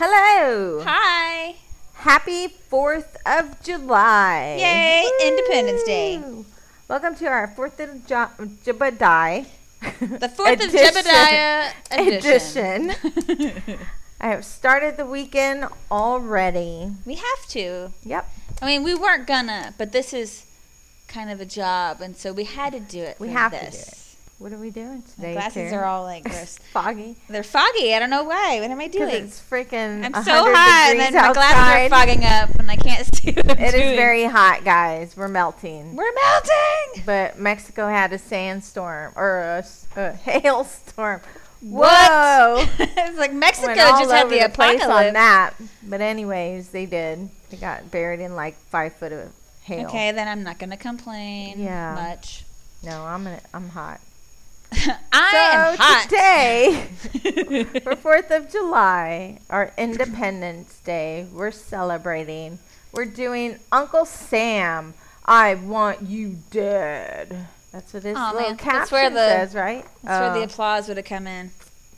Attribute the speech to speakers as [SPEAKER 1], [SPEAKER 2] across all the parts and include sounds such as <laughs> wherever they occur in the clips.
[SPEAKER 1] Hello.
[SPEAKER 2] Hi.
[SPEAKER 1] Happy 4th of July.
[SPEAKER 2] Yay, Independence Day.
[SPEAKER 1] Woo. Welcome to our 4th of Ju- Jubbadai.
[SPEAKER 2] The 4th of Jebediah edition.
[SPEAKER 1] I have started the weekend already.
[SPEAKER 2] we have to.
[SPEAKER 1] Yep.
[SPEAKER 2] I mean, we weren't gonna, but this is kind of a job, and so we had to do it.
[SPEAKER 1] We
[SPEAKER 2] for
[SPEAKER 1] have to do
[SPEAKER 2] this.
[SPEAKER 1] What are we doing today?
[SPEAKER 2] My
[SPEAKER 1] <laughs>
[SPEAKER 2] glasses
[SPEAKER 1] Karen?
[SPEAKER 2] are all like gross.
[SPEAKER 1] foggy.
[SPEAKER 2] They're foggy. I don't know why. What am I
[SPEAKER 1] Because
[SPEAKER 2] doing?
[SPEAKER 1] it's freaking.
[SPEAKER 2] I'm
[SPEAKER 1] 100
[SPEAKER 2] so high, and
[SPEAKER 1] degrees
[SPEAKER 2] then my glasses are
[SPEAKER 1] outside.
[SPEAKER 2] fogging up, and I can't <laughs> see what I'm
[SPEAKER 1] It
[SPEAKER 2] doing.
[SPEAKER 1] is very hot, guys. We're melting.
[SPEAKER 2] We're melting.
[SPEAKER 1] But Mexico had a sandstorm or a, s- a <laughs> hailstorm. Whoa!
[SPEAKER 2] What? <laughs> it's like Mexico
[SPEAKER 1] Went all
[SPEAKER 2] just had
[SPEAKER 1] over
[SPEAKER 2] the, apocalypse.
[SPEAKER 1] on that. But anyways, they did. They got buried in like five foot of hail.
[SPEAKER 2] Okay, then I'm not gonna complain.
[SPEAKER 1] Yeah.
[SPEAKER 2] Much. <laughs>
[SPEAKER 1] No, I'm gonna, I'm hot.
[SPEAKER 2] I am
[SPEAKER 1] so
[SPEAKER 2] hot. <laughs>
[SPEAKER 1] today, <laughs> for Fourth of July, our Independence Day, we're celebrating. We're doing Uncle Sam. I want you dead. That's what his
[SPEAKER 2] Aw,
[SPEAKER 1] little
[SPEAKER 2] man.
[SPEAKER 1] caption
[SPEAKER 2] That's where the-
[SPEAKER 1] says, right?
[SPEAKER 2] That's where
[SPEAKER 1] Oh.
[SPEAKER 2] the applause would have come in.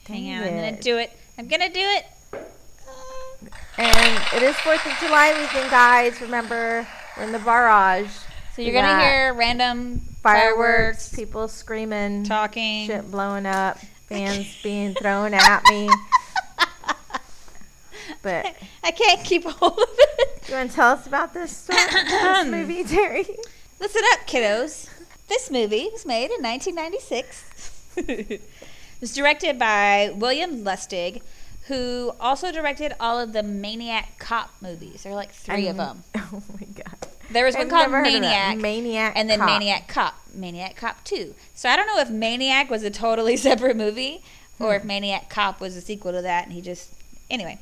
[SPEAKER 2] Hang
[SPEAKER 1] Dang
[SPEAKER 2] on, I'm gonna
[SPEAKER 1] it.
[SPEAKER 2] do it. I'm gonna do it.
[SPEAKER 1] Uh, And it is Fourth of July weekend, guys. Remember, we're in the barrage.
[SPEAKER 2] So you're
[SPEAKER 1] Yeah.
[SPEAKER 2] gonna hear random
[SPEAKER 1] Fireworks,
[SPEAKER 2] fireworks,
[SPEAKER 1] people screaming,
[SPEAKER 2] talking.
[SPEAKER 1] shit blowing up, fans
[SPEAKER 2] <laughs>
[SPEAKER 1] being thrown at me. But
[SPEAKER 2] I can't keep <laughs> a hold of it.
[SPEAKER 1] you want to tell us about this, story,
[SPEAKER 2] <clears throat>
[SPEAKER 1] this movie, Terry? <laughs>
[SPEAKER 2] Listen up, kiddos. This movie was made in 1996. <laughs> it was directed by William Lustig, who also directed all of the Maniac Cop movies. There are like 3 of them.
[SPEAKER 1] Oh my god!
[SPEAKER 2] There was one
[SPEAKER 1] I've
[SPEAKER 2] called
[SPEAKER 1] never heard of that.
[SPEAKER 2] Maniac.
[SPEAKER 1] Maniac,
[SPEAKER 2] and then
[SPEAKER 1] Cop.
[SPEAKER 2] Maniac Cop, Maniac Cop 2. So I don't know if Maniac was a totally <laughs> separate movie or
[SPEAKER 1] Hmm.
[SPEAKER 2] if Maniac Cop was a sequel to that and he just anyway.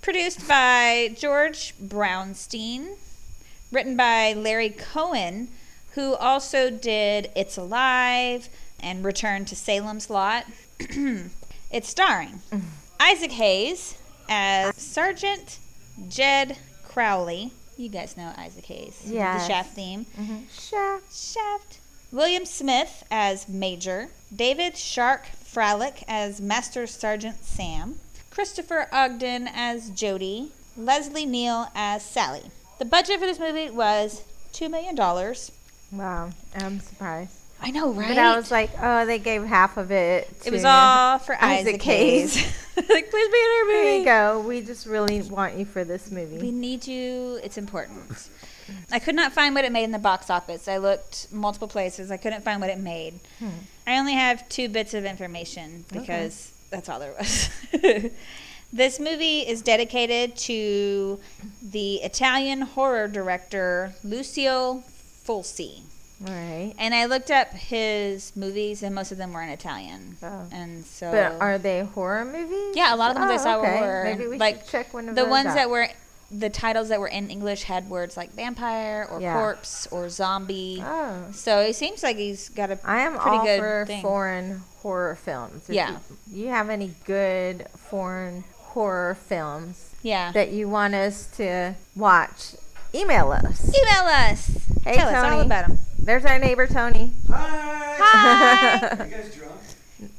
[SPEAKER 2] Produced by George Brownstein, written by Larry Cohen, who also did It's Alive and Return to Salem's Lot. <clears throat> it's starring
[SPEAKER 1] Mm.
[SPEAKER 2] Isaac Hayes as Sergeant Jed Crowley. You guys know Isaac Hayes. He did
[SPEAKER 1] Yes.
[SPEAKER 2] The Shaft theme.
[SPEAKER 1] Mm-hmm. Shaft.
[SPEAKER 2] Shaft. William Smith as Major. David Shark Fralick as Master Sergeant Sam. Christopher Ogden as Jody. Leslie Neal as Sally. The budget for this movie was $2 million.
[SPEAKER 1] Wow, I'm surprised.
[SPEAKER 2] I know, right?
[SPEAKER 1] But I was like, oh, they gave half of it.
[SPEAKER 2] it was
[SPEAKER 1] to-
[SPEAKER 2] all for Isaac,
[SPEAKER 1] Isaac
[SPEAKER 2] Hayes. <laughs> like, please be in our movie.
[SPEAKER 1] There you go. We just really want you for this movie.
[SPEAKER 2] We need you. It's important. I could not find what it made in the box office. I looked multiple places. I couldn't find what it made.
[SPEAKER 1] Hmm.
[SPEAKER 2] I only have two bits of information because that's all there was. <laughs> this movie is dedicated to the Italian horror director Lucio Fulci.
[SPEAKER 1] all right.
[SPEAKER 2] And I looked up his movies, and most of them were in Italian.
[SPEAKER 1] Oh.
[SPEAKER 2] And so.
[SPEAKER 1] But are they horror movies?
[SPEAKER 2] Yeah, a lot of them
[SPEAKER 1] oh,
[SPEAKER 2] I saw were
[SPEAKER 1] okay.
[SPEAKER 2] horror,
[SPEAKER 1] Maybe
[SPEAKER 2] and,
[SPEAKER 1] we
[SPEAKER 2] like,
[SPEAKER 1] should check one of
[SPEAKER 2] the
[SPEAKER 1] those
[SPEAKER 2] ones
[SPEAKER 1] out.
[SPEAKER 2] that were the titles that were in English had words like vampire or
[SPEAKER 1] Yeah.
[SPEAKER 2] corpse or zombie.
[SPEAKER 1] Oh,
[SPEAKER 2] So it seems like he's got a
[SPEAKER 1] I am
[SPEAKER 2] pretty
[SPEAKER 1] all
[SPEAKER 2] good
[SPEAKER 1] for
[SPEAKER 2] thing.
[SPEAKER 1] foreign horror films. If
[SPEAKER 2] Yeah.
[SPEAKER 1] You, you have any good foreign horror films
[SPEAKER 2] yeah.
[SPEAKER 1] that you want us to watch? Email us.
[SPEAKER 2] Email us.
[SPEAKER 1] Hey,
[SPEAKER 2] Tell us all
[SPEAKER 1] Tony.
[SPEAKER 2] about him.
[SPEAKER 1] There's our neighbor Tony.
[SPEAKER 3] Hi!
[SPEAKER 1] <laughs>
[SPEAKER 2] Hi.
[SPEAKER 3] Are you guys drunk?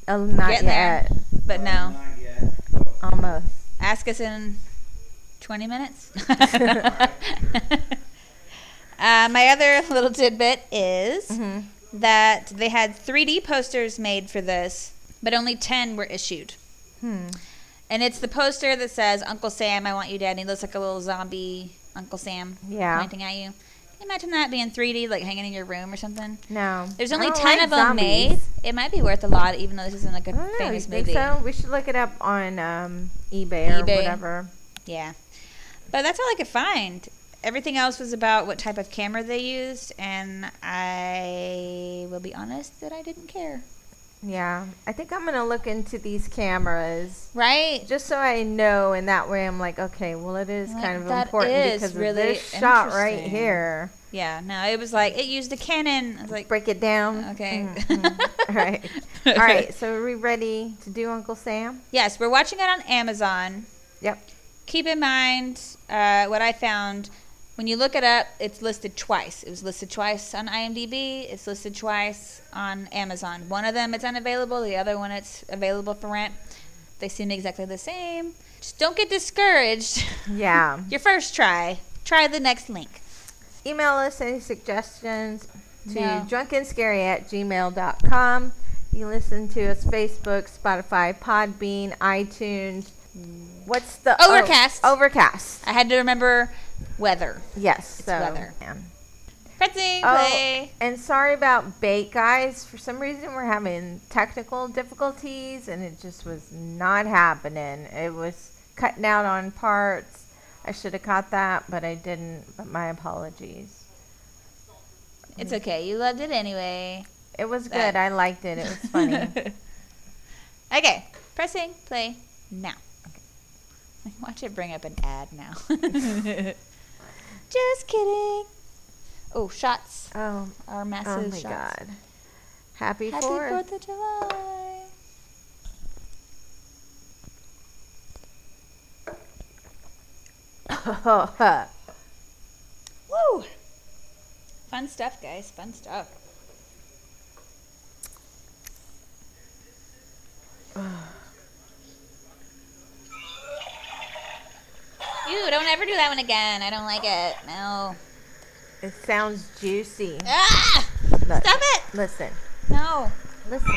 [SPEAKER 1] Oh, not
[SPEAKER 2] Getting there.
[SPEAKER 1] yet.
[SPEAKER 2] But
[SPEAKER 3] Uh,
[SPEAKER 2] no,
[SPEAKER 3] Not yet.
[SPEAKER 1] Almost.
[SPEAKER 2] ask us in 20 minutes. <laughs> uh, my other <laughs> little tidbit is
[SPEAKER 1] Mhm.
[SPEAKER 2] that they had 3D posters made for this, but only 10 were issued.
[SPEAKER 1] Hmm.
[SPEAKER 2] And it's the poster that says, Uncle Sam, I want you dead. And he looks like a little zombie Uncle Sam
[SPEAKER 1] Yeah.
[SPEAKER 2] pointing at you. Can you imagine that being 3D, like hanging in your room or something?
[SPEAKER 1] No.
[SPEAKER 2] There's
[SPEAKER 1] I
[SPEAKER 2] only
[SPEAKER 1] don't
[SPEAKER 2] 10
[SPEAKER 1] like
[SPEAKER 2] of them
[SPEAKER 1] zombies.
[SPEAKER 2] made. It might be worth a lot, even though this isn't like
[SPEAKER 1] I
[SPEAKER 2] a
[SPEAKER 1] don't know. You
[SPEAKER 2] famous
[SPEAKER 1] think
[SPEAKER 2] movie.
[SPEAKER 1] so? We should look it up on um, eBay or
[SPEAKER 2] eBay.
[SPEAKER 1] whatever.
[SPEAKER 2] Yeah. But that's all I could find. Everything else was about what type of camera they used, and I will be honest that I didn't care.
[SPEAKER 1] Yeah, I think I'm gonna look into these cameras
[SPEAKER 2] Right?
[SPEAKER 1] just so I know, and that way I'm like, okay, well, it is
[SPEAKER 2] Like,
[SPEAKER 1] kind of
[SPEAKER 2] that
[SPEAKER 1] important
[SPEAKER 2] is
[SPEAKER 1] because of
[SPEAKER 2] really
[SPEAKER 1] this shot right
[SPEAKER 2] interesting.
[SPEAKER 1] here.
[SPEAKER 2] Yeah, no, it was like, it used a Canon. I was like,
[SPEAKER 1] Break it down.
[SPEAKER 2] okay.
[SPEAKER 1] Mm,
[SPEAKER 2] <laughs>
[SPEAKER 1] mm. All right. All right. So are we ready to do Uncle Sam?
[SPEAKER 2] Yes, we're watching it on Amazon.
[SPEAKER 1] Yep.
[SPEAKER 2] Keep in mind uh, what I found. When you look it up, it's listed twice. It was listed twice on IMDb. It's listed twice on Amazon. One of them it's unavailable. The other one it's available for rent. They seem exactly the same. Just don't
[SPEAKER 1] <laughs>
[SPEAKER 2] get discouraged.
[SPEAKER 1] Yeah.
[SPEAKER 2] Your first try. Try the next link.
[SPEAKER 1] Email us any suggestions to
[SPEAKER 2] No.
[SPEAKER 1] drunkenscary at gmail.com. You listen to us Facebook, Spotify, Podbean, iTunes. What's the oh,
[SPEAKER 2] Overcast.
[SPEAKER 1] overcast.
[SPEAKER 2] I had to remember weather.
[SPEAKER 1] Yes. so,
[SPEAKER 2] weather.
[SPEAKER 1] yeah.
[SPEAKER 2] Pressing
[SPEAKER 1] Oh.
[SPEAKER 2] play.
[SPEAKER 1] And sorry about bait, guys. For some reason, we're having technical difficulties, and it just was not happening. It was cutting out on parts. I should have caught that, but I didn't. But my apologies.
[SPEAKER 2] It's okay. You loved it anyway.
[SPEAKER 1] It was
[SPEAKER 2] That-
[SPEAKER 1] good. I liked it. It
[SPEAKER 2] <laughs>
[SPEAKER 1] was funny.
[SPEAKER 2] okay. Pressing play now. <laughs> Watch it bring up an ad
[SPEAKER 1] <laughs>
[SPEAKER 2] now. Just kidding. Oh, shots.
[SPEAKER 1] oh,
[SPEAKER 2] Our massive
[SPEAKER 1] oh my
[SPEAKER 2] shots.
[SPEAKER 1] God. Happy,
[SPEAKER 2] Happy
[SPEAKER 1] Fourth.
[SPEAKER 2] Fourth of July. Woo! Fun stuff, guys. Fun stuff.
[SPEAKER 1] <sighs>
[SPEAKER 2] Ew, don't ever do that one again. I don't like it.
[SPEAKER 1] <sighs>
[SPEAKER 2] No.
[SPEAKER 1] <laughs> it sounds juicy.
[SPEAKER 2] Ah!
[SPEAKER 1] Look,
[SPEAKER 2] Stop it!
[SPEAKER 1] Listen.
[SPEAKER 2] No.
[SPEAKER 1] Listen.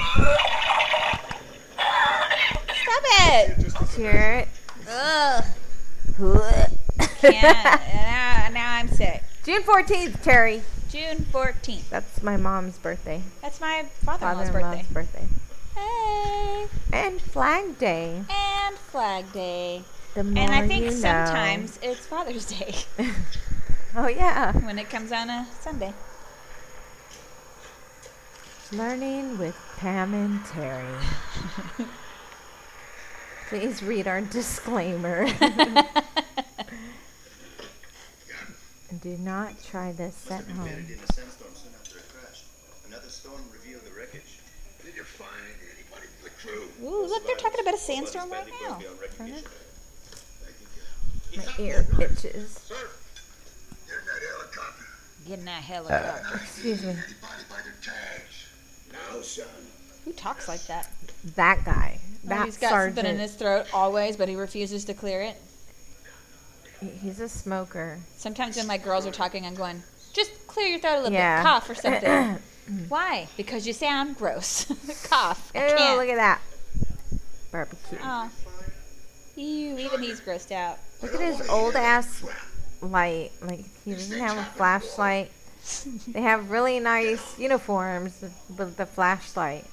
[SPEAKER 2] Stop it!
[SPEAKER 1] Hear
[SPEAKER 2] Ugh.
[SPEAKER 1] it.
[SPEAKER 2] Can't. now, now I'm sick.
[SPEAKER 1] <laughs> June 14th, Terry.
[SPEAKER 2] June 14th.
[SPEAKER 1] That's my mom's birthday.
[SPEAKER 2] That's my father in law's
[SPEAKER 1] Father-in-law's
[SPEAKER 2] birthday.
[SPEAKER 1] birthday.
[SPEAKER 2] Hey!
[SPEAKER 1] And Flag Day.
[SPEAKER 2] And Flag Day.
[SPEAKER 1] The more
[SPEAKER 2] And I
[SPEAKER 1] you
[SPEAKER 2] think
[SPEAKER 1] know.
[SPEAKER 2] sometimes it's Father's <laughs> Day
[SPEAKER 1] Oh yeah,
[SPEAKER 2] when it comes on a
[SPEAKER 1] <laughs>
[SPEAKER 2] Sunday.
[SPEAKER 1] learning with Pam and Terry.
[SPEAKER 2] <laughs>
[SPEAKER 1] Please read our
[SPEAKER 2] <laughs>
[SPEAKER 1] disclaimer. Do not try this at home.
[SPEAKER 3] Embedded in a sandstorm soon after a crash. Another storm revealed the wreckage. Did you find anybody from the crew?
[SPEAKER 2] Ooh, look, they're talking about a sandstorm right
[SPEAKER 3] Bradley
[SPEAKER 2] now.
[SPEAKER 3] Bowlby on recognition.
[SPEAKER 1] My ear itches.
[SPEAKER 3] They're in that helicopter.
[SPEAKER 2] Getting that helicopter.
[SPEAKER 1] Excuse me.
[SPEAKER 3] Anybody by their tags. No, son.
[SPEAKER 2] Who talks like that?
[SPEAKER 1] That guy.
[SPEAKER 2] Oh,
[SPEAKER 1] That
[SPEAKER 2] he's got
[SPEAKER 1] sergeant.
[SPEAKER 2] something in his throat always, but he refuses to clear it.
[SPEAKER 1] he- He's a smoker.
[SPEAKER 2] Sometimes when my girls are talking, I'm going, just clear your throat a little
[SPEAKER 1] Yeah.
[SPEAKER 2] bit, cough
[SPEAKER 1] <coughs> <clears throat>
[SPEAKER 2] or something. Why? Because you sound gross. <laughs> cough.
[SPEAKER 1] Ew,
[SPEAKER 2] I can't. Oh.
[SPEAKER 1] look at that. Barbecue.
[SPEAKER 2] Aw. Ew, even he's grossed out.
[SPEAKER 1] Look at his old ass light. Like he doesn't have a flashlight. They have really nice uniforms with the flashlight.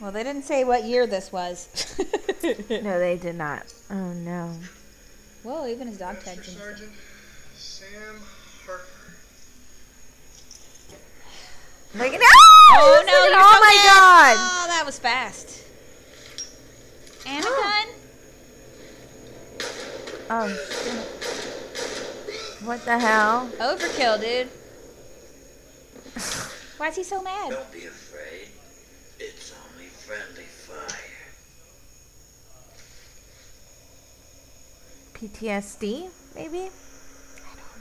[SPEAKER 2] Well, they didn't say what year this <laughs> was.
[SPEAKER 1] No, they did not. Oh no.
[SPEAKER 2] Whoa, even his dog tags in.
[SPEAKER 3] Sergeant Sam Harper.
[SPEAKER 1] Look at ah!
[SPEAKER 2] Oh
[SPEAKER 1] Listen,
[SPEAKER 2] no! You're
[SPEAKER 1] oh
[SPEAKER 2] so
[SPEAKER 1] my
[SPEAKER 2] fast.
[SPEAKER 1] god!
[SPEAKER 2] Oh, that was fast. <gasps> Anakin,
[SPEAKER 1] Oh. Shit. What the hell?
[SPEAKER 2] overkill, dude. Why is he so mad?
[SPEAKER 3] Don't be afraid. It's only friendly fire.
[SPEAKER 1] PTSD? Maybe?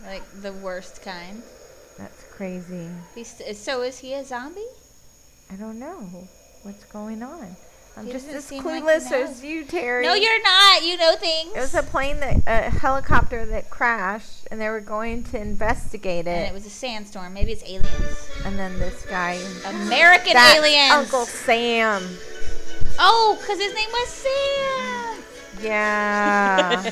[SPEAKER 2] Like the worst kind.
[SPEAKER 1] That's crazy.
[SPEAKER 2] He's so is he a zombie?
[SPEAKER 1] I don't know what's going on. I'm
[SPEAKER 2] He
[SPEAKER 1] just
[SPEAKER 2] doesn't
[SPEAKER 1] as
[SPEAKER 2] seem like he
[SPEAKER 1] clueless
[SPEAKER 2] knows.
[SPEAKER 1] as you, Terry.
[SPEAKER 2] No, you're not. You know things.
[SPEAKER 1] It was a plane that a helicopter that crashed, and they were going to investigate
[SPEAKER 2] and
[SPEAKER 1] it.
[SPEAKER 2] it was a sandstorm. Maybe it's aliens.
[SPEAKER 1] And then this guy.
[SPEAKER 2] American
[SPEAKER 1] That's
[SPEAKER 2] aliens.
[SPEAKER 1] Uncle Sam.
[SPEAKER 2] Oh, because his name was Sam.
[SPEAKER 1] Yeah.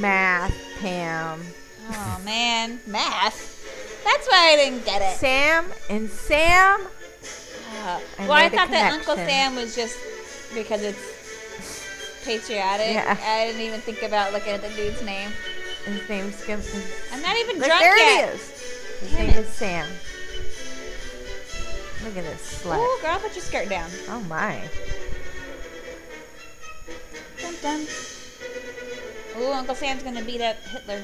[SPEAKER 1] Math, Pam.
[SPEAKER 2] <laughs> Oh man, math. That's why I didn't get it.
[SPEAKER 1] Sam and Sam.
[SPEAKER 2] Uh,
[SPEAKER 1] I
[SPEAKER 2] well, I
[SPEAKER 1] made a
[SPEAKER 2] thought that Uncle
[SPEAKER 1] connection.
[SPEAKER 2] Sam was just because it's patriotic.
[SPEAKER 1] Yeah.
[SPEAKER 2] I didn't even think about looking at the dude's name.
[SPEAKER 1] His name's Skim.
[SPEAKER 2] I'm not even
[SPEAKER 1] Look,
[SPEAKER 2] drunk
[SPEAKER 1] there
[SPEAKER 2] yet.
[SPEAKER 1] it is. His
[SPEAKER 2] Damn
[SPEAKER 1] name
[SPEAKER 2] it.
[SPEAKER 1] is Sam. Look at this slut.
[SPEAKER 2] Ooh, girl, put your skirt down.
[SPEAKER 1] Oh my.
[SPEAKER 2] Dun, dun. Ooh, Uncle Sam's gonna beat up Hitler.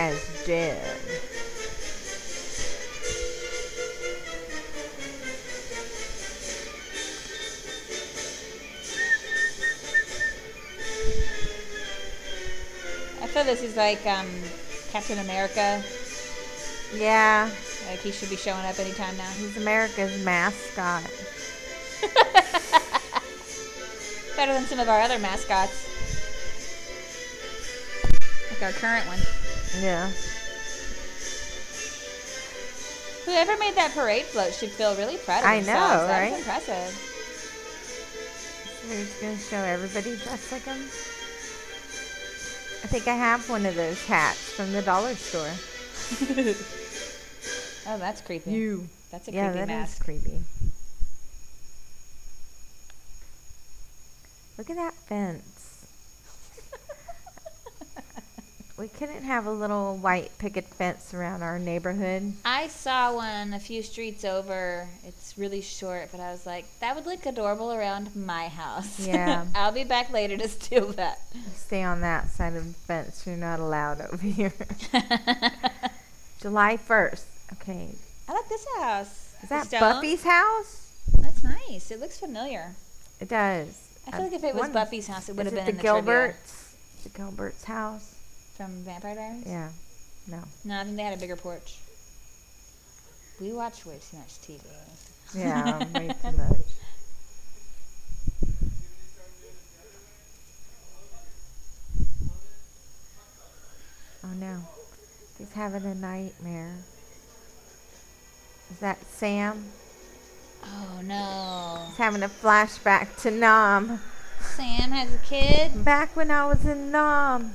[SPEAKER 1] As dead.
[SPEAKER 2] I feel this is like um, Captain America
[SPEAKER 1] Yeah.
[SPEAKER 2] Like he should be showing up anytime now.
[SPEAKER 1] He's America's mascot.
[SPEAKER 2] <laughs> Better than some of our other mascots. Like our current one.
[SPEAKER 1] Yeah.
[SPEAKER 2] Whoever made that parade float should feel really proud of
[SPEAKER 1] I know,
[SPEAKER 2] themselves. that
[SPEAKER 1] right?
[SPEAKER 2] was impressive.
[SPEAKER 1] So he's gonna show everybody dressed like him. I think I have one of those hats from the dollar store.
[SPEAKER 2] <laughs> Oh, that's creepy.
[SPEAKER 1] You.
[SPEAKER 2] That's a
[SPEAKER 1] yeah,
[SPEAKER 2] creepy
[SPEAKER 1] that is
[SPEAKER 2] mask.
[SPEAKER 1] creepy. Look at that
[SPEAKER 2] <laughs>
[SPEAKER 1] fence. we couldn't have a little white picket fence around our neighborhood.
[SPEAKER 2] I saw one a few streets over. It's really short, but I was like, that would look adorable around my house. <laughs>
[SPEAKER 1] Yeah.
[SPEAKER 2] I'll be back later to <laughs> steal that.
[SPEAKER 1] You Stay on that side of the fence. You're not allowed over <laughs> here.
[SPEAKER 2] I
[SPEAKER 1] July 1st. Okay.
[SPEAKER 2] like this house.
[SPEAKER 1] Is
[SPEAKER 2] The
[SPEAKER 1] that
[SPEAKER 2] stone.
[SPEAKER 1] Buffy's house?
[SPEAKER 2] That's nice. It looks familiar.
[SPEAKER 1] It does.
[SPEAKER 2] I feel like if it was Buffy's house, it would
[SPEAKER 1] Is
[SPEAKER 2] have
[SPEAKER 1] it
[SPEAKER 2] been
[SPEAKER 1] the
[SPEAKER 2] in the trivia
[SPEAKER 1] Gilberts? The Gilberts house?
[SPEAKER 2] from Vampire Diaries.
[SPEAKER 1] Yeah. No.
[SPEAKER 2] No, I think they had a bigger porch. We watch way too much TV. <laughs>
[SPEAKER 1] Yeah, way too much. Oh no. He's having a nightmare. Is that Sam?
[SPEAKER 2] Oh no!
[SPEAKER 1] He's having a flashback to Nam.
[SPEAKER 2] Sam has a kid.
[SPEAKER 1] Back when I was in Nam.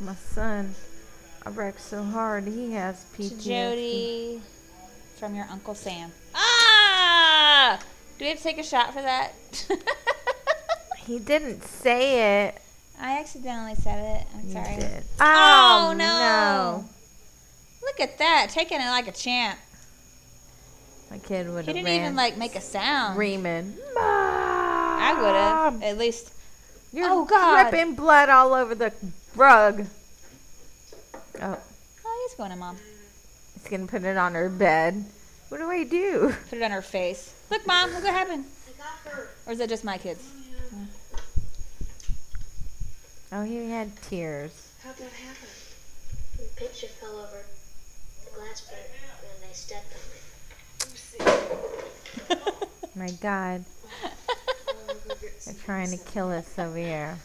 [SPEAKER 1] My son. I wrecked so hard he has
[SPEAKER 2] To
[SPEAKER 1] PTSD.
[SPEAKER 2] Jody from your uncle Sam. Ah! Do we have to take a shot for that? <laughs>
[SPEAKER 1] He didn't say it.
[SPEAKER 2] I accidentally said it. I'm
[SPEAKER 1] You
[SPEAKER 2] sorry.
[SPEAKER 1] did.
[SPEAKER 2] Oh,
[SPEAKER 1] Oh,
[SPEAKER 2] no.
[SPEAKER 1] no.
[SPEAKER 2] Look at that, taking it like a champ.
[SPEAKER 1] My kid would have
[SPEAKER 2] He didn't even like make a sound.
[SPEAKER 1] screaming.
[SPEAKER 2] I would
[SPEAKER 1] Um,
[SPEAKER 2] have at least.
[SPEAKER 1] You're
[SPEAKER 2] Oh, God.
[SPEAKER 1] dripping blood all over the rug. Oh,
[SPEAKER 2] Oh, he's going to mom.
[SPEAKER 1] he's gonna put it on her bed. What do I do?
[SPEAKER 2] Put it on her face. Look, mom. Look what happened. Or is that just my kids? <laughs>
[SPEAKER 1] Oh, he had tears.
[SPEAKER 4] How'd that happen?
[SPEAKER 5] The picture fell over the glass plate and I stepped on it.
[SPEAKER 1] My God, they're trying to kill us over here.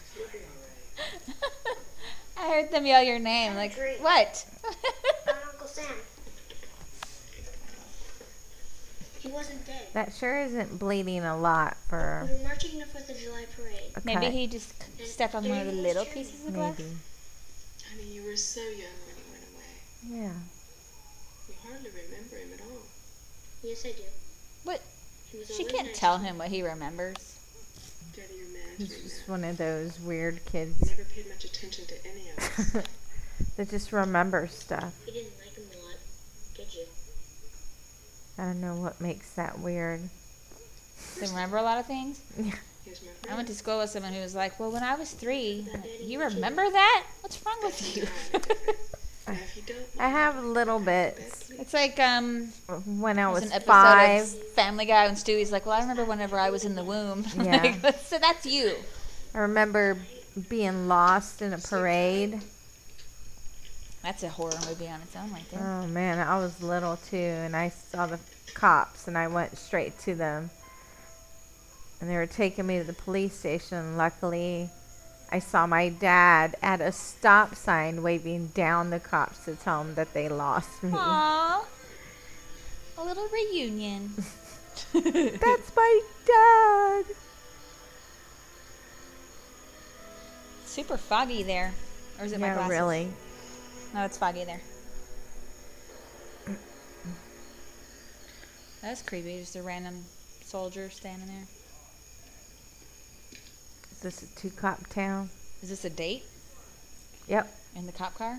[SPEAKER 2] I heard them yell your name. Like
[SPEAKER 5] Great.
[SPEAKER 2] what? <laughs>
[SPEAKER 5] Found Uncle Sam. He wasn't dead.
[SPEAKER 1] That sure isn't bleeding a lot for
[SPEAKER 5] We were marching the Fourth of July parade.
[SPEAKER 1] a
[SPEAKER 2] Maybe
[SPEAKER 1] cut.
[SPEAKER 2] he just stepped on one of the little pieces of glass.
[SPEAKER 1] Maybe.
[SPEAKER 4] Honey, you were so young when he went away.
[SPEAKER 1] Yeah.
[SPEAKER 4] You hardly remember him at all.
[SPEAKER 5] Yes, I do.
[SPEAKER 2] What?
[SPEAKER 5] He was
[SPEAKER 2] She
[SPEAKER 5] always
[SPEAKER 2] can't
[SPEAKER 5] nice
[SPEAKER 2] tell
[SPEAKER 5] to
[SPEAKER 2] him what he remembers.
[SPEAKER 4] Go to your mad
[SPEAKER 1] He's
[SPEAKER 4] dream
[SPEAKER 1] just
[SPEAKER 4] now.
[SPEAKER 1] one of those weird kids <laughs>
[SPEAKER 4] Never paid much attention to any of us.
[SPEAKER 1] that just remember stuff.
[SPEAKER 5] me. You didn't like him a lot, did you?
[SPEAKER 1] I don't know what makes that weird.
[SPEAKER 2] Doesn't remember a lot of things.
[SPEAKER 4] He was my
[SPEAKER 2] I
[SPEAKER 4] friend.
[SPEAKER 2] went to school with someone who was like, "Well, when I was three, I'm like, you
[SPEAKER 5] Daddy,
[SPEAKER 2] remember that? What's wrong with
[SPEAKER 4] That's
[SPEAKER 2] you?" <laughs>
[SPEAKER 4] entirely different. Now, if you don't
[SPEAKER 1] I
[SPEAKER 4] mind,
[SPEAKER 1] have little bits
[SPEAKER 4] Betsy,
[SPEAKER 2] It's like um,
[SPEAKER 1] when I
[SPEAKER 2] there's
[SPEAKER 1] was
[SPEAKER 2] an episode
[SPEAKER 1] five.
[SPEAKER 2] of Family Guy when Stewie's like, "Well, I remember whenever I was in the womb." <laughs>
[SPEAKER 1] Yeah.
[SPEAKER 2] Like, so that's you.
[SPEAKER 1] I remember being lost in a parade.
[SPEAKER 2] That's a horror movie on its own, right there.
[SPEAKER 1] Oh man, I was little too, and I saw the cops, and I went straight to them. And they were taking me to the police station. Luckily, I saw my dad at a stop sign waving down the cops to tell them that they lost me.
[SPEAKER 2] Aww, a little
[SPEAKER 1] <laughs>
[SPEAKER 2] reunion. <laughs>
[SPEAKER 1] That's my dad.
[SPEAKER 2] Super foggy there, or is it my
[SPEAKER 1] Yeah,
[SPEAKER 2] glasses?
[SPEAKER 1] really.
[SPEAKER 2] No, it's foggy there. That's creepy. Just a random soldier standing there.
[SPEAKER 1] Is this a two cop town?
[SPEAKER 2] Is this a date
[SPEAKER 1] Yep.
[SPEAKER 2] in the cop car?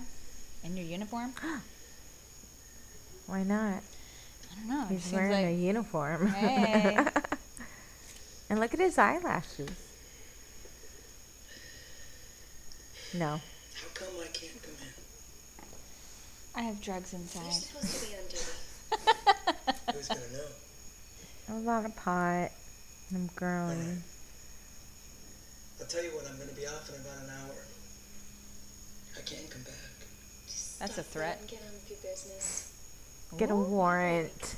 [SPEAKER 2] In your uniform? I
[SPEAKER 1] Why not?
[SPEAKER 2] don't know. it
[SPEAKER 1] He's
[SPEAKER 2] seems
[SPEAKER 1] wearing
[SPEAKER 2] like-
[SPEAKER 1] a
[SPEAKER 2] <laughs>
[SPEAKER 1] uniform.
[SPEAKER 2] Hey.
[SPEAKER 1] and look at his eyelashes. No.
[SPEAKER 4] How come I can't come in?
[SPEAKER 2] I have drugs
[SPEAKER 5] You're
[SPEAKER 1] <laughs>
[SPEAKER 2] inside. <laughs>
[SPEAKER 5] supposed to be on duty.
[SPEAKER 4] Who's gonna know?
[SPEAKER 1] A lot of pot. I'm growing.
[SPEAKER 4] I'll tell you what, I'm gonna be off in about an hour. I can't come back.
[SPEAKER 5] Just
[SPEAKER 2] That's a
[SPEAKER 5] stop that
[SPEAKER 2] threat.
[SPEAKER 5] and Get on with your business.
[SPEAKER 1] Get a warrant.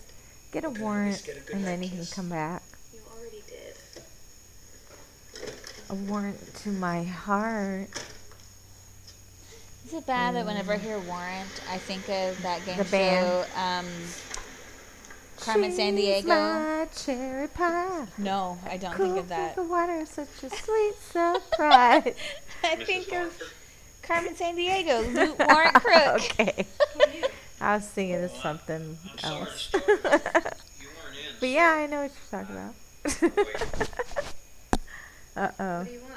[SPEAKER 1] Get a
[SPEAKER 4] Okay,
[SPEAKER 1] warrant,
[SPEAKER 4] just get a good
[SPEAKER 1] and
[SPEAKER 4] night
[SPEAKER 1] then he can
[SPEAKER 4] kiss.
[SPEAKER 1] come back.
[SPEAKER 5] You already did.
[SPEAKER 1] A warrant to my heart.
[SPEAKER 2] Is it bad that whenever I hear Warrant, I think of that game
[SPEAKER 1] The
[SPEAKER 2] show, um, Crime in San
[SPEAKER 1] She's
[SPEAKER 2] Diego?
[SPEAKER 1] My cherry pie.
[SPEAKER 2] No, I don't
[SPEAKER 1] cool
[SPEAKER 2] think of that.
[SPEAKER 1] The water, such a sweet <laughs> surprise.
[SPEAKER 2] <laughs> I
[SPEAKER 3] Mrs.
[SPEAKER 2] think of
[SPEAKER 3] Harper,
[SPEAKER 2] Carmen San
[SPEAKER 1] <laughs>
[SPEAKER 2] Diego, Loot Warrant Crook.
[SPEAKER 1] okay. I was thinking of something
[SPEAKER 3] Oh, I'm sorry to
[SPEAKER 1] else. <laughs>
[SPEAKER 3] start with. You weren't in.
[SPEAKER 1] but yeah, I know what you're talking about. <laughs> uh oh,
[SPEAKER 5] What do you want?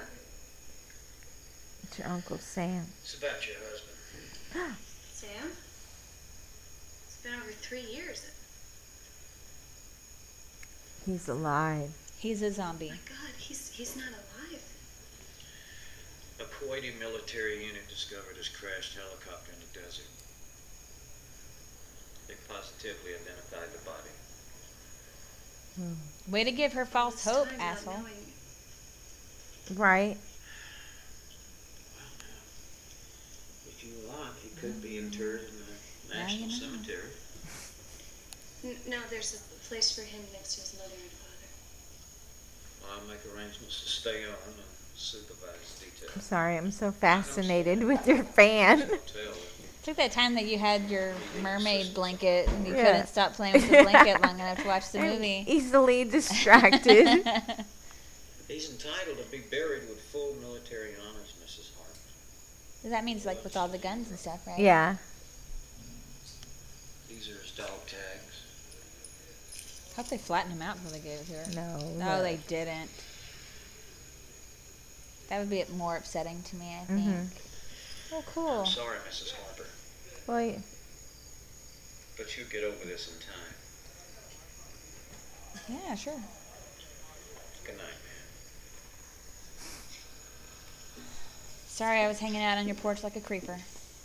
[SPEAKER 1] it's your Uncle Sam.
[SPEAKER 3] It's about your husband.
[SPEAKER 5] Sam? It's been over three years. Oh
[SPEAKER 1] He's alive.
[SPEAKER 2] He's a zombie.
[SPEAKER 5] My God, he's he's not alive.
[SPEAKER 3] A Kuwaiti military unit discovered his crashed helicopter in the desert. They positively identified the body.
[SPEAKER 2] Way to give her false
[SPEAKER 5] All
[SPEAKER 2] hope,
[SPEAKER 5] this time not
[SPEAKER 2] asshole.
[SPEAKER 5] knowing-
[SPEAKER 1] Right?
[SPEAKER 3] If you want, he could be interred in the
[SPEAKER 2] Now you
[SPEAKER 3] National
[SPEAKER 2] know.
[SPEAKER 3] Cemetery.
[SPEAKER 5] N- No, there's a place for him next to his mother and father.
[SPEAKER 3] I'll make arrangements to stay on and supervise
[SPEAKER 1] I'm
[SPEAKER 3] details.
[SPEAKER 1] sorry, I'm so fascinated with your fan.
[SPEAKER 3] Hotel.
[SPEAKER 2] Took that time that you had your mermaid blanket and you
[SPEAKER 1] Yeah.
[SPEAKER 2] couldn't stop playing with the blanket long enough to watch the
[SPEAKER 1] <laughs> I'm
[SPEAKER 2] movie.
[SPEAKER 1] Easily distracted.
[SPEAKER 2] <laughs>
[SPEAKER 3] He's entitled to be buried with full military honors, Mrs. Harper.
[SPEAKER 2] that means like with all the guns and stuff, right?
[SPEAKER 1] yeah.
[SPEAKER 3] These are his dog tags.
[SPEAKER 2] Hope they flattened him out before they gave it to her.
[SPEAKER 1] No.
[SPEAKER 2] No, Oh, they didn't. That would be more upsetting to me, I think.
[SPEAKER 1] Mhm.
[SPEAKER 2] Oh,
[SPEAKER 3] I'm
[SPEAKER 2] cool.
[SPEAKER 3] sorry, Mrs. Harper,
[SPEAKER 1] Well, y-
[SPEAKER 3] but you'll get over this in time.
[SPEAKER 2] Yeah, sure.
[SPEAKER 3] Good night.
[SPEAKER 2] Sorry, I was hanging out on your porch like a creeper.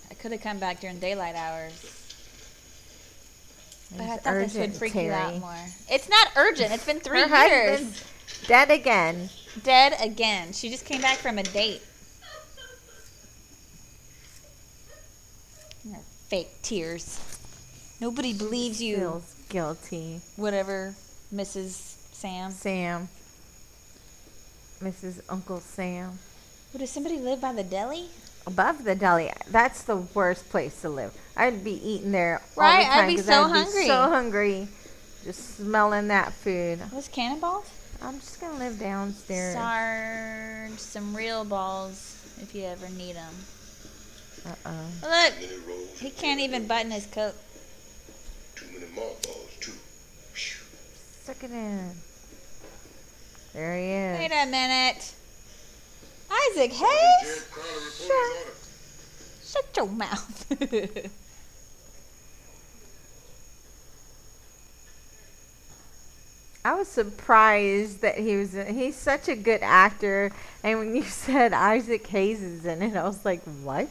[SPEAKER 2] I could have come back during daylight hours, but I
[SPEAKER 1] it's
[SPEAKER 2] thought this would
[SPEAKER 1] urgent,
[SPEAKER 2] freak you out
[SPEAKER 1] Terry.
[SPEAKER 2] more. It's not urgent.
[SPEAKER 1] <laughs>
[SPEAKER 2] It's been three
[SPEAKER 1] Her
[SPEAKER 2] years.
[SPEAKER 1] husband's dead again.
[SPEAKER 2] Dead again. She just came back from a date. And her Fake tears. Nobody believes you.
[SPEAKER 1] Feels guilty.
[SPEAKER 2] Whatever, Mrs. Sam.
[SPEAKER 1] Sam. Mrs. Uncle Sam.
[SPEAKER 2] Would does somebody live by the deli?
[SPEAKER 1] Above the deli. That's the worst place to live. I'd be eating there all
[SPEAKER 2] Right,
[SPEAKER 1] the
[SPEAKER 2] I'd
[SPEAKER 1] time
[SPEAKER 2] be
[SPEAKER 1] 'cause
[SPEAKER 2] so
[SPEAKER 1] I'd
[SPEAKER 2] hungry.
[SPEAKER 1] Be so hungry. Just smelling that food.
[SPEAKER 2] Those cannonballs?
[SPEAKER 1] I'm just gonna live downstairs.
[SPEAKER 2] Sarge, some real balls if you ever need them.
[SPEAKER 1] Uh oh.
[SPEAKER 2] Look,
[SPEAKER 6] Too many rolls.
[SPEAKER 2] he can't even button his coat.
[SPEAKER 6] Too many mothballs, too. Phew.
[SPEAKER 1] Suck it in. There he
[SPEAKER 2] Wait
[SPEAKER 1] is.
[SPEAKER 2] a minute. Isaac
[SPEAKER 6] Jared
[SPEAKER 2] Hayes?
[SPEAKER 6] Crowley reported on it.
[SPEAKER 2] Shut your mouth. <laughs>
[SPEAKER 1] I was surprised that he was. In, he's such a good actor. And when you <laughs> said Isaac Hayes is in it, I was like, what?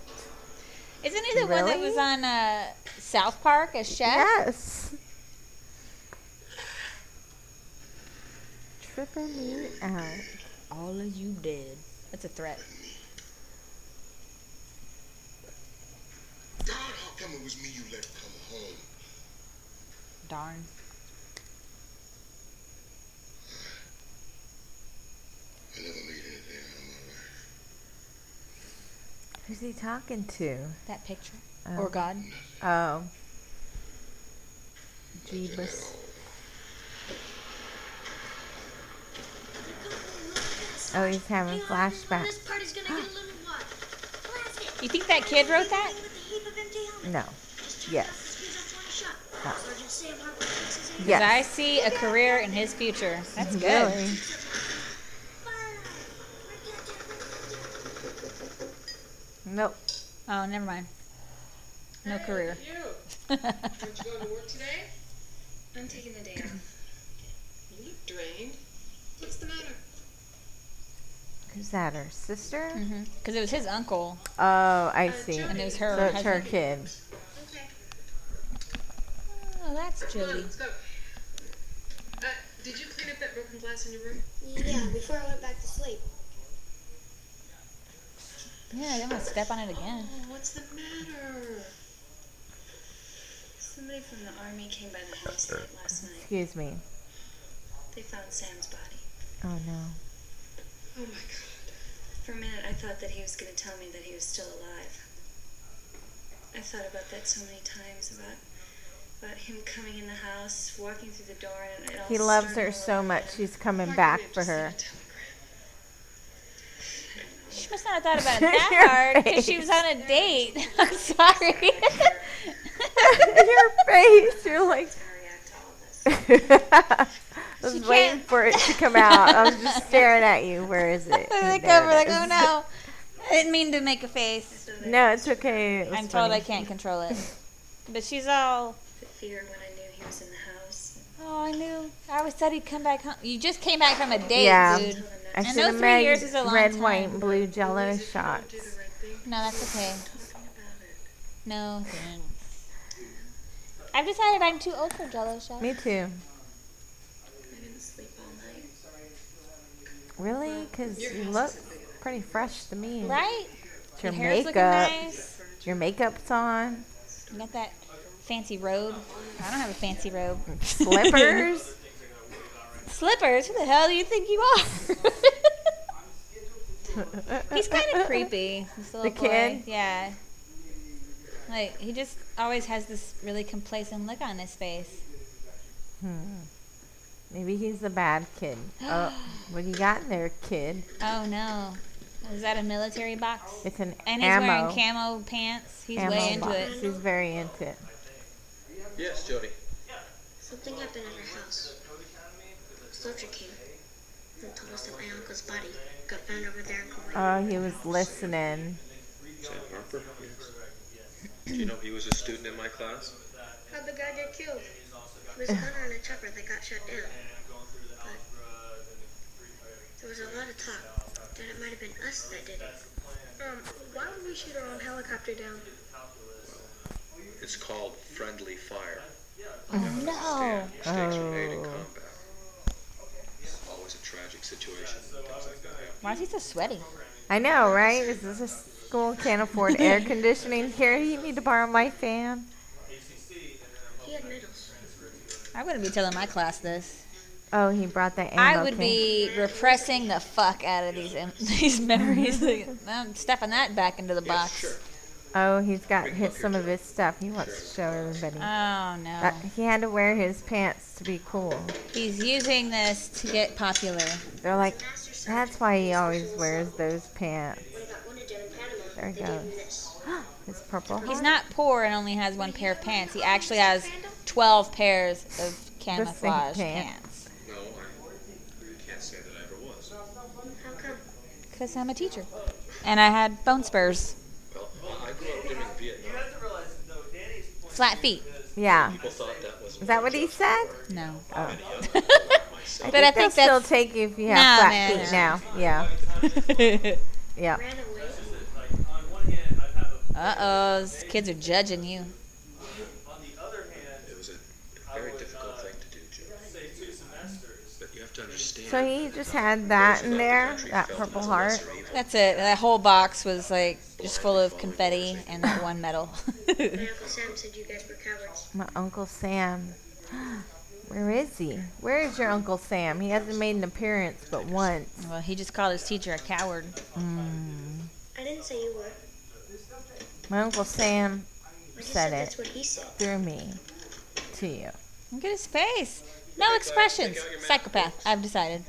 [SPEAKER 2] Isn't he the one that
[SPEAKER 1] Really?
[SPEAKER 2] was on uh, South Park as chef?
[SPEAKER 1] Yes. Tripping me out.
[SPEAKER 2] All of you dead. That's a threat.
[SPEAKER 6] God, how come it was me you let come home?
[SPEAKER 2] Darn.
[SPEAKER 6] I never made anything out of my life.
[SPEAKER 1] Who's he talking to?
[SPEAKER 2] That picture.
[SPEAKER 1] Oh.
[SPEAKER 2] Or God.
[SPEAKER 1] Oh.
[SPEAKER 6] Nothing at
[SPEAKER 1] Jeebus.
[SPEAKER 6] all.
[SPEAKER 1] Oh, he's having
[SPEAKER 5] This
[SPEAKER 1] flashbacks.
[SPEAKER 5] party's gonna get a little wild. Blast it.
[SPEAKER 2] You think that kid wrote that?
[SPEAKER 5] With a heap of empty
[SPEAKER 1] No.
[SPEAKER 5] helmets. Just turn
[SPEAKER 1] Yes.
[SPEAKER 5] it off and squeeze off one shot.
[SPEAKER 1] Ah.
[SPEAKER 5] Sergeant Sam Harper fixes it.
[SPEAKER 2] Because
[SPEAKER 1] Yes.
[SPEAKER 2] I see a career in his future. That's
[SPEAKER 1] <laughs>
[SPEAKER 2] good.
[SPEAKER 1] Really?
[SPEAKER 5] Fire. Forget it, forget it.
[SPEAKER 1] Nope.
[SPEAKER 2] Oh, never mind. No career.
[SPEAKER 7] You. Did
[SPEAKER 2] <laughs>
[SPEAKER 7] you go to work today?
[SPEAKER 5] I'm taking the day off.
[SPEAKER 7] You look drained. What's the matter?
[SPEAKER 1] Who's that? Her sister?
[SPEAKER 2] Because Mm-hmm. it was his uncle,
[SPEAKER 1] Oh, I see.
[SPEAKER 7] Jody.
[SPEAKER 2] and it was
[SPEAKER 1] So
[SPEAKER 2] her.
[SPEAKER 1] it's her
[SPEAKER 2] husband.
[SPEAKER 1] kid.
[SPEAKER 5] Okay.
[SPEAKER 2] Oh, that's
[SPEAKER 7] Come on,
[SPEAKER 2] Jody.
[SPEAKER 7] let's go. Uh, did you clean up that broken glass in your room?
[SPEAKER 5] Yeah, before I went back to sleep.
[SPEAKER 2] Yeah, I'm gonna step on it again.
[SPEAKER 7] Oh, what's the matter? What's the
[SPEAKER 5] Somebody
[SPEAKER 7] matter?
[SPEAKER 5] from the army came by the house late last night.
[SPEAKER 1] Excuse me.
[SPEAKER 5] They found Sam's body.
[SPEAKER 1] Oh no.
[SPEAKER 7] Oh my god.
[SPEAKER 5] For a minute, I thought that he was going to tell me that he was still alive. I've thought about that so many times about about him coming in the house, walking through the door, and it all
[SPEAKER 1] He loves
[SPEAKER 5] started
[SPEAKER 1] her
[SPEAKER 5] all
[SPEAKER 1] so
[SPEAKER 5] over
[SPEAKER 1] much.
[SPEAKER 5] again.
[SPEAKER 1] He's coming
[SPEAKER 7] Why
[SPEAKER 1] back
[SPEAKER 7] couldn't we
[SPEAKER 1] for
[SPEAKER 7] have just sent
[SPEAKER 1] her. <laughs>
[SPEAKER 7] a
[SPEAKER 2] She must not have
[SPEAKER 7] telegram?
[SPEAKER 1] <laughs>
[SPEAKER 2] thought about it
[SPEAKER 1] Your
[SPEAKER 2] that hard because she was on a date. <laughs> I'm
[SPEAKER 1] <laughs>
[SPEAKER 2] sorry.
[SPEAKER 1] your face. You're like.
[SPEAKER 5] How I react to all of this.
[SPEAKER 1] I was
[SPEAKER 2] She
[SPEAKER 1] waiting
[SPEAKER 2] can't-
[SPEAKER 1] for it to come out. I was just staring at you. Where is it?
[SPEAKER 2] <laughs> they
[SPEAKER 1] There
[SPEAKER 2] cover
[SPEAKER 1] it
[SPEAKER 2] like,
[SPEAKER 1] is.
[SPEAKER 2] oh no. I didn't mean to make a face.
[SPEAKER 1] No, it's okay. It was
[SPEAKER 2] I'm told I
[SPEAKER 1] funny.
[SPEAKER 2] can't control
[SPEAKER 1] <laughs>
[SPEAKER 2] it. But she's all,
[SPEAKER 5] The fear when I knew he was in the house.
[SPEAKER 2] oh, I knew. I always thought he'd come back home. You just came back from a date,
[SPEAKER 1] Yeah.
[SPEAKER 2] dude.
[SPEAKER 5] Told him not
[SPEAKER 1] I
[SPEAKER 2] And
[SPEAKER 1] should have
[SPEAKER 2] those three
[SPEAKER 1] made
[SPEAKER 2] years is a long
[SPEAKER 1] red,
[SPEAKER 2] time.
[SPEAKER 1] white, and blue jello
[SPEAKER 7] Always, if you don't
[SPEAKER 1] shots.
[SPEAKER 7] do the right thing,
[SPEAKER 2] No, that's okay.
[SPEAKER 7] something about it.
[SPEAKER 2] No thanks. I've decided I'm too old for Jello shots.
[SPEAKER 1] Me too.
[SPEAKER 5] I didn't sleep all night.
[SPEAKER 1] Really? Because you look pretty fresh to me.
[SPEAKER 2] Right?
[SPEAKER 1] It's Your
[SPEAKER 2] Your hair's
[SPEAKER 1] makeup.
[SPEAKER 2] looking nice.
[SPEAKER 1] Your makeup's on.
[SPEAKER 2] <laughs> You got that fancy robe. I don't have a fancy robe.
[SPEAKER 1] Slippers.
[SPEAKER 2] Slippers? Who the hell do you think you are? <laughs> He's kind
[SPEAKER 1] <laughs>
[SPEAKER 2] of creepy. This little
[SPEAKER 1] The
[SPEAKER 2] boy.
[SPEAKER 1] kid?
[SPEAKER 2] Yeah. Like he just always has this really complacent look on his face.
[SPEAKER 1] Hmm. Maybe he's the bad kid.
[SPEAKER 2] <gasps>
[SPEAKER 1] Oh, what do you got in there, kid?
[SPEAKER 2] Oh no. Is that a military box?
[SPEAKER 1] It's an
[SPEAKER 2] And he's
[SPEAKER 1] ammo.
[SPEAKER 2] wearing camo pants. He's
[SPEAKER 1] ammo
[SPEAKER 2] way into
[SPEAKER 1] box.
[SPEAKER 2] it.
[SPEAKER 1] He's very into it.
[SPEAKER 3] Yes, Jody.
[SPEAKER 5] Something happened at our house. Soldier came and told us that my uncle's body got found over there in Kuwait.
[SPEAKER 1] Oh, he was listening.
[SPEAKER 3] Sam Harper? Yes. Do you know he was a student in my class?
[SPEAKER 5] How'd the guy get killed? He was a gunner on a chopper that got shot down. But there was a lot of talk that it might have been us that did it. Um, why would we shoot our own helicopter down?
[SPEAKER 3] It's called friendly fire.
[SPEAKER 2] Oh
[SPEAKER 1] Mm-hmm.
[SPEAKER 2] no.
[SPEAKER 3] Mistakes were made in
[SPEAKER 1] Oh.
[SPEAKER 3] combat. Always a tragic situation. Things like that happen.
[SPEAKER 2] Why is he so sweaty?
[SPEAKER 1] I know, right? Is this a school can't
[SPEAKER 2] <laughs>
[SPEAKER 1] afford air conditioning here? You need to borrow my fan.
[SPEAKER 5] He had medals.
[SPEAKER 2] I wouldn't be telling my class this.
[SPEAKER 1] Oh, he brought that ammo.
[SPEAKER 2] I would
[SPEAKER 1] can.
[SPEAKER 2] be repressing the fuck out of these em- <laughs> these memories. <laughs> Like, I'm stuffing that back into the box.
[SPEAKER 3] sure.
[SPEAKER 1] Oh, he's got hit some of his stuff. He wants to show everybody.
[SPEAKER 2] Oh no.
[SPEAKER 1] That, he had to wear his pants to be cool.
[SPEAKER 2] He's using this to get popular.
[SPEAKER 1] They're like,
[SPEAKER 5] Master sergeant.
[SPEAKER 1] that's why he always wears those pants.
[SPEAKER 5] When I got wounded down in Panama,
[SPEAKER 1] There it
[SPEAKER 5] they gave him
[SPEAKER 1] goes. <gasps>
[SPEAKER 5] this.
[SPEAKER 1] It's purple.
[SPEAKER 2] He's not poor and only has one pair of pants. He actually has 12 pairs of camouflage pants.
[SPEAKER 1] pants.
[SPEAKER 3] No, I can't say that I ever was.
[SPEAKER 5] How come?
[SPEAKER 2] Because I'm a teacher. And I had bone spurs.
[SPEAKER 3] Well, I grew up during Vietnam.
[SPEAKER 2] Flat feet.
[SPEAKER 1] Yeah.
[SPEAKER 3] People thought that was.
[SPEAKER 1] Is that what he said?
[SPEAKER 2] No.
[SPEAKER 1] Oh.
[SPEAKER 3] Myself.
[SPEAKER 1] I
[SPEAKER 2] But I
[SPEAKER 1] think
[SPEAKER 2] think
[SPEAKER 1] they'll still
[SPEAKER 2] that's-
[SPEAKER 1] take you if you
[SPEAKER 2] No,
[SPEAKER 1] have
[SPEAKER 2] no,
[SPEAKER 1] flat feet
[SPEAKER 2] no.
[SPEAKER 1] now. Yeah. Yeah.
[SPEAKER 5] Ran away?
[SPEAKER 2] Uh oh. These kids are judging you.
[SPEAKER 3] It was a very difficult thing to do, Joe. But you have to understand.
[SPEAKER 1] So he just had that in there, that purple heart.
[SPEAKER 2] That's it. That whole box was like just full of confetti and that one medal.
[SPEAKER 5] My Uncle Sam said you guys were cowards.
[SPEAKER 1] My Uncle Sam. <gasps> Where is he? Where is your Uncle Sam? He hasn't made an appearance but once.
[SPEAKER 2] <laughs>
[SPEAKER 1] Mm.
[SPEAKER 2] well, he just called his teacher a coward.
[SPEAKER 5] I didn't say you were.
[SPEAKER 1] My Uncle Sam
[SPEAKER 5] I just
[SPEAKER 1] Said
[SPEAKER 5] said
[SPEAKER 1] it.
[SPEAKER 5] that's what he said.
[SPEAKER 1] threw me to you.
[SPEAKER 2] Look at his face. No expressions. Psychopath. I've decided.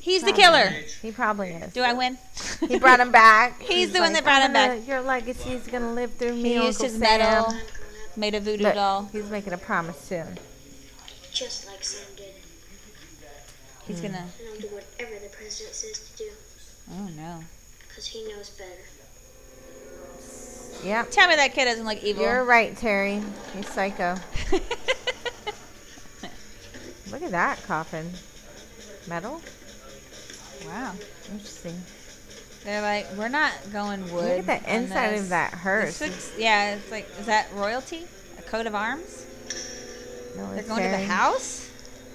[SPEAKER 2] He's the killer.
[SPEAKER 1] He probably is.
[SPEAKER 2] Do I win?
[SPEAKER 1] <laughs> He brought him back.
[SPEAKER 2] He's the one that brought
[SPEAKER 1] "I'm
[SPEAKER 2] him back."
[SPEAKER 1] gonna- Your legacy's gonna live through me,
[SPEAKER 2] He
[SPEAKER 1] Uncle
[SPEAKER 2] used his
[SPEAKER 1] Sam.
[SPEAKER 2] medal,
[SPEAKER 5] I'm grown up,
[SPEAKER 2] made a voodoo
[SPEAKER 1] Look,
[SPEAKER 2] doll.
[SPEAKER 1] he's making a promise soon.
[SPEAKER 5] just like Sam did.
[SPEAKER 2] He's
[SPEAKER 1] Hmm.
[SPEAKER 2] gonna.
[SPEAKER 5] And I'll do whatever the president says to do,
[SPEAKER 2] Oh no.
[SPEAKER 5] because he knows better.
[SPEAKER 1] Yep.
[SPEAKER 2] Tell me that kid doesn't look evil. <laughs>
[SPEAKER 1] You're right, Terry. He's psycho. Look at that coffin. Metal?
[SPEAKER 2] wow.
[SPEAKER 1] Interesting.
[SPEAKER 2] They're like, we're not going wood.
[SPEAKER 1] Look at the
[SPEAKER 2] on
[SPEAKER 1] inside
[SPEAKER 2] this.
[SPEAKER 1] of that
[SPEAKER 2] This
[SPEAKER 1] hearse.
[SPEAKER 2] looks- yeah, it's like, is that royalty? A coat of arms? They're going to the
[SPEAKER 1] Military.
[SPEAKER 2] house?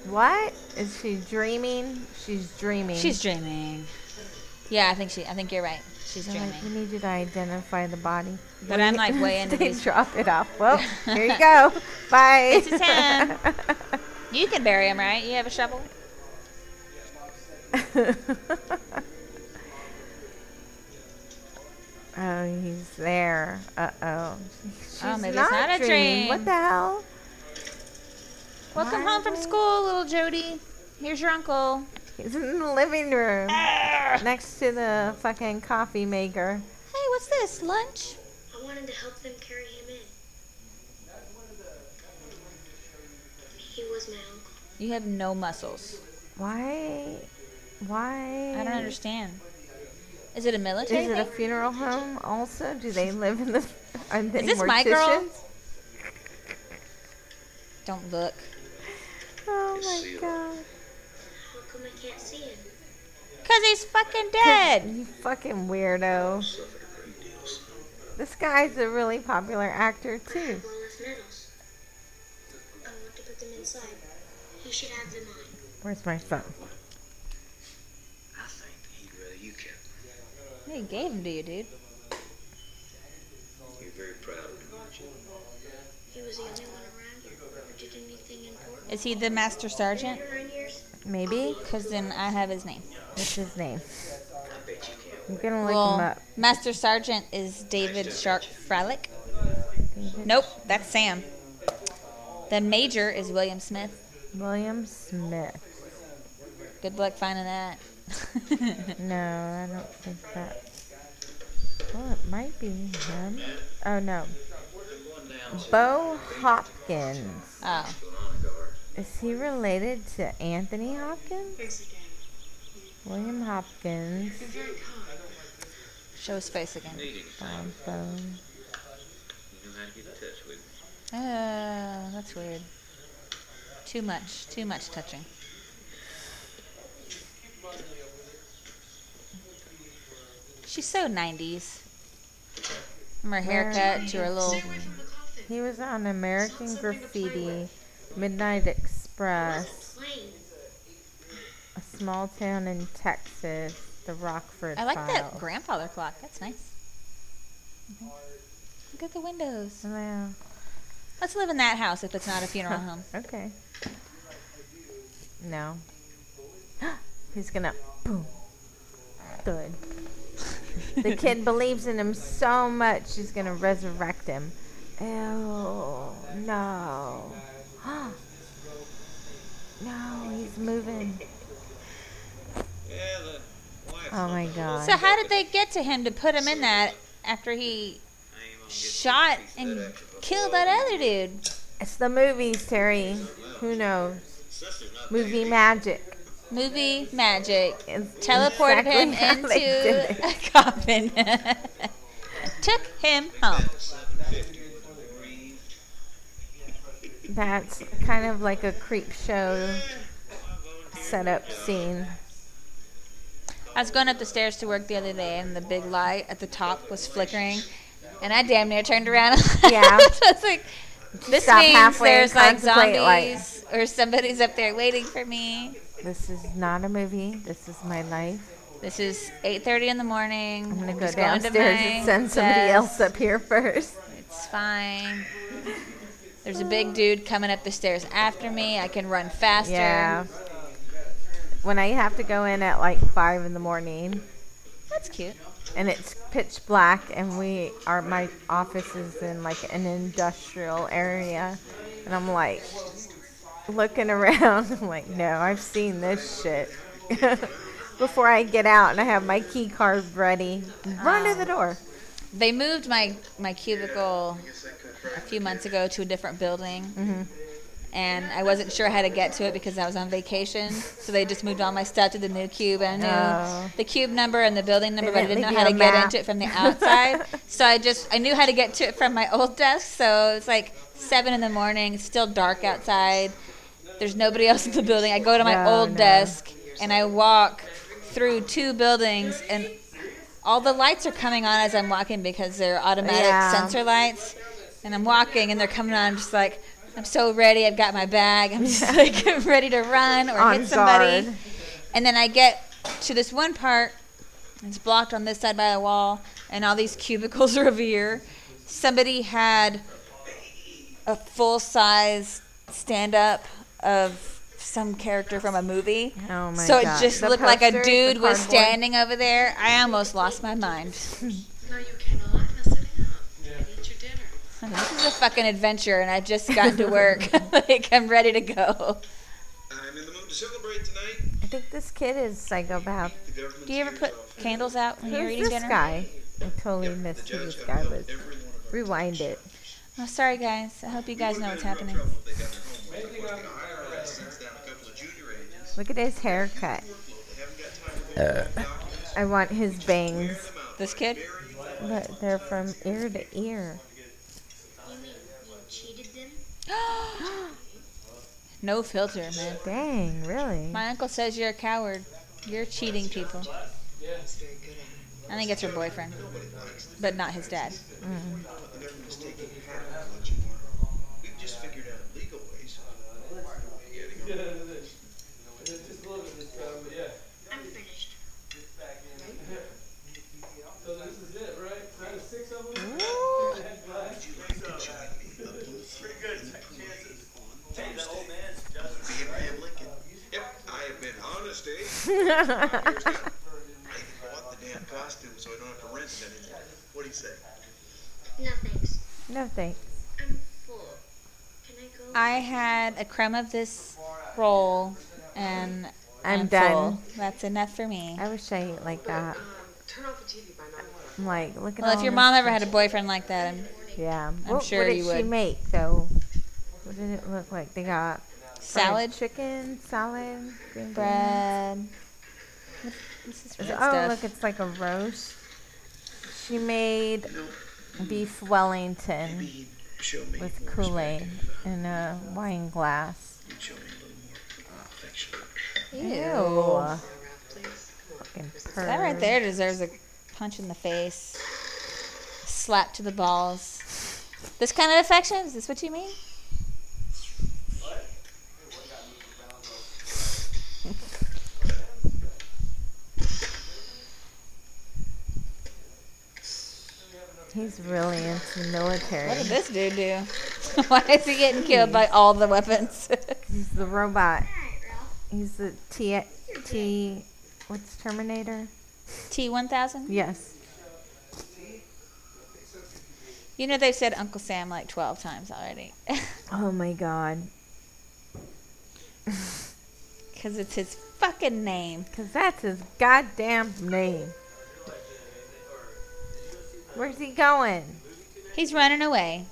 [SPEAKER 1] What? Is she dreaming? She's dreaming.
[SPEAKER 2] She's dreaming. Yeah, I think she. I think you're right. She's
[SPEAKER 1] They're
[SPEAKER 2] dreaming.
[SPEAKER 1] like, we need you to identify the body.
[SPEAKER 2] But
[SPEAKER 1] <laughs>
[SPEAKER 2] I'm like way into
[SPEAKER 1] they
[SPEAKER 2] these.
[SPEAKER 1] drop it off.
[SPEAKER 2] <laughs>
[SPEAKER 1] Well, here you go. Bye.
[SPEAKER 2] This is him. You can bury him, right? You have a shovel.
[SPEAKER 1] <laughs> oh, he's there. Uh oh.
[SPEAKER 2] Oh, maybe it's not a dream.
[SPEAKER 1] What the hell?
[SPEAKER 2] Welcome home from school, little Jody. Here's your uncle.
[SPEAKER 1] He's in the living room
[SPEAKER 2] Ah!
[SPEAKER 1] next to the fucking coffee maker.
[SPEAKER 2] Hey, what's this? Lunch?
[SPEAKER 5] I wanted to help them carry him in. He was my uncle.
[SPEAKER 2] You have no muscles.
[SPEAKER 1] Why? Why?
[SPEAKER 2] I don't understand. Is it a military
[SPEAKER 1] Is it a
[SPEAKER 2] thing?
[SPEAKER 1] funeral home also? Do they live in the. I'm thinking
[SPEAKER 2] this my girl?
[SPEAKER 1] morticians?
[SPEAKER 2] Don't look.
[SPEAKER 1] Oh
[SPEAKER 6] It's
[SPEAKER 1] my
[SPEAKER 6] sealed.
[SPEAKER 1] god.
[SPEAKER 5] How come I can't see him?
[SPEAKER 2] Cause he's fucking dead.
[SPEAKER 1] You fucking weirdo.
[SPEAKER 6] Suffered a great deal. son.
[SPEAKER 1] This guy's a really popular actor,
[SPEAKER 5] I
[SPEAKER 1] too.
[SPEAKER 5] have all his medals. I want to put them inside. He should have them on.
[SPEAKER 1] Where's my phone?
[SPEAKER 6] I think he'd rather you kept. them.
[SPEAKER 2] They gave him to you, dude.
[SPEAKER 6] You're very proud of him, aren't you?
[SPEAKER 5] He was the only one around here who did anything important
[SPEAKER 2] Is he the master sergeant?
[SPEAKER 5] during years.
[SPEAKER 1] Maybe?
[SPEAKER 2] Cause then I have his name.
[SPEAKER 1] What's his name?
[SPEAKER 6] I bet you can't.
[SPEAKER 1] I'm gonna look him
[SPEAKER 2] Well,
[SPEAKER 1] up.
[SPEAKER 2] master sergeant is David Shark Fralick. Nope, that's Sam. The major is William Smith.
[SPEAKER 1] William Smith.
[SPEAKER 2] Good luck finding that.
[SPEAKER 1] No, I don't think that. Well, it might be him. Oh no. Bo Hopkins.
[SPEAKER 2] <laughs> oh,
[SPEAKER 1] Is he related to Anthony Hopkins?
[SPEAKER 5] Thanks again.
[SPEAKER 1] William Hopkins.
[SPEAKER 5] Very kind.
[SPEAKER 2] show his face again.
[SPEAKER 6] Needing
[SPEAKER 1] Bob Bo.
[SPEAKER 6] You know how to get in touch with him.
[SPEAKER 2] Oh, that's weird. Too much, too much touching. She's so 90s. From her haircut to her little.
[SPEAKER 7] Stay away from the coffin.
[SPEAKER 1] He was on American
[SPEAKER 7] Sounds something to play
[SPEAKER 1] Graffiti,
[SPEAKER 7] with.
[SPEAKER 1] Midnight Express,
[SPEAKER 5] Plain.
[SPEAKER 1] A Small Town in Texas, The Rockford
[SPEAKER 2] I like that
[SPEAKER 1] Files.
[SPEAKER 2] grandfather clock. That's nice. Look at the windows.
[SPEAKER 1] Wow.
[SPEAKER 2] Let's live in that house if it's not a funeral home.
[SPEAKER 1] Okay. No. <gasps> He's gonna boom. Good. The kid believes in him so much he's gonna resurrect him. Ew no. <gasps> no, he's moving. Oh my god.
[SPEAKER 2] So how did they get to him to put him in that after he shot and killed that other dude?
[SPEAKER 1] it's the movies, Terry. Who knows? Movie magic.
[SPEAKER 2] Movie magic.
[SPEAKER 1] It's
[SPEAKER 2] Teleported
[SPEAKER 1] exactly how
[SPEAKER 2] him
[SPEAKER 1] they did it.
[SPEAKER 2] into a <laughs> coffin. Took him home.
[SPEAKER 1] That's kind of like a creep show setup scene.
[SPEAKER 2] I was going up the stairs to work the other day, and the big light at the top was flickering, and I damn near turned around. <laughs>
[SPEAKER 1] Yeah.
[SPEAKER 2] so it's like this
[SPEAKER 1] Stop
[SPEAKER 2] means
[SPEAKER 1] halfway and
[SPEAKER 2] there's like
[SPEAKER 1] contemplate
[SPEAKER 2] zombies
[SPEAKER 1] light.
[SPEAKER 2] or somebody's up there waiting for me.
[SPEAKER 1] This is not a movie. This is my life.
[SPEAKER 2] This is 8:30 in the morning.
[SPEAKER 1] I'm gonna go
[SPEAKER 2] just going to
[SPEAKER 1] downstairs
[SPEAKER 2] my
[SPEAKER 1] and send somebody
[SPEAKER 2] desk.
[SPEAKER 1] else up here first.
[SPEAKER 2] It's fine. There's a big dude coming up the stairs after me. I can run faster.
[SPEAKER 1] Yeah. When I have to go in at like five in the morning,
[SPEAKER 2] That's cute.
[SPEAKER 1] and it's pitch black, and we are my office is in like an industrial area, and I'm like looking <laughs> around. I'm like, no, I've seen this shit. <laughs> Before I get out and I have my key card ready, run
[SPEAKER 2] Um,
[SPEAKER 1] to the door.
[SPEAKER 2] They moved my my cubicle a few months ago to a different building.
[SPEAKER 1] Mm-hmm.
[SPEAKER 2] And I wasn't sure how to get to it because I was on vacation. So they just moved all my stuff to the new cube. I knew
[SPEAKER 1] Oh.
[SPEAKER 2] the cube number and the building number,
[SPEAKER 1] They
[SPEAKER 2] but I
[SPEAKER 1] didn't
[SPEAKER 2] didn't know
[SPEAKER 1] leave
[SPEAKER 2] how
[SPEAKER 1] you
[SPEAKER 2] to
[SPEAKER 1] a
[SPEAKER 2] get
[SPEAKER 1] map.
[SPEAKER 2] into it from the
[SPEAKER 1] <laughs>
[SPEAKER 2] outside. so I just I knew how to get to it from my old desk. So it's like seven in the morning. It's still dark outside. There's nobody else in the building. I go to my
[SPEAKER 1] No,
[SPEAKER 2] old
[SPEAKER 1] no.
[SPEAKER 2] desk and I walk through two buildings and all the lights are coming on as I'm walking because they're automatic
[SPEAKER 1] Yeah.
[SPEAKER 2] sensor lights. And I'm walking and they're coming on. I'm just like, I'm so ready. I've got my bag. I'm just like <laughs> ready to run or
[SPEAKER 1] On
[SPEAKER 2] hit somebody.
[SPEAKER 1] guard.
[SPEAKER 2] And then I get to this one part It's blocked on this side by a wall, and all these <laughs> cubicles are over here. Somebody had a full size stand up of some character from a movie.
[SPEAKER 1] Oh my
[SPEAKER 2] so it
[SPEAKER 1] God.
[SPEAKER 2] just
[SPEAKER 1] The
[SPEAKER 2] looked like a
[SPEAKER 1] posters,
[SPEAKER 2] dude
[SPEAKER 1] the
[SPEAKER 2] was
[SPEAKER 1] cardboard.
[SPEAKER 2] standing over there. I almost lost my mind.
[SPEAKER 7] No, you cannot mess it up. Eat your dinner.
[SPEAKER 2] I'm like, This is a fucking adventure, and I've just gotten
[SPEAKER 1] <laughs>
[SPEAKER 2] to work. <laughs> like I'm ready to go.
[SPEAKER 3] I'm in the mood to celebrate tonight.
[SPEAKER 1] I think this kid is psychopath.
[SPEAKER 3] The government's
[SPEAKER 2] Do you ever
[SPEAKER 3] ears
[SPEAKER 2] put
[SPEAKER 3] off.
[SPEAKER 2] candles out when you're
[SPEAKER 1] Who's
[SPEAKER 2] eating
[SPEAKER 1] this
[SPEAKER 2] dinner?
[SPEAKER 1] guy? I totally
[SPEAKER 3] The
[SPEAKER 1] missed who
[SPEAKER 3] judge
[SPEAKER 1] this
[SPEAKER 3] had
[SPEAKER 1] guy
[SPEAKER 3] held
[SPEAKER 1] was.
[SPEAKER 3] every one of our-
[SPEAKER 1] Rewind it.
[SPEAKER 2] Oh, sorry, guys. I hope you guys know what's happening.
[SPEAKER 1] Look at his haircut. I want his bangs,
[SPEAKER 2] This kid? <gasps>
[SPEAKER 1] but they're from ear to ear.
[SPEAKER 5] You mean you cheated them?
[SPEAKER 2] no filter, man.
[SPEAKER 1] Dang, really?
[SPEAKER 2] My uncle says you're a coward. You're cheating people. I think it's her boyfriend, but not his dad.
[SPEAKER 3] We've just figured out legal ways. um,
[SPEAKER 5] I'm finished. <laughs>
[SPEAKER 3] Abraham Lincoln. Yep, I have been honest, eh? I even bought the damn costume so I don't have to rent it anymore. What do you say?
[SPEAKER 5] No thanks.
[SPEAKER 1] <laughs> no thanks.
[SPEAKER 5] I'm full. Can I go?
[SPEAKER 2] I had a crumb of this roll, and
[SPEAKER 1] I'm
[SPEAKER 2] full.
[SPEAKER 1] done.
[SPEAKER 2] That's enough for me.
[SPEAKER 1] I wish I ate like that.
[SPEAKER 7] Um, turn off the TV by now.
[SPEAKER 1] I'm like, look at
[SPEAKER 2] Well, if
[SPEAKER 1] all
[SPEAKER 2] your
[SPEAKER 1] this-
[SPEAKER 2] mom ever had a boyfriend like that, um, I'm
[SPEAKER 1] Yeah. what,
[SPEAKER 2] sure
[SPEAKER 1] what did
[SPEAKER 2] you
[SPEAKER 1] she
[SPEAKER 2] would.
[SPEAKER 1] make though? What did it look like? They got fried
[SPEAKER 2] salad,
[SPEAKER 1] chicken, salad, green beans.
[SPEAKER 2] bread. This is
[SPEAKER 1] Is-
[SPEAKER 2] red
[SPEAKER 1] oh,
[SPEAKER 2] stuff.
[SPEAKER 1] look, it's like a roast. She made beef Wellington
[SPEAKER 3] Mean, show me
[SPEAKER 1] with
[SPEAKER 3] more
[SPEAKER 1] Kool
[SPEAKER 3] respect.
[SPEAKER 1] Aid in a wine glass.
[SPEAKER 3] Show me a little more Ah, affection.
[SPEAKER 2] Ew.
[SPEAKER 1] Fucking
[SPEAKER 2] That right
[SPEAKER 1] perv.
[SPEAKER 2] there deserves a punch in the face, slap to the balls. This kind of affection? Is this what you mean?
[SPEAKER 1] He's really into the military.
[SPEAKER 2] What did this dude do? <laughs> Why is he getting killed by all the weapons? <laughs>
[SPEAKER 1] He's the robot.
[SPEAKER 5] Alright, Ralph.
[SPEAKER 1] He's the T. T. What's Terminator?
[SPEAKER 2] T one thousand.
[SPEAKER 1] Yes.
[SPEAKER 2] You know they've said Uncle Sam like twelve times already, <laughs>
[SPEAKER 1] Oh my God.
[SPEAKER 2] because it's his fucking name.
[SPEAKER 1] Cause that's his goddamn name. Where's he going?
[SPEAKER 2] He's running away.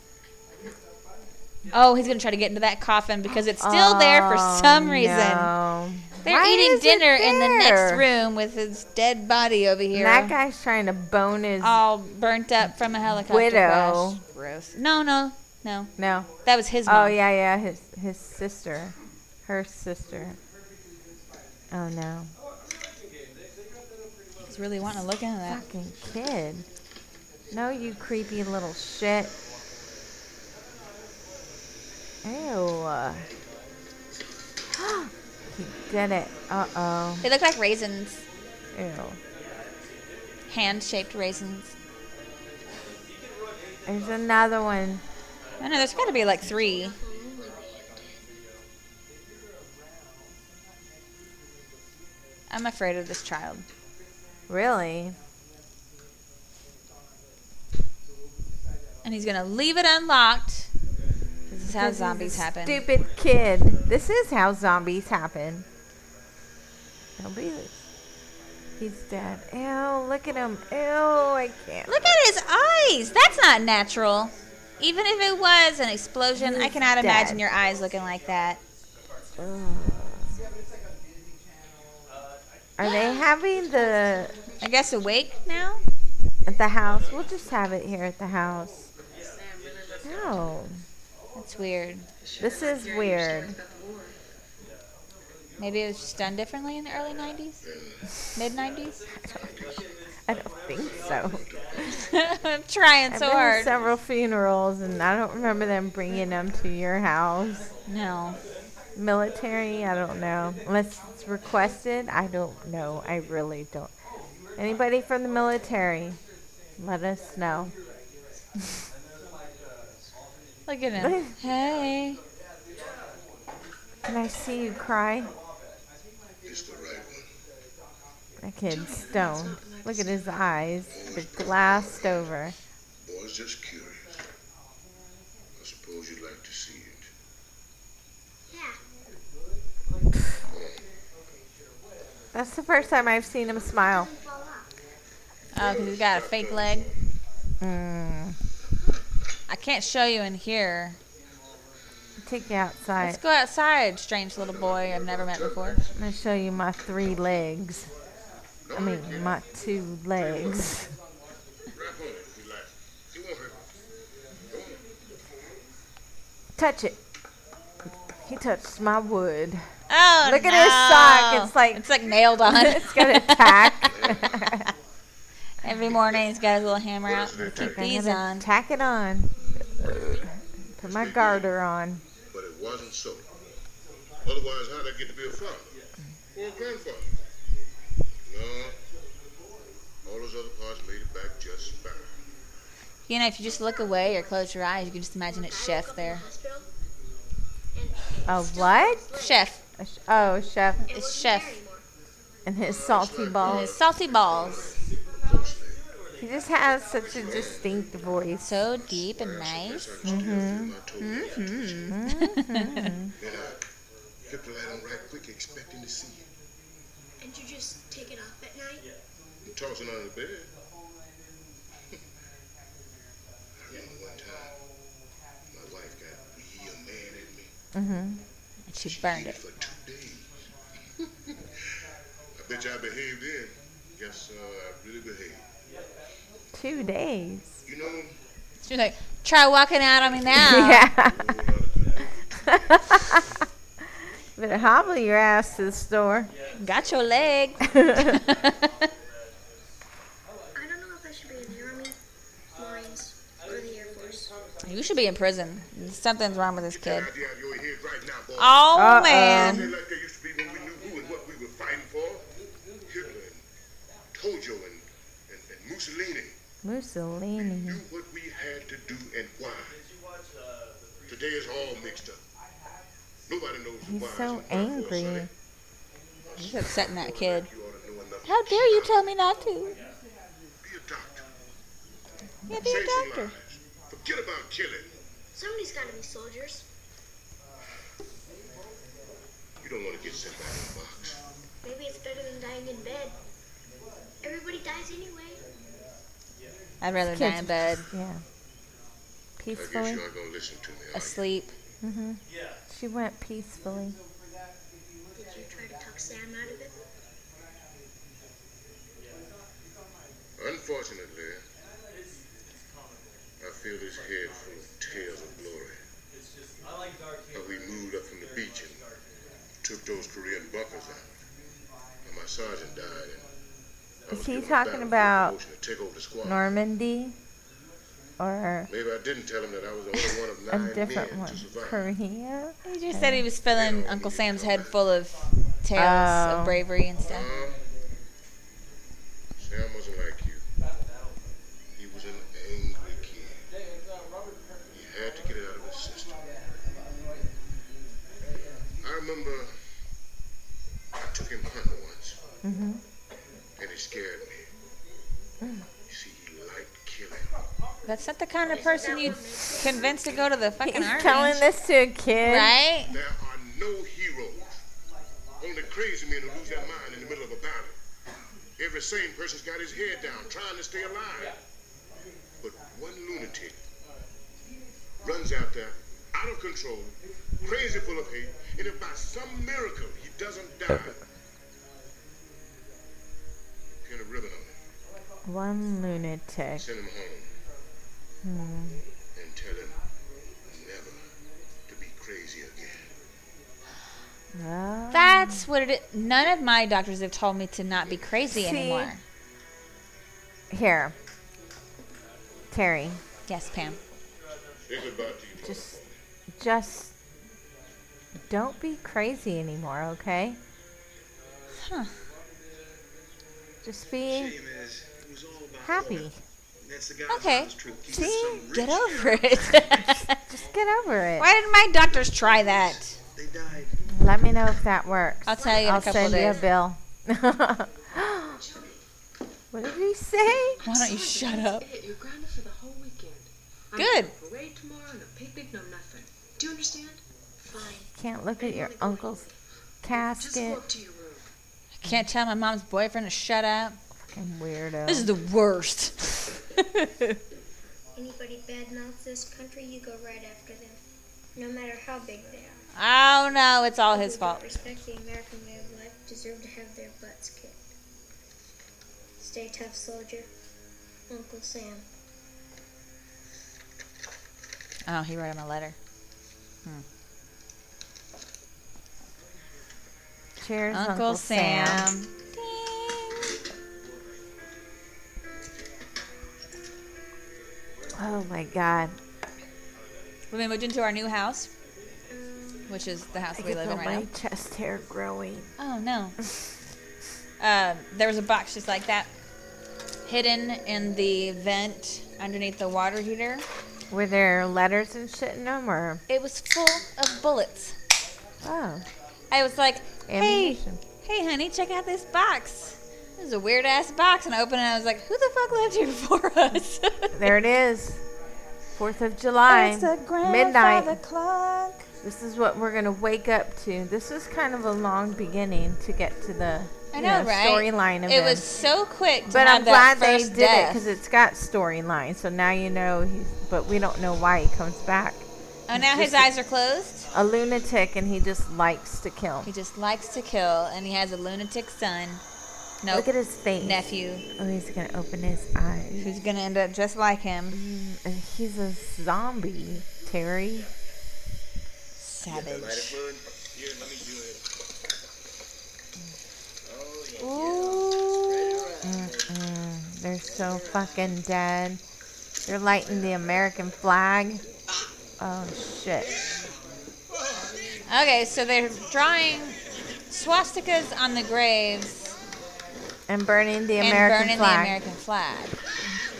[SPEAKER 2] Oh, he's gonna try to get into that coffin because it's still there for
[SPEAKER 1] Oh,
[SPEAKER 2] some reason.
[SPEAKER 1] no.
[SPEAKER 2] They're
[SPEAKER 1] Why
[SPEAKER 2] eating
[SPEAKER 1] is it
[SPEAKER 2] dinner in the next
[SPEAKER 1] there?
[SPEAKER 2] room with his dead body over here.
[SPEAKER 1] And that guy's trying to bone his.
[SPEAKER 2] all burnt up from a helicopter
[SPEAKER 1] Widow.
[SPEAKER 2] crash. Gross. No, no, no.
[SPEAKER 1] no.
[SPEAKER 2] That was his
[SPEAKER 1] Oh
[SPEAKER 2] mom.
[SPEAKER 1] yeah, yeah. His his sister, her sister. Oh no,
[SPEAKER 2] He's really wanting to look into that.
[SPEAKER 1] fucking kid. No, you creepy little shit. Ew. <gasps> he did it. Uh oh.
[SPEAKER 2] They look like raisins,
[SPEAKER 1] Ew.
[SPEAKER 2] hand-shaped raisins.
[SPEAKER 1] There's another one.
[SPEAKER 2] I know there's got to be like three.
[SPEAKER 5] How lonely we have been.
[SPEAKER 2] I'm afraid of this child.
[SPEAKER 1] Really?
[SPEAKER 2] And he's gonna leave it unlocked. This is how
[SPEAKER 1] Because he's a
[SPEAKER 2] zombies happen.
[SPEAKER 1] Stupid kid. This is how zombies happen. Don't believe it. He's dead. Ew, look at him. Ew, I can't.
[SPEAKER 2] Look at his eyes. That's not natural. Even if it was an explosion, I
[SPEAKER 1] He's
[SPEAKER 2] cannot
[SPEAKER 1] dead.
[SPEAKER 2] imagine your eyes looking like that.
[SPEAKER 1] Are they having the
[SPEAKER 2] I guess awake now.
[SPEAKER 1] at the house? We'll just have it here at the house.
[SPEAKER 7] Sam really loves
[SPEAKER 1] No.
[SPEAKER 2] That's weird.
[SPEAKER 1] This is weird.
[SPEAKER 7] about the war.
[SPEAKER 2] Maybe it was just done differently in the early 90s, mid 90s.
[SPEAKER 1] I don't think so.
[SPEAKER 2] <laughs> I'm trying
[SPEAKER 1] I've
[SPEAKER 2] so
[SPEAKER 1] been to
[SPEAKER 2] hard.
[SPEAKER 1] several funerals and I don't remember them bringing them to your house.
[SPEAKER 2] no.
[SPEAKER 1] Military, I don't know. Unless it's requested, I don't know. I really don't. Anybody from the military, let us know.
[SPEAKER 2] Look at him. Hey.
[SPEAKER 1] Can I see you cry?
[SPEAKER 6] It's the right one.
[SPEAKER 1] That kid's stoned. Look at his eyes. They're glassed over.
[SPEAKER 6] I was just curious. I suppose you'd like to see it.
[SPEAKER 5] Yeah.
[SPEAKER 1] That's the first time I've seen him smile.
[SPEAKER 5] Fall off.
[SPEAKER 2] Oh, because he's got a fake leg.
[SPEAKER 1] Mm.
[SPEAKER 2] I can't show you in here.
[SPEAKER 1] Take you outside.
[SPEAKER 2] Let's go outside, strange little boy I've never met before.
[SPEAKER 1] I'm gonna show you my three legs. I mean, my two legs.
[SPEAKER 6] Right on it if you like. It won't hurt.
[SPEAKER 1] Touch it. He touched my wood.
[SPEAKER 2] Oh,
[SPEAKER 1] Look at
[SPEAKER 2] no.
[SPEAKER 1] his sock. It's like-
[SPEAKER 2] it's like nailed
[SPEAKER 1] <laughs>
[SPEAKER 2] on.
[SPEAKER 1] it's got a
[SPEAKER 2] <laughs>
[SPEAKER 1] tack.
[SPEAKER 2] Every morning he's got his little hammer out. Keep
[SPEAKER 1] I'm
[SPEAKER 2] these
[SPEAKER 1] gonna
[SPEAKER 2] on.
[SPEAKER 1] Tack it on. Put my garter on.
[SPEAKER 6] But it wasn't so. Otherwise, how'd I get to be a father? Or a grandfather? No. All those other parts made it back just fine.
[SPEAKER 2] You know, if you just look away or close your eyes, you can just imagine it's Chef there.
[SPEAKER 5] Hospital.
[SPEAKER 1] A what?
[SPEAKER 2] Chef.
[SPEAKER 1] A sh- Oh, chef
[SPEAKER 2] It's
[SPEAKER 5] It wasn't
[SPEAKER 2] Chef.
[SPEAKER 5] there anymore.
[SPEAKER 1] and his salty
[SPEAKER 2] And his
[SPEAKER 1] balls.
[SPEAKER 2] salty balls.
[SPEAKER 1] He just has such a distinct voice.
[SPEAKER 2] So deep
[SPEAKER 1] <laughs>
[SPEAKER 2] and nice.
[SPEAKER 6] Mm-hmm. Mm-hmm.
[SPEAKER 2] Look
[SPEAKER 6] Then I kept the light on right quick, expecting to see you.
[SPEAKER 5] And you just take it off at night?
[SPEAKER 6] You tossing on the bed. <laughs> I remember one time, my wife got real mad at me.
[SPEAKER 1] Mm-hmm.
[SPEAKER 2] And she burned
[SPEAKER 6] Ate
[SPEAKER 2] it.
[SPEAKER 6] for two days. <laughs> I bet you I behaved then. Yes, uh, I really behaved.
[SPEAKER 1] Two days.
[SPEAKER 6] You know,
[SPEAKER 2] She was like, try walking out on me now.
[SPEAKER 1] <laughs> Yeah.
[SPEAKER 6] a whole lot of
[SPEAKER 1] Better hobble your ass to the store.
[SPEAKER 2] Got
[SPEAKER 1] <laughs>
[SPEAKER 2] your leg. <laughs>
[SPEAKER 5] I don't know if I should be in the Army, Marines, or the Air Force.
[SPEAKER 2] you should be in prison. Something's wrong with this kid.
[SPEAKER 6] idea out of your head right now, boy.
[SPEAKER 2] Oh,
[SPEAKER 1] Uh-oh.
[SPEAKER 2] man.
[SPEAKER 6] Say like there used to be when we knew who and what we were fighting for. Hitler and Tojo and, and, and Mussolini.
[SPEAKER 2] Hmm.
[SPEAKER 1] Mussolini.
[SPEAKER 6] knew what we had to do and why. Today is all mixed up. Nobody knows the
[SPEAKER 1] He's
[SPEAKER 6] whys
[SPEAKER 1] so
[SPEAKER 6] and wherefores,
[SPEAKER 1] angry.
[SPEAKER 6] Sonny.
[SPEAKER 2] He's upsetting that kid.
[SPEAKER 6] You ought to know enough
[SPEAKER 2] How
[SPEAKER 6] to
[SPEAKER 2] dare you
[SPEAKER 6] stop.
[SPEAKER 2] tell me not to?
[SPEAKER 6] Be a doctor.
[SPEAKER 2] Yeah, be a
[SPEAKER 6] Save some
[SPEAKER 2] doctor.
[SPEAKER 6] lives. Forget about killing.
[SPEAKER 5] Somebody's gotta be soldiers.
[SPEAKER 6] You don't want to get sent back in the box.
[SPEAKER 5] Maybe it's better than dying in bed. Everybody dies anyway.
[SPEAKER 2] I'd rather die in bed,
[SPEAKER 1] Yeah.
[SPEAKER 6] I guess
[SPEAKER 1] Peacefully.
[SPEAKER 6] you aren't going to listen to me, are you?
[SPEAKER 2] asleep.
[SPEAKER 1] Mm-hmm. She went peacefully.
[SPEAKER 5] Did you try to talk Sam out of it?
[SPEAKER 6] Unfortunately, I feel this head full of tales of glory. How we moved up from the beach and took those Korean bunkers out. And my sergeant died. And I
[SPEAKER 1] Is
[SPEAKER 6] was
[SPEAKER 1] he
[SPEAKER 6] given a
[SPEAKER 1] talking
[SPEAKER 6] battlefield
[SPEAKER 1] about
[SPEAKER 6] promotion to take over the squad.
[SPEAKER 1] Normandy or
[SPEAKER 6] Maybe I didn't tell him that I was the only one of
[SPEAKER 1] a
[SPEAKER 6] nine
[SPEAKER 1] different
[SPEAKER 6] men
[SPEAKER 1] one?
[SPEAKER 6] to survive.
[SPEAKER 1] Korea?
[SPEAKER 2] He just said he was filling Uncle Sam's head full of tales
[SPEAKER 1] Oh.
[SPEAKER 2] of bravery and stuff.
[SPEAKER 6] Mom, Sam wasn't like you. He was an angry kid. He had to get it out of his system. I remember I took him hunting once,
[SPEAKER 1] Mm-hmm.
[SPEAKER 6] and it scared me. You see, he liked killing.
[SPEAKER 2] That's not the kind of person you convince to go to the fucking
[SPEAKER 1] <laughs> He's
[SPEAKER 2] army.
[SPEAKER 1] telling this to a kid.
[SPEAKER 2] right?
[SPEAKER 6] There are no heroes. Only crazy men who lose their mind in the middle of a battle. Every sane person's got his head down, trying to stay alive. But one lunatic runs out there, out of control, crazy full of hate, and if by some miracle he doesn't die, pin a ribbon on him,
[SPEAKER 1] One lunatic.
[SPEAKER 6] send him home,
[SPEAKER 1] Hmm.
[SPEAKER 6] and tell him never to be crazy again.
[SPEAKER 1] Well,
[SPEAKER 2] That's what it is. None of my doctors have told me to not be crazy
[SPEAKER 1] See?
[SPEAKER 2] anymore.
[SPEAKER 1] here. Terry,
[SPEAKER 2] Yes, Pam.
[SPEAKER 6] Say goodbye to you.
[SPEAKER 1] just, just don't be crazy anymore, okay?
[SPEAKER 2] Huh.
[SPEAKER 1] Just be
[SPEAKER 3] Shame is, it was all about
[SPEAKER 1] happy.
[SPEAKER 3] Owen. That's the guy
[SPEAKER 2] Okay.
[SPEAKER 3] who's true. He's
[SPEAKER 2] See?
[SPEAKER 3] some
[SPEAKER 2] Get
[SPEAKER 3] rich
[SPEAKER 2] over it. <laughs>
[SPEAKER 1] Just get over it.
[SPEAKER 2] Why didn't my doctors try that?
[SPEAKER 3] They died.
[SPEAKER 1] Let me know if that works.
[SPEAKER 2] I'll tell you in a
[SPEAKER 1] I'll
[SPEAKER 2] couple
[SPEAKER 1] send you
[SPEAKER 2] days.
[SPEAKER 1] a bill. <laughs> what did he say?
[SPEAKER 2] Why don't you shut up?
[SPEAKER 7] It. You're grounded for the whole weekend. I'm
[SPEAKER 2] Good.
[SPEAKER 7] going for Parade tomorrow, no picnic, no nothing. Do you understand? Fine.
[SPEAKER 1] Can't look at your uncle's casket.
[SPEAKER 7] to your room.
[SPEAKER 2] I can't tell my mom's boyfriend to shut up.
[SPEAKER 1] Fucking weirdo.
[SPEAKER 2] This is the worst. <laughs>
[SPEAKER 5] Anybody badmouths this country, you go right after them, no matter how big they are.
[SPEAKER 2] oh no, it's all his
[SPEAKER 5] Who
[SPEAKER 2] fault.
[SPEAKER 5] Don't respect the American way of life. Deserve to have their butts kicked. Stay tough, soldier. Uncle Sam.
[SPEAKER 2] Oh, he wrote him a letter.
[SPEAKER 1] Cheers,
[SPEAKER 2] Uncle, Sam. Ding.
[SPEAKER 1] Oh my god.
[SPEAKER 2] When we moved into our new house, which is the house
[SPEAKER 1] I
[SPEAKER 2] that we
[SPEAKER 1] can
[SPEAKER 2] live
[SPEAKER 1] feel
[SPEAKER 2] in right
[SPEAKER 1] my
[SPEAKER 2] now.
[SPEAKER 1] chest hair growing.
[SPEAKER 2] Oh no. um, there was a box just like that, hidden in the vent underneath the water heater.
[SPEAKER 1] Were there letters and shit in them or?
[SPEAKER 2] It was full of bullets.
[SPEAKER 1] Oh.
[SPEAKER 2] I was like, "Hey,
[SPEAKER 1] Ammunition.
[SPEAKER 2] hey, honey, check out this box. This is a weird ass box." And I opened it, and I was like, "Who the fuck lived here <laughs> before us?"
[SPEAKER 1] There it is. Fourth of July. Midnight.
[SPEAKER 2] clock.
[SPEAKER 1] This is what we're gonna wake up to. This is kind of a long beginning to get to the
[SPEAKER 2] I
[SPEAKER 1] you
[SPEAKER 2] know, right?
[SPEAKER 1] storyline of him.
[SPEAKER 2] It was so quick. To
[SPEAKER 1] But
[SPEAKER 2] have
[SPEAKER 1] I'm glad
[SPEAKER 2] that
[SPEAKER 1] they
[SPEAKER 2] first
[SPEAKER 1] did it
[SPEAKER 2] death.
[SPEAKER 1] because it's got storyline. So now you know he's. But we don't know why he comes back.
[SPEAKER 2] Oh, now his eyes are closed.
[SPEAKER 1] A lunatic, and he just likes to kill.
[SPEAKER 2] He just likes to kill, and he has a lunatic son. No
[SPEAKER 1] Look at his face.
[SPEAKER 2] nephew
[SPEAKER 1] Oh, he's gonna open his eyes.
[SPEAKER 2] who's gonna end up just like him.
[SPEAKER 1] And he's a zombie, Terry.
[SPEAKER 2] Savage.
[SPEAKER 3] Bud, here, let me do it.
[SPEAKER 1] Mm-mm. They're so fucking dead. They're lighting the American flag. Oh shit.
[SPEAKER 2] Okay, so they're drawing swastikas on the graves
[SPEAKER 1] And burning the
[SPEAKER 2] and
[SPEAKER 1] American
[SPEAKER 2] burning
[SPEAKER 1] flag
[SPEAKER 2] the American flag.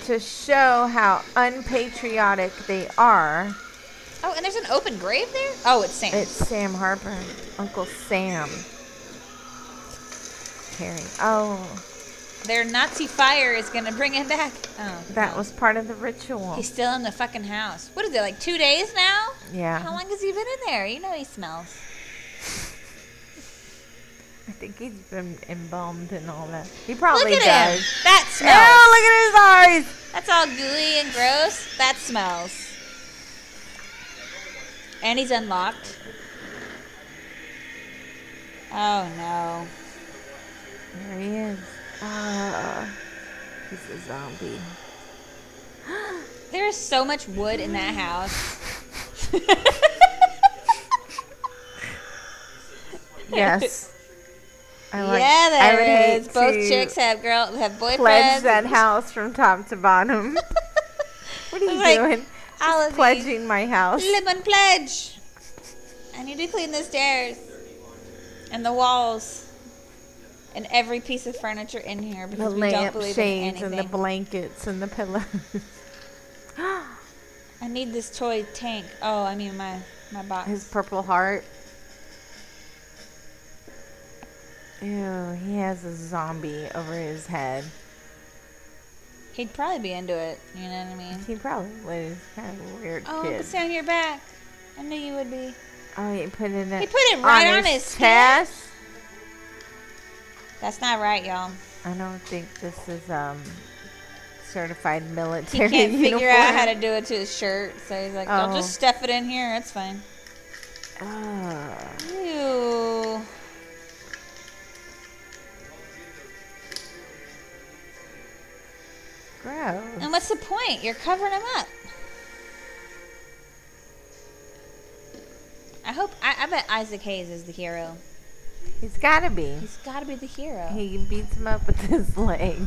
[SPEAKER 1] to show how unpatriotic they are.
[SPEAKER 2] Oh, and there's an open grave there. Oh, it's Sam.
[SPEAKER 1] It's Sam Harper, Uncle Sam. Terry. Oh,
[SPEAKER 2] Their Nazi fire is gonna bring him back. Oh,
[SPEAKER 1] that
[SPEAKER 2] no.
[SPEAKER 1] was part of the ritual.
[SPEAKER 2] He's still in the fucking house. What is it? Like two days now? How
[SPEAKER 1] yeah.
[SPEAKER 2] long has he been in there? You know he smells.
[SPEAKER 1] I think he's been embalmed and all that. He probably
[SPEAKER 2] Look at
[SPEAKER 1] does.
[SPEAKER 2] him. That
[SPEAKER 1] Oh, look at
[SPEAKER 2] smells.
[SPEAKER 1] his eyes.
[SPEAKER 2] That's all gooey and gross. That smells. And he's unlocked. Oh no.
[SPEAKER 1] There he is. Ah, he's a zombie.
[SPEAKER 2] There is so much wood in that house.
[SPEAKER 1] Yes.
[SPEAKER 2] <laughs>
[SPEAKER 1] I like,
[SPEAKER 2] yeah,
[SPEAKER 1] I
[SPEAKER 2] there
[SPEAKER 1] would
[SPEAKER 2] is.
[SPEAKER 1] hate
[SPEAKER 2] Both
[SPEAKER 1] to
[SPEAKER 2] chicks have girl have boyfriends.
[SPEAKER 1] pledge that house from top to
[SPEAKER 2] <laughs>
[SPEAKER 1] bottom. what are you
[SPEAKER 2] Like,
[SPEAKER 1] doing?
[SPEAKER 2] All of these.
[SPEAKER 1] Pledging my house.
[SPEAKER 2] Lemon pledge. I need to clean the stairs and the walls and every piece of furniture in here
[SPEAKER 1] The
[SPEAKER 2] because we don't
[SPEAKER 1] lamp
[SPEAKER 2] believe in
[SPEAKER 1] shades and
[SPEAKER 2] anything.
[SPEAKER 1] the blankets and the
[SPEAKER 2] <laughs>
[SPEAKER 1] pillows.
[SPEAKER 2] I need this toy tank. Oh, I mean my my box.
[SPEAKER 1] His purple heart. Ew, he has a zombie over his head.
[SPEAKER 2] He'd probably be into it. You know what I mean?
[SPEAKER 1] He probably was kind of a weird
[SPEAKER 2] Oh,
[SPEAKER 1] kid.
[SPEAKER 2] it's down your back. I knew you would be.
[SPEAKER 1] Oh, he put it.
[SPEAKER 2] He put it right on his skin.
[SPEAKER 1] chest.
[SPEAKER 2] That's not right, y'all.
[SPEAKER 1] I don't think this is um certified
[SPEAKER 2] He
[SPEAKER 1] military
[SPEAKER 2] can't figure
[SPEAKER 1] uniform.
[SPEAKER 2] out how to do it to his shirt, so he's like, "I'll
[SPEAKER 1] Oh.
[SPEAKER 2] just stuff it in here. It's fine."
[SPEAKER 1] Ah,
[SPEAKER 2] Ew.
[SPEAKER 1] gross.
[SPEAKER 2] And what's the point? You're covering him up. I hope. I, I bet Isaac Hayes is the hero.
[SPEAKER 1] He's got to be.
[SPEAKER 2] He's got to be the hero.
[SPEAKER 1] He beats him up with his <laughs> leg.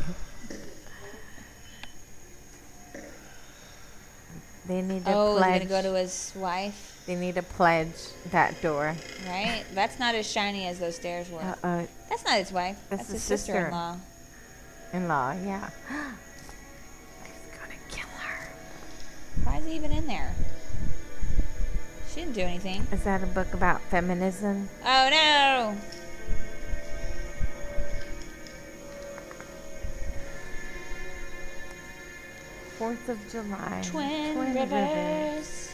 [SPEAKER 1] They need to
[SPEAKER 2] oh, he's
[SPEAKER 1] pledge.
[SPEAKER 2] gonna go to his wife,
[SPEAKER 1] they need to pledge that door.
[SPEAKER 2] right? That's not as shiny as those stairs were.
[SPEAKER 1] Uh oh.
[SPEAKER 2] That's not his wife.
[SPEAKER 1] That's
[SPEAKER 2] That's,
[SPEAKER 1] his
[SPEAKER 2] his
[SPEAKER 1] sister.
[SPEAKER 2] sister in law.
[SPEAKER 1] In law, yeah. <gasps> He's gonna kill her.
[SPEAKER 2] Why is he even in there? She didn't do anything.
[SPEAKER 1] Is that a book about feminism?
[SPEAKER 2] Oh no!
[SPEAKER 1] Fourth of July.
[SPEAKER 2] Twin, rivers.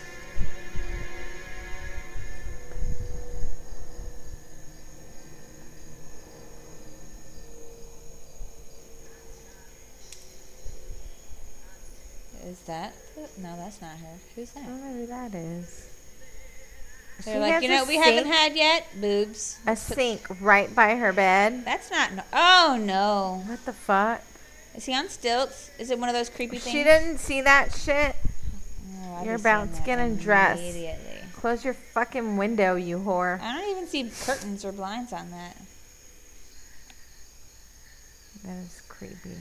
[SPEAKER 2] Is that? No, that's not her. Who's
[SPEAKER 1] I
[SPEAKER 2] that?
[SPEAKER 1] don't know who that is.
[SPEAKER 2] They're
[SPEAKER 1] Oh, She
[SPEAKER 2] like,
[SPEAKER 1] has
[SPEAKER 2] you
[SPEAKER 1] a
[SPEAKER 2] know, what we haven't
[SPEAKER 1] sink-
[SPEAKER 2] had yet boobs.
[SPEAKER 1] a sink right by her bed.
[SPEAKER 2] That's not. No- oh no!
[SPEAKER 1] What the fuck?
[SPEAKER 2] Is he on stilts? Is it one of those creepy things?
[SPEAKER 1] She didn't see that shit.
[SPEAKER 2] Oh, I'd
[SPEAKER 1] You're
[SPEAKER 2] be
[SPEAKER 1] about
[SPEAKER 2] saying
[SPEAKER 1] to
[SPEAKER 2] that
[SPEAKER 1] get undressed.
[SPEAKER 2] Immediately.
[SPEAKER 1] Close your fucking window, you whore.
[SPEAKER 2] I don't even see curtains or blinds on that.
[SPEAKER 1] That is creepy.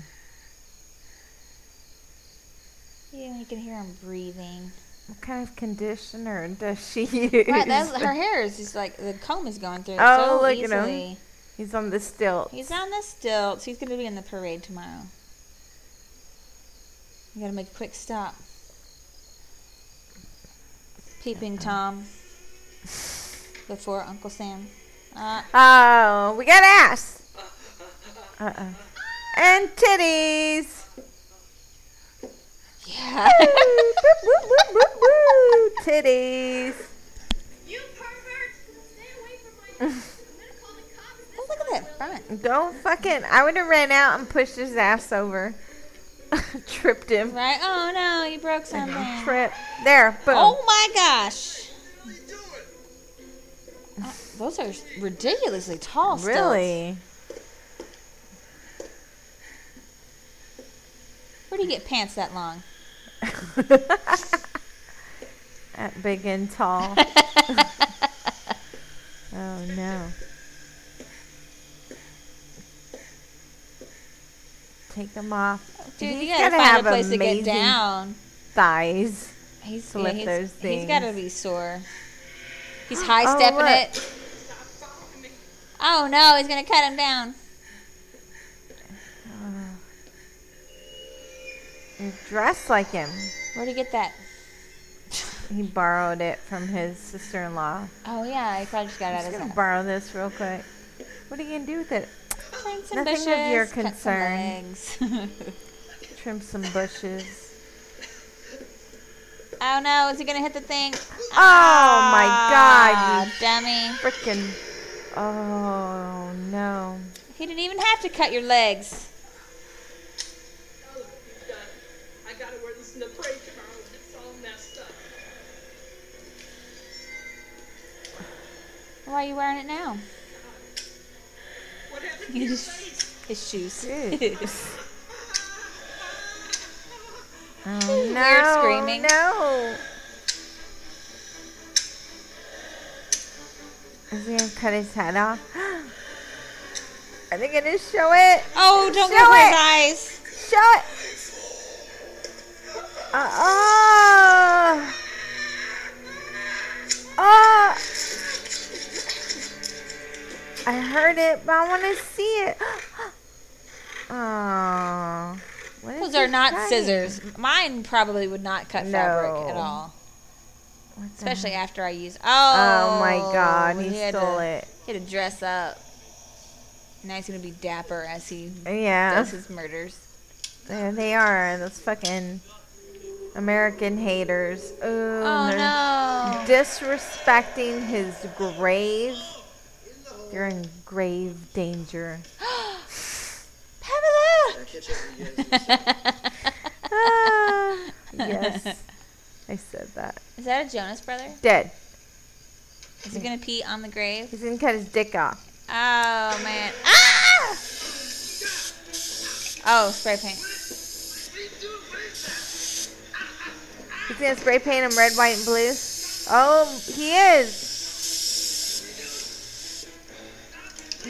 [SPEAKER 2] Yeah, you can hear him breathing.
[SPEAKER 1] What kind of conditioner does she use?
[SPEAKER 2] Right, that's, her hair is just like the comb is going through. it
[SPEAKER 1] Oh,
[SPEAKER 2] so
[SPEAKER 1] look at him.
[SPEAKER 2] easily.
[SPEAKER 1] He's on the stilt.
[SPEAKER 2] He's on the stilts. He's going to be in the parade tomorrow. You got to make a quick stop. Peeping
[SPEAKER 1] <laughs>
[SPEAKER 2] Tom before Uncle Sam.
[SPEAKER 1] <laughs>
[SPEAKER 2] Uh,
[SPEAKER 1] Oh, we got ass. Uh oh. And titties.
[SPEAKER 2] yeah.
[SPEAKER 1] Woo, boop, boop, boop, boop, boop. Titties.
[SPEAKER 7] You pervert! Stay away from my house. I'm gonna call the cops.
[SPEAKER 2] Oh, look at that front.
[SPEAKER 1] Don't fucking. I would have ran out and pushed his ass over. <laughs> Tripped <sighs> him.
[SPEAKER 2] Right? Oh, no, you broke something.
[SPEAKER 1] Trip. There. Boom.
[SPEAKER 2] Oh, my gosh.
[SPEAKER 6] What are you doing?
[SPEAKER 2] Uh, those are ridiculously tall stilts.
[SPEAKER 1] really?
[SPEAKER 2] Where do you get pants that long?
[SPEAKER 1] <laughs> That big and
[SPEAKER 2] <laughs>
[SPEAKER 1] tall. oh no. Take them off.
[SPEAKER 2] Dude,
[SPEAKER 1] He's
[SPEAKER 2] you gotta,
[SPEAKER 1] gotta
[SPEAKER 2] find
[SPEAKER 1] have
[SPEAKER 2] a place to
[SPEAKER 1] amazing-
[SPEAKER 2] get down.
[SPEAKER 1] Thighs.
[SPEAKER 2] He's,
[SPEAKER 1] to lift
[SPEAKER 2] he's,
[SPEAKER 1] those
[SPEAKER 2] he's gotta
[SPEAKER 1] things.
[SPEAKER 2] be sore. He's high
[SPEAKER 1] Oh,
[SPEAKER 2] stepping
[SPEAKER 1] look.
[SPEAKER 2] it. Oh no, he's gonna cut him down.
[SPEAKER 1] You're dressed like him.
[SPEAKER 2] Where'd he get that?
[SPEAKER 1] He borrowed it from his sister in law.
[SPEAKER 2] Oh yeah, he probably just got it
[SPEAKER 1] I'm
[SPEAKER 2] out
[SPEAKER 1] just
[SPEAKER 2] of his
[SPEAKER 1] gonna
[SPEAKER 2] house.
[SPEAKER 1] borrow this real quick. What are you gonna do with it?
[SPEAKER 2] Trim some
[SPEAKER 1] Nothing of your
[SPEAKER 2] bushes, cut some
[SPEAKER 1] concern.
[SPEAKER 2] legs. <laughs>
[SPEAKER 1] Trim some bushes.
[SPEAKER 2] oh no, is he gonna hit the thing?
[SPEAKER 1] Oh my god, you
[SPEAKER 2] Ah, dummy.
[SPEAKER 1] freaking. Oh no.
[SPEAKER 2] He didn't even have to cut your legs.
[SPEAKER 7] Oh, he's done. I gotta wear this in the parade tomorrow. It's all Oh, messed up.
[SPEAKER 2] Why are you wearing it now?
[SPEAKER 7] What happened to your face?
[SPEAKER 2] His shoes.
[SPEAKER 1] Dude. Oh,
[SPEAKER 2] We're
[SPEAKER 1] no.
[SPEAKER 2] screaming.
[SPEAKER 1] No. Is he gonna cut his head off? <gasps> Are they gonna show it?
[SPEAKER 2] oh, don't
[SPEAKER 1] Show
[SPEAKER 2] go for his
[SPEAKER 1] it.
[SPEAKER 2] eyes.
[SPEAKER 1] Show it! Uh, oh! Oh! I heard it, but I want to see it. <gasps> Oh. What is
[SPEAKER 2] Those
[SPEAKER 1] he
[SPEAKER 2] are not
[SPEAKER 1] cutting?
[SPEAKER 2] scissors. Mine probably would not cut fabric at
[SPEAKER 1] No.
[SPEAKER 2] all.
[SPEAKER 1] What the
[SPEAKER 2] Especially after I use. Oh,
[SPEAKER 1] Oh my god, he,
[SPEAKER 2] had
[SPEAKER 1] stole
[SPEAKER 2] to,
[SPEAKER 1] it.
[SPEAKER 2] He had to dress up. Now he's gonna be dapper as he
[SPEAKER 1] Yeah,
[SPEAKER 2] does his murders.
[SPEAKER 1] there they are, those fucking American haters. Ooh,
[SPEAKER 2] Oh
[SPEAKER 1] they're <laughs>
[SPEAKER 2] no!
[SPEAKER 1] disrespecting his grave. You're in grave danger.
[SPEAKER 2] Pamela!
[SPEAKER 4] I catch every year.
[SPEAKER 1] Ah, yes, I said that.
[SPEAKER 2] <laughs> Is that a Jonas brother?
[SPEAKER 1] Dead.
[SPEAKER 2] Is he gonna pee on the grave?
[SPEAKER 1] He's gonna cut his dick off.
[SPEAKER 2] Oh man! Ah! Oh, spray paint.
[SPEAKER 1] He's gonna spray paint him red, white, and blue. Oh, he is.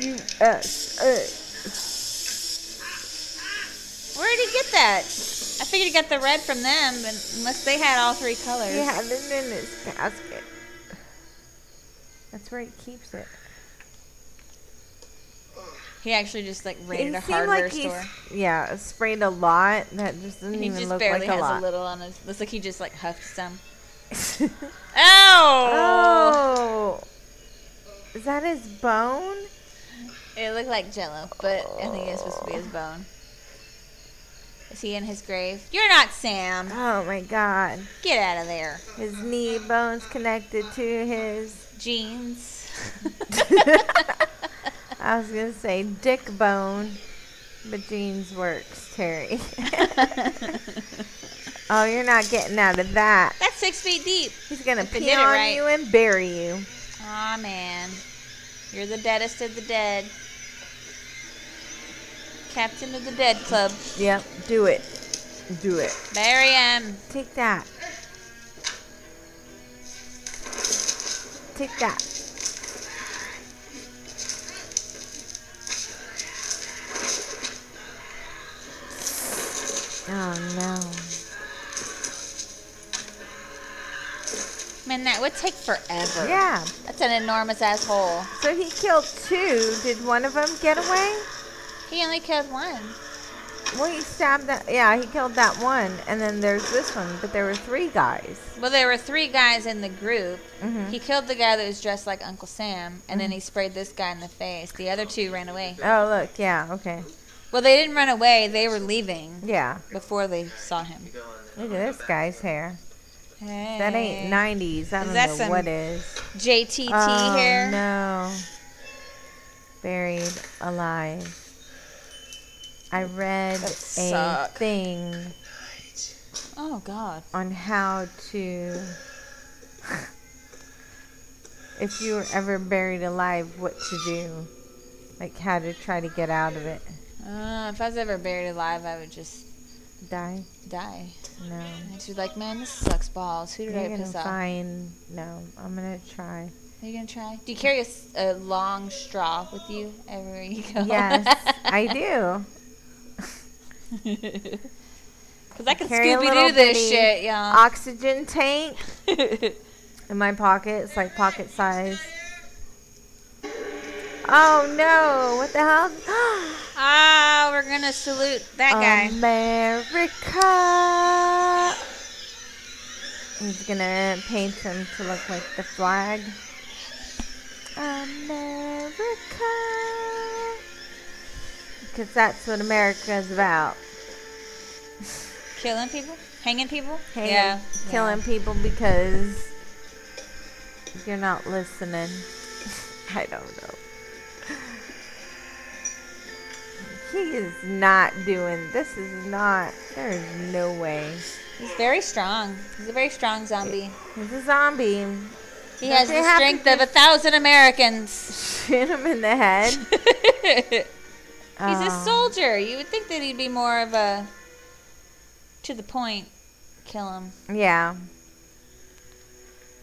[SPEAKER 1] You, uh, uh,
[SPEAKER 2] Where did he get that? I figured he got the red from them, but unless they had all three colors.
[SPEAKER 1] He had it in his casket. That's where he keeps it.
[SPEAKER 6] Oh,
[SPEAKER 2] He actually just like raided
[SPEAKER 1] It
[SPEAKER 2] a
[SPEAKER 1] seemed
[SPEAKER 2] hardware
[SPEAKER 1] like he's
[SPEAKER 2] store.
[SPEAKER 1] yeah sprayed a lot. That just doesn't
[SPEAKER 2] He
[SPEAKER 1] even
[SPEAKER 2] just
[SPEAKER 1] look
[SPEAKER 2] barely
[SPEAKER 1] like a
[SPEAKER 2] has
[SPEAKER 1] lot.
[SPEAKER 2] a little on his. Looks like he just like huffed some.
[SPEAKER 1] <laughs>
[SPEAKER 2] Ow!
[SPEAKER 1] oh, is that his bone?
[SPEAKER 2] It looked like Jello, but I think it's supposed to be
[SPEAKER 1] Oh.
[SPEAKER 2] his bone. Is he in his grave? You're not Sam.
[SPEAKER 1] Oh my God,
[SPEAKER 2] Get out of there.
[SPEAKER 1] his knee bone's connected to his. <laughs>
[SPEAKER 2] Jeans.
[SPEAKER 1] I was gonna say dick bone, but jeans works, Terry. <laughs> oh, you're not getting out of that.
[SPEAKER 2] That's six feet deep.
[SPEAKER 1] He's gonna
[SPEAKER 2] If they
[SPEAKER 1] pee
[SPEAKER 2] did it
[SPEAKER 1] on
[SPEAKER 2] right.
[SPEAKER 1] you and bury you.
[SPEAKER 2] Aw, man. You're the deadest of the dead. Captain of the Dead Club.
[SPEAKER 1] Yep, do it, do it.
[SPEAKER 2] Bury him.
[SPEAKER 1] Take that. Take that. Oh no.
[SPEAKER 2] Man, that would take forever.
[SPEAKER 1] Yeah.
[SPEAKER 2] That's an enormous asshole.
[SPEAKER 1] So he killed two. Did one of them get away?
[SPEAKER 2] He only killed one.
[SPEAKER 1] Well, he stabbed that. Yeah, he killed that one. And then there's this one. But there were three guys.
[SPEAKER 2] Well, there were three guys in the group.
[SPEAKER 1] Mhm.
[SPEAKER 2] He killed the guy that was dressed like Uncle Sam, and
[SPEAKER 1] Mm-hmm.
[SPEAKER 2] then he sprayed this guy in the face. The other two ran away.
[SPEAKER 1] Oh, look. Yeah. Okay.
[SPEAKER 2] Well, they didn't run away, they were leaving
[SPEAKER 1] Yeah.
[SPEAKER 2] before they saw him.
[SPEAKER 1] Look at this guy's hair. That ain't
[SPEAKER 2] Hey.
[SPEAKER 1] 90s. I don't
[SPEAKER 2] That
[SPEAKER 1] know
[SPEAKER 2] some
[SPEAKER 1] what is.
[SPEAKER 2] JTT
[SPEAKER 1] oh,
[SPEAKER 2] hair.
[SPEAKER 1] No. Buried alive. I read
[SPEAKER 2] That
[SPEAKER 1] a
[SPEAKER 2] suck.
[SPEAKER 1] thing
[SPEAKER 2] Oh, God.
[SPEAKER 1] on how to. if you were ever buried alive, what to do. Like how to try to get out of it.
[SPEAKER 2] Uh, if I was ever buried alive, I would just
[SPEAKER 1] Die?
[SPEAKER 2] die.
[SPEAKER 1] No.
[SPEAKER 2] I'd just be like, man, this sucks balls. Who did
[SPEAKER 1] You're
[SPEAKER 2] I
[SPEAKER 1] gonna
[SPEAKER 2] piss off?
[SPEAKER 1] find. No, I'm gonna
[SPEAKER 2] <laughs>
[SPEAKER 1] try.
[SPEAKER 2] Are you going to try? Do you carry a, s- a long straw with you everywhere you go?
[SPEAKER 1] Yes, I
[SPEAKER 2] <laughs>
[SPEAKER 1] do.
[SPEAKER 2] Because I can
[SPEAKER 1] Carry a
[SPEAKER 2] Scooby
[SPEAKER 1] little Ah.
[SPEAKER 2] Doo this
[SPEAKER 1] bitty
[SPEAKER 2] shit, y'all.
[SPEAKER 1] Oxygen tank in my pocket. It's like pocket size. Oh no! What the hell?
[SPEAKER 2] <laughs> Ah, we're gonna salute that
[SPEAKER 1] Um,
[SPEAKER 2] guy.
[SPEAKER 1] America. He's gonna paint him to look like the flag. America. Because that's what America is about.
[SPEAKER 2] Killing people, hanging people.
[SPEAKER 1] Hanging,
[SPEAKER 2] yeah,
[SPEAKER 1] killing people because you're not listening. <laughs> I don't know. He is not doing this. Is not. There is no way.
[SPEAKER 2] Yeah. He's very strong. He's a very strong zombie.
[SPEAKER 1] He's a zombie. <laughs>
[SPEAKER 2] He
[SPEAKER 1] Does
[SPEAKER 2] has
[SPEAKER 1] it
[SPEAKER 2] the
[SPEAKER 1] happen
[SPEAKER 2] strength of a thousand Americans. <laughs>
[SPEAKER 1] Shoot him in the head.
[SPEAKER 2] He's a
[SPEAKER 1] Oh,
[SPEAKER 2] soldier. You would think that he'd be more of a to the point. Kill him.
[SPEAKER 1] Um, Yeah.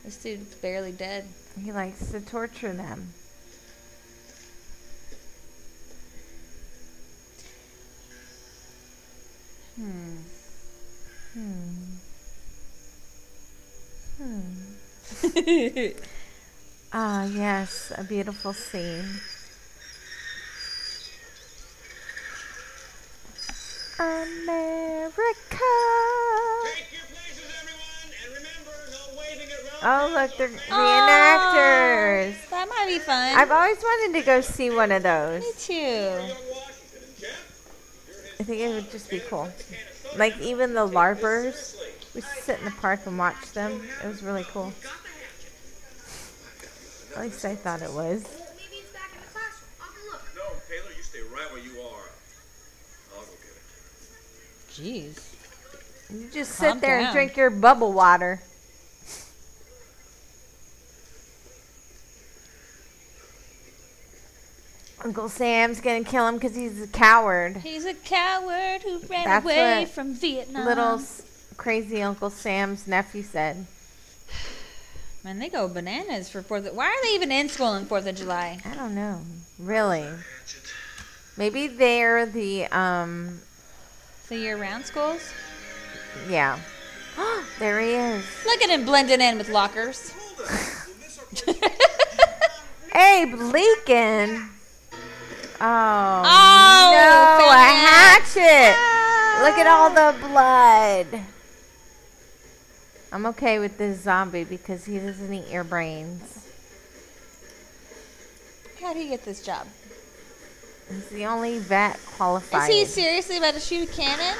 [SPEAKER 2] This dude's barely dead.
[SPEAKER 1] He likes to torture them.
[SPEAKER 2] Hmm.
[SPEAKER 1] Hmm. Hmm. Ah, yes, a beautiful scene. America. Oh, look, they're reenactors.
[SPEAKER 2] Oh, that might be fun.
[SPEAKER 1] I've always wanted to go see one of those.
[SPEAKER 2] Me too.
[SPEAKER 1] I think it would just be cool. Like, even the LARPers, we used to sit in the park and watch them. It was really cool. At least I thought it was.
[SPEAKER 5] Maybe it's back in the classroom. I'll go look.
[SPEAKER 3] No, Taylor, you stay right where you are. I'll go get it.
[SPEAKER 2] Jeez.
[SPEAKER 1] You just
[SPEAKER 2] Calm
[SPEAKER 1] sit there
[SPEAKER 2] down.
[SPEAKER 1] and drink your bubble water. Uncle Sam's gonna kill him because he's a coward.
[SPEAKER 2] He's a coward who ran
[SPEAKER 1] That's
[SPEAKER 2] away
[SPEAKER 1] what
[SPEAKER 2] from Vietnam.
[SPEAKER 1] Little s- crazy Uncle Sam's nephew said,
[SPEAKER 2] man, they go bananas for Fourth. Of, why are they even in school on Fourth of July?
[SPEAKER 1] "I don't know, really. Maybe they're the um,
[SPEAKER 2] The year-round schools.
[SPEAKER 1] yeah. <gasps> there he is.
[SPEAKER 2] Look at him blending in
[SPEAKER 1] <laughs>
[SPEAKER 2] with lockers.
[SPEAKER 1] Abe Lincoln. Oh,
[SPEAKER 2] Oh,
[SPEAKER 1] no, a
[SPEAKER 2] Philip.
[SPEAKER 1] hatchet.
[SPEAKER 2] Ah.
[SPEAKER 1] Look at all the blood. I'm okay with this zombie because he doesn't eat your brains.
[SPEAKER 2] How do you get this job?
[SPEAKER 1] He's the only vet
[SPEAKER 2] Is
[SPEAKER 1] qualified.
[SPEAKER 2] he seriously about to shoot a cannon?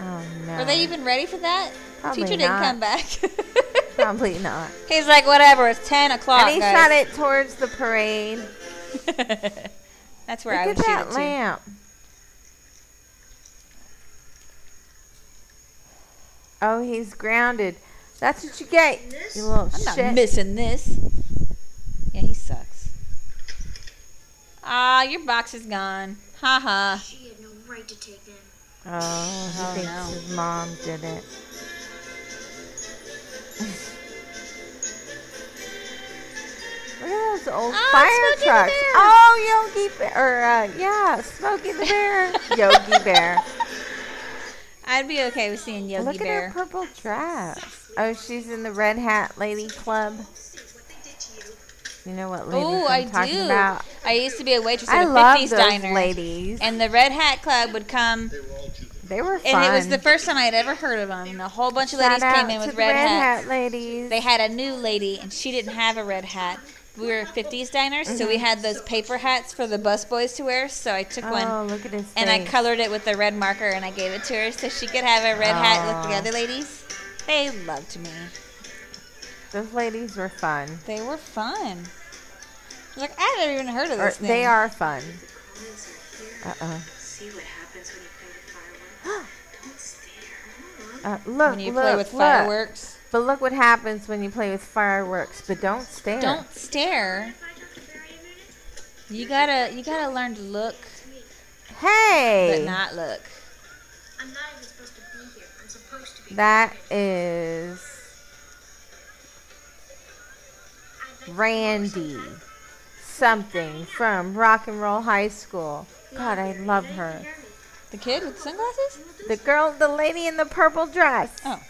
[SPEAKER 1] oh no.
[SPEAKER 2] Are they even ready for that?
[SPEAKER 1] Probably
[SPEAKER 2] Teacher didn't
[SPEAKER 1] not.
[SPEAKER 2] come back.
[SPEAKER 1] <laughs> Probably not.
[SPEAKER 2] He's like, whatever. It's ten o'clock.
[SPEAKER 1] and he shot it towards the parade.
[SPEAKER 2] it. <laughs> That's where I
[SPEAKER 1] Look
[SPEAKER 2] would
[SPEAKER 1] at
[SPEAKER 2] shoot
[SPEAKER 1] that
[SPEAKER 2] it to.
[SPEAKER 1] lamp. Oh, he's grounded. That's what you get, you little
[SPEAKER 2] I'm not
[SPEAKER 1] shit.
[SPEAKER 2] missing this. Yeah, he sucks. Ah, your box is gone. Ha ha.
[SPEAKER 5] She had no right to take them.
[SPEAKER 1] Oh, he
[SPEAKER 2] Oh,
[SPEAKER 1] thinks
[SPEAKER 2] no.
[SPEAKER 1] his mom did it. <laughs> Look at those old
[SPEAKER 2] Oh,
[SPEAKER 1] fire
[SPEAKER 2] Smokey the
[SPEAKER 1] trucks.
[SPEAKER 2] Bear.
[SPEAKER 1] Oh, Yogi Bear. Or, uh, yeah, Smokey the Bear.
[SPEAKER 2] <laughs>
[SPEAKER 1] Yogi Bear.
[SPEAKER 2] I'd be okay with seeing Yogi
[SPEAKER 1] Look at her
[SPEAKER 2] Bear.
[SPEAKER 1] purple dress. Oh, she's in the Red Hat Lady Club. You know what ladies
[SPEAKER 2] Oh, I
[SPEAKER 1] I'm talking
[SPEAKER 2] do.
[SPEAKER 1] about?
[SPEAKER 2] I used to be a waitress at
[SPEAKER 1] I
[SPEAKER 2] a
[SPEAKER 1] love
[SPEAKER 2] 50s
[SPEAKER 1] those
[SPEAKER 2] diner.
[SPEAKER 1] ladies.
[SPEAKER 2] And the Red Hat Club would come,
[SPEAKER 1] they were fun.
[SPEAKER 2] and it was the first time I had ever heard of them. And a whole bunch of ladies
[SPEAKER 1] Shout
[SPEAKER 2] came
[SPEAKER 1] out
[SPEAKER 2] in
[SPEAKER 1] to
[SPEAKER 2] with
[SPEAKER 1] the
[SPEAKER 2] red, hats.
[SPEAKER 1] ladies.
[SPEAKER 2] They had a new lady, and she didn't have a red hat. We were a 50s diner, so
[SPEAKER 1] Mm-hmm.
[SPEAKER 2] we had those paper hats for the busboys to wear. So I took one.
[SPEAKER 1] oh, look at his
[SPEAKER 2] And I
[SPEAKER 1] face.
[SPEAKER 2] colored it with the red marker and I gave it to her so she could have a red hat with the
[SPEAKER 1] Aw.
[SPEAKER 2] other ladies. They loved me.
[SPEAKER 1] Those ladies were fun.
[SPEAKER 2] They were fun. Like I never even heard of
[SPEAKER 1] Or,
[SPEAKER 2] this thing.
[SPEAKER 1] they are fun.
[SPEAKER 5] Comments are here.
[SPEAKER 1] Uh oh.
[SPEAKER 5] See what happens when you play with fireworks. <gasps> Don't stare.
[SPEAKER 1] Uh, look,
[SPEAKER 2] when you
[SPEAKER 1] look,
[SPEAKER 2] play with
[SPEAKER 1] look.
[SPEAKER 2] fireworks.
[SPEAKER 1] But look what happens when you play with fireworks. But don't stare.
[SPEAKER 2] Don't stare.
[SPEAKER 5] Bye, Dr. Barry, a minute.
[SPEAKER 2] You gotta you gotta learn to look
[SPEAKER 1] Hey.
[SPEAKER 2] but not look.
[SPEAKER 5] I'm not even supposed to be here. I'm supposed to be.
[SPEAKER 1] That is Randy something from Rock and Roll High School. God, I love her.
[SPEAKER 2] The kid with sunglasses?
[SPEAKER 1] The girl, the lady in the purple dress.
[SPEAKER 2] Oh.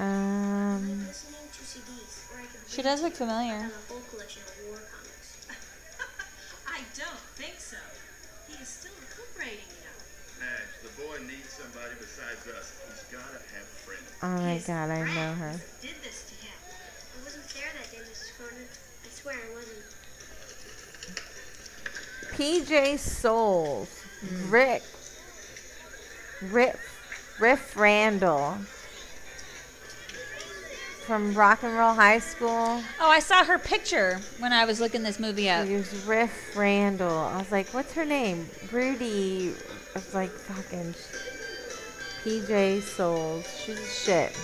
[SPEAKER 1] Um,
[SPEAKER 5] Listening to CDs, or I could
[SPEAKER 2] She does look familiar.
[SPEAKER 5] have a whole collection of war comics. <laughs>
[SPEAKER 8] I don't think so. He is still recuperating, you know.
[SPEAKER 3] Madge, the boy needs somebody besides us. He's gotta have a friend.
[SPEAKER 1] oh my God, I know her.
[SPEAKER 8] Did this to him.
[SPEAKER 5] I wasn't there that day, Mrs. Corner. I swear I wasn't.
[SPEAKER 1] PJ Souls, Rick, Riff, Riff Randall from Rock and Roll High School.
[SPEAKER 2] Oh, I saw her picture when I was looking this movie up.
[SPEAKER 1] He was Riff Randall. I was like, what's her name? Rudy. I was like, fucking sh- PJ Souls. She's a shit.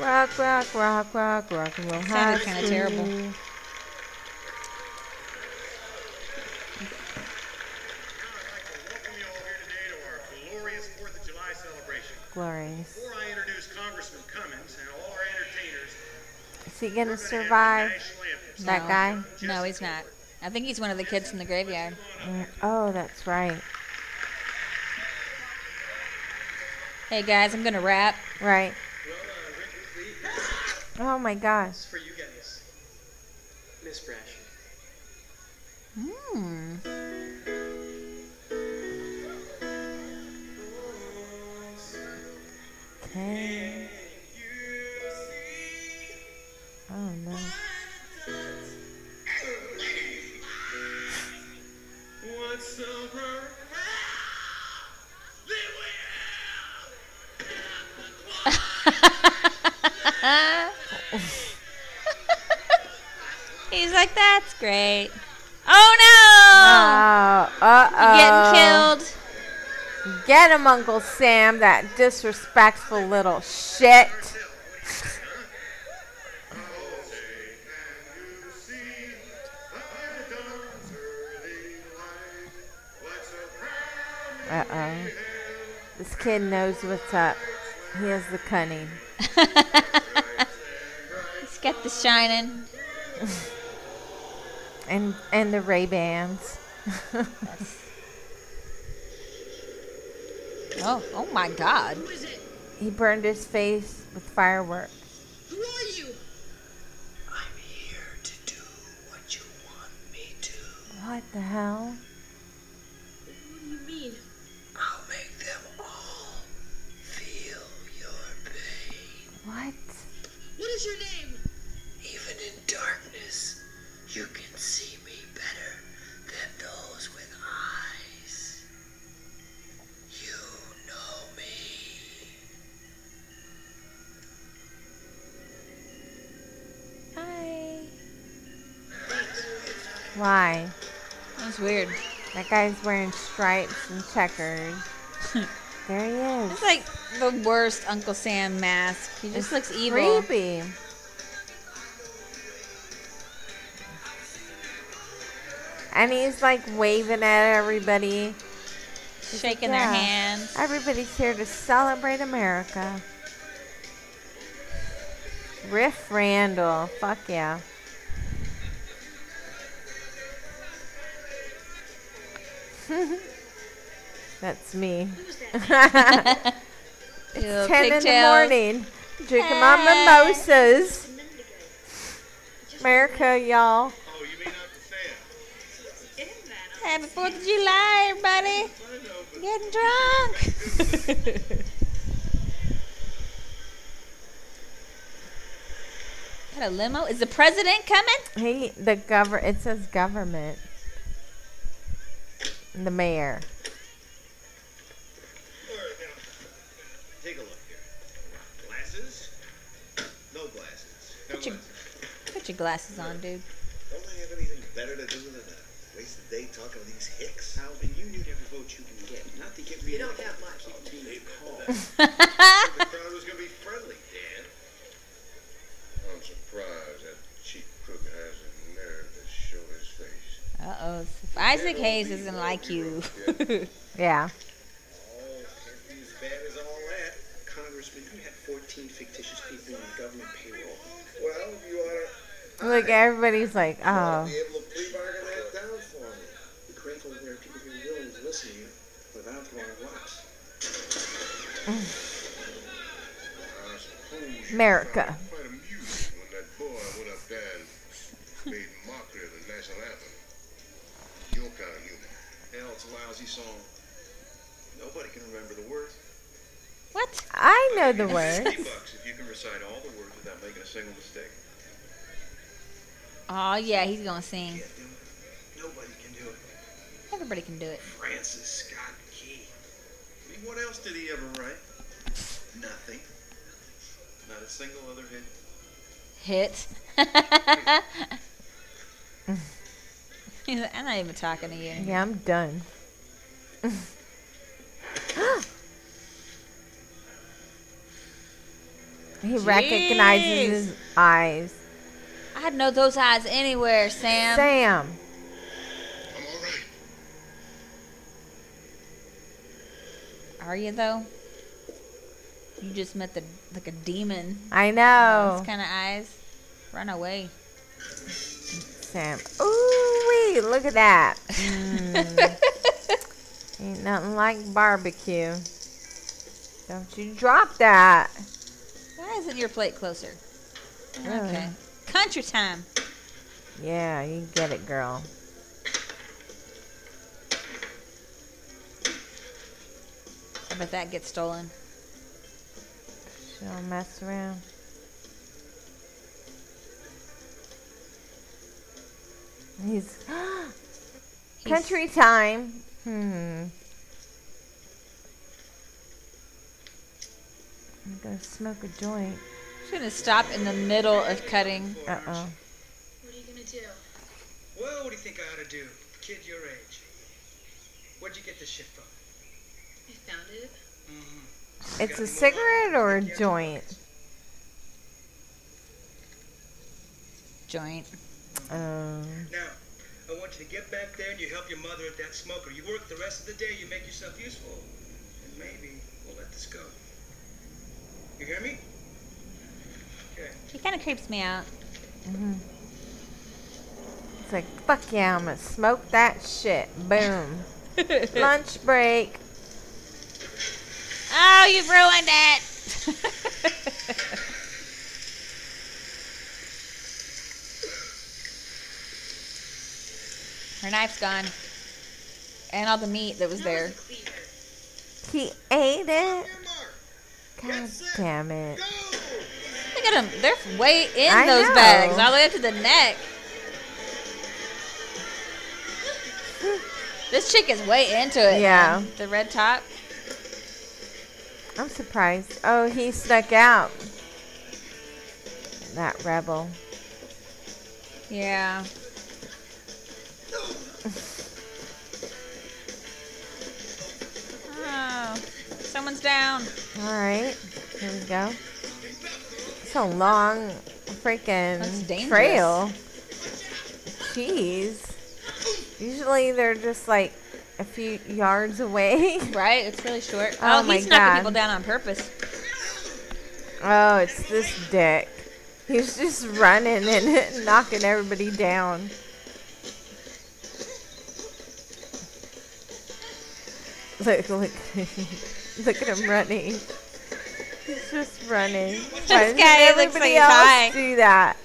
[SPEAKER 1] Rock, rock, rock, rock, rock and roll.
[SPEAKER 2] Sounded
[SPEAKER 1] high
[SPEAKER 2] kinda terrible.
[SPEAKER 1] school.
[SPEAKER 3] I'd like to welcome you all here today to our glorious Fourth of July celebration.
[SPEAKER 1] Glorious.
[SPEAKER 3] Before I introduce Congressman Cummins and all our entertainers,
[SPEAKER 1] Is he gonna
[SPEAKER 3] we're gonna
[SPEAKER 1] survive?
[SPEAKER 3] have the national anthem.
[SPEAKER 1] That
[SPEAKER 2] No.
[SPEAKER 1] guy?
[SPEAKER 2] No, he's not. I think he's one of the kids from the graveyard.
[SPEAKER 1] Mm, Oh, that's right.
[SPEAKER 2] Hey guys, I'm gonna rap.
[SPEAKER 1] Right.
[SPEAKER 4] Well, uh, Rick and Cleve,
[SPEAKER 1] Oh my gosh.
[SPEAKER 4] this is for you guys. Miss Brash.
[SPEAKER 2] Hmm.
[SPEAKER 1] Okay. Oh no.
[SPEAKER 3] What's over?
[SPEAKER 2] He's like, that's great. Oh
[SPEAKER 1] Oh,
[SPEAKER 2] no!
[SPEAKER 1] uh-oh.
[SPEAKER 2] Getting killed.
[SPEAKER 1] Get him, Uncle Sam, that disrespectful little shit. Uh oh. This kid knows what's up. He has the cunning.
[SPEAKER 2] He's got the shining.
[SPEAKER 1] And and the Ray Bans.
[SPEAKER 2] Oh, oh my God!
[SPEAKER 8] Who is it?
[SPEAKER 1] <laughs> he burned his face with fireworks.
[SPEAKER 8] Who are you?
[SPEAKER 4] I'm here to do what you want me
[SPEAKER 1] What the hell?
[SPEAKER 5] What do you mean?
[SPEAKER 4] I'll make them all feel your pain.
[SPEAKER 1] What?
[SPEAKER 5] What is your name?
[SPEAKER 4] Even in darkness, you can see me better than those with eyes. You know me.
[SPEAKER 2] Hi.
[SPEAKER 1] Why?
[SPEAKER 2] That's weird.
[SPEAKER 1] That guy's wearing stripes and
[SPEAKER 5] <laughs>
[SPEAKER 1] checkers. there he is.
[SPEAKER 2] It's like the worst Uncle Sam mask. He just looks evil.
[SPEAKER 1] Creepy. And he's like waving at everybody.
[SPEAKER 2] Shaking
[SPEAKER 1] Yeah.
[SPEAKER 2] their hands.
[SPEAKER 1] Everybody's here to celebrate America. Riff Randall. Fuck yeah. <laughs> That's me.
[SPEAKER 5] Who's that?
[SPEAKER 1] <laughs> it's
[SPEAKER 2] Little
[SPEAKER 1] 10 in the
[SPEAKER 2] pigtails.
[SPEAKER 1] morning. Drinking my mimosas.
[SPEAKER 5] A minute ago.
[SPEAKER 1] America, y'all.
[SPEAKER 3] Oh, you mean Uncle Sam?
[SPEAKER 2] Happy Fourth of July, everybody.
[SPEAKER 3] I know, but
[SPEAKER 2] Getting
[SPEAKER 1] <laughs>
[SPEAKER 2] drunk. Got a limo? Is the president coming?
[SPEAKER 1] He, the govern. It says government. The mayor.
[SPEAKER 3] Alright, now, take a look here. Glasses? No glasses. No
[SPEAKER 2] Put your-
[SPEAKER 3] glasses.
[SPEAKER 2] Put your glasses on, dude.
[SPEAKER 3] Don't I have anything better to do than to waste the day talking to these hicks? Alvin, you need every vote you can get. Not to get rid of You don't have much. the crowd was going to be friendly, Dan. I'm surprised that cheap crook has the nerve to show his face.
[SPEAKER 2] Uh oh. If Isaac Hayes doesn't like you. <laughs>
[SPEAKER 1] Yeah.
[SPEAKER 3] Oh, can't be as bad as all that. Congressman, you had 14 fictitious people on government payroll. Well, you ought to
[SPEAKER 1] Look, everybody's like, oh.
[SPEAKER 3] be able to plea bargain that down for me. Be grateful there are people who are willing to listen to you without throwing rocks. I suppose you
[SPEAKER 1] America.
[SPEAKER 6] Quite amused when that boy went up there and made mockery of the national anthem. Your kind of humor.
[SPEAKER 3] Hell, it's a lousy song. Nobody can remember the words.
[SPEAKER 2] What?
[SPEAKER 1] I know the
[SPEAKER 3] Fifty
[SPEAKER 1] words.
[SPEAKER 3] bucks if you can recite all the words without making a single mistake.
[SPEAKER 2] Oh, yeah, he's going to sing.
[SPEAKER 3] Can't do it. Nobody can do it.
[SPEAKER 2] Everybody can do it.
[SPEAKER 3] Francis Scott Key. I mean, what else did he ever write? Nothing. Not a single other hit.
[SPEAKER 2] <laughs> Hit. He's like, I'm not even talking to you.
[SPEAKER 1] Yeah, I'm done. <gasps> he
[SPEAKER 2] Jeez.
[SPEAKER 1] recognizes his eyes.
[SPEAKER 2] I'd know those eyes anywhere, Sam.
[SPEAKER 1] Sam.
[SPEAKER 6] I'm all right.
[SPEAKER 2] Are you though? You just met the like a demon.
[SPEAKER 1] I
[SPEAKER 2] Oh.
[SPEAKER 1] know.
[SPEAKER 2] Those kind of eyes. Run away.
[SPEAKER 1] Sam. Ooh, wee, look at that. Ain't nothing like barbecue. Don't you drop that.
[SPEAKER 2] <laughs> Why isn't your plate closer? Okay.
[SPEAKER 1] Really.
[SPEAKER 2] Country time.
[SPEAKER 1] Yeah, you get it, girl.
[SPEAKER 2] I bet that gets stolen.
[SPEAKER 1] She don't mess around. He's <gasps>
[SPEAKER 2] He's-
[SPEAKER 1] country time. Hmm. I'm gonna smoke a joint.
[SPEAKER 2] He's gonna stop in the middle of cutting.
[SPEAKER 1] Uh oh.
[SPEAKER 5] What are you gonna do?
[SPEAKER 4] Well, what do you think I ought to do? Kid your age. Where'd you get this shit from?
[SPEAKER 5] I found it.
[SPEAKER 4] Mm-hmm.
[SPEAKER 1] It's a cigarette or a joint?
[SPEAKER 2] Joint.
[SPEAKER 1] Um.
[SPEAKER 4] Now, I want you to get back there and you help your mother at that smoker. You work the rest of the day, you make yourself useful. And maybe we'll let this go. You
[SPEAKER 1] <laughs>
[SPEAKER 4] hear me?
[SPEAKER 2] He kind of creeps me out.
[SPEAKER 1] mhm. It's like fuck yeah, I'm gonna smoke that shit. Boom. Lunch break.
[SPEAKER 2] Oh, you ruined it. Her knife's gone. And all the meat that was there.
[SPEAKER 1] He ate it.
[SPEAKER 6] Mark,
[SPEAKER 1] God damn it.
[SPEAKER 6] go!
[SPEAKER 2] Look at them. They're way in
[SPEAKER 1] I
[SPEAKER 2] those
[SPEAKER 1] know.
[SPEAKER 2] bags, all the way up to the
[SPEAKER 1] <sighs>
[SPEAKER 2] neck. this chick is way into it.
[SPEAKER 1] Yeah.
[SPEAKER 2] man. The red top.
[SPEAKER 1] I'm surprised. Oh, he snuck out. That rebel.
[SPEAKER 2] Yeah. oh, someone's down.
[SPEAKER 1] All right, here we go. It's a long
[SPEAKER 2] That's
[SPEAKER 1] freaking
[SPEAKER 2] dangerous.
[SPEAKER 1] trail. Jeez. Usually they're just like a few yards away. <laughs>
[SPEAKER 2] Right? It's really short.
[SPEAKER 1] Oh
[SPEAKER 2] Oh,
[SPEAKER 1] my
[SPEAKER 2] he's knocking
[SPEAKER 1] God.
[SPEAKER 2] people down on purpose.
[SPEAKER 1] Oh, it's this dick. He's just running and <laughs> knocking everybody down. Look, look, <laughs> look at him running. He's just running. Why doesn't
[SPEAKER 2] guy looks like
[SPEAKER 1] everybody
[SPEAKER 2] he's
[SPEAKER 1] else
[SPEAKER 2] high.
[SPEAKER 1] do that?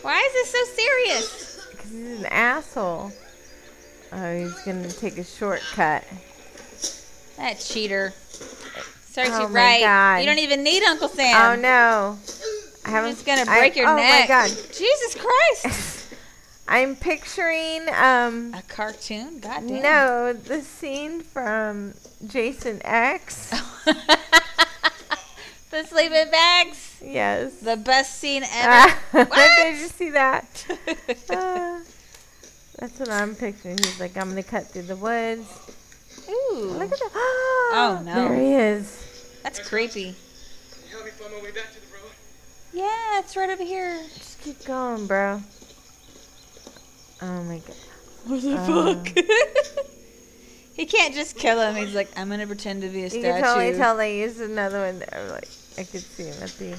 [SPEAKER 2] Why is this so serious?
[SPEAKER 1] Because he's an asshole. Oh, he's gonna take a shortcut.
[SPEAKER 2] That cheater. Serves
[SPEAKER 1] Oh
[SPEAKER 2] you
[SPEAKER 1] my
[SPEAKER 2] right.
[SPEAKER 1] God.
[SPEAKER 2] You don't even need Uncle
[SPEAKER 1] Oh
[SPEAKER 2] Sam.
[SPEAKER 1] no! I haven't.
[SPEAKER 2] He's gonna
[SPEAKER 1] I-
[SPEAKER 2] break your
[SPEAKER 1] oh
[SPEAKER 2] neck.
[SPEAKER 1] Oh my god!
[SPEAKER 2] Jesus Christ.
[SPEAKER 1] <laughs> I'm picturing um
[SPEAKER 2] A cartoon? God damn.
[SPEAKER 1] no the scene from Jason
[SPEAKER 2] <laughs>
[SPEAKER 1] X.
[SPEAKER 2] <laughs> the sleeping bags.
[SPEAKER 1] Yes.
[SPEAKER 2] The best scene ever.
[SPEAKER 1] <laughs> Ah,
[SPEAKER 2] What?
[SPEAKER 1] Did you see
[SPEAKER 2] <laughs>
[SPEAKER 1] that? Ah, that's what I'm picturing. He's like, I'm gonna cut through the woods.
[SPEAKER 2] Ooh.
[SPEAKER 1] Look <gasps> at that!
[SPEAKER 2] Oh, no.
[SPEAKER 1] There he is.
[SPEAKER 2] That's creepy.
[SPEAKER 4] Can you help me find my way back to the road?
[SPEAKER 2] Yeah, it's right over here.
[SPEAKER 1] Just keep going, bro. Oh my god.
[SPEAKER 2] What the
[SPEAKER 1] Uh,
[SPEAKER 2] fuck? <laughs> he can't just kill him. He's like, I'm gonna pretend to be a
[SPEAKER 1] You
[SPEAKER 2] statue.
[SPEAKER 1] can totally tell they used another one. There. Like I could see him at the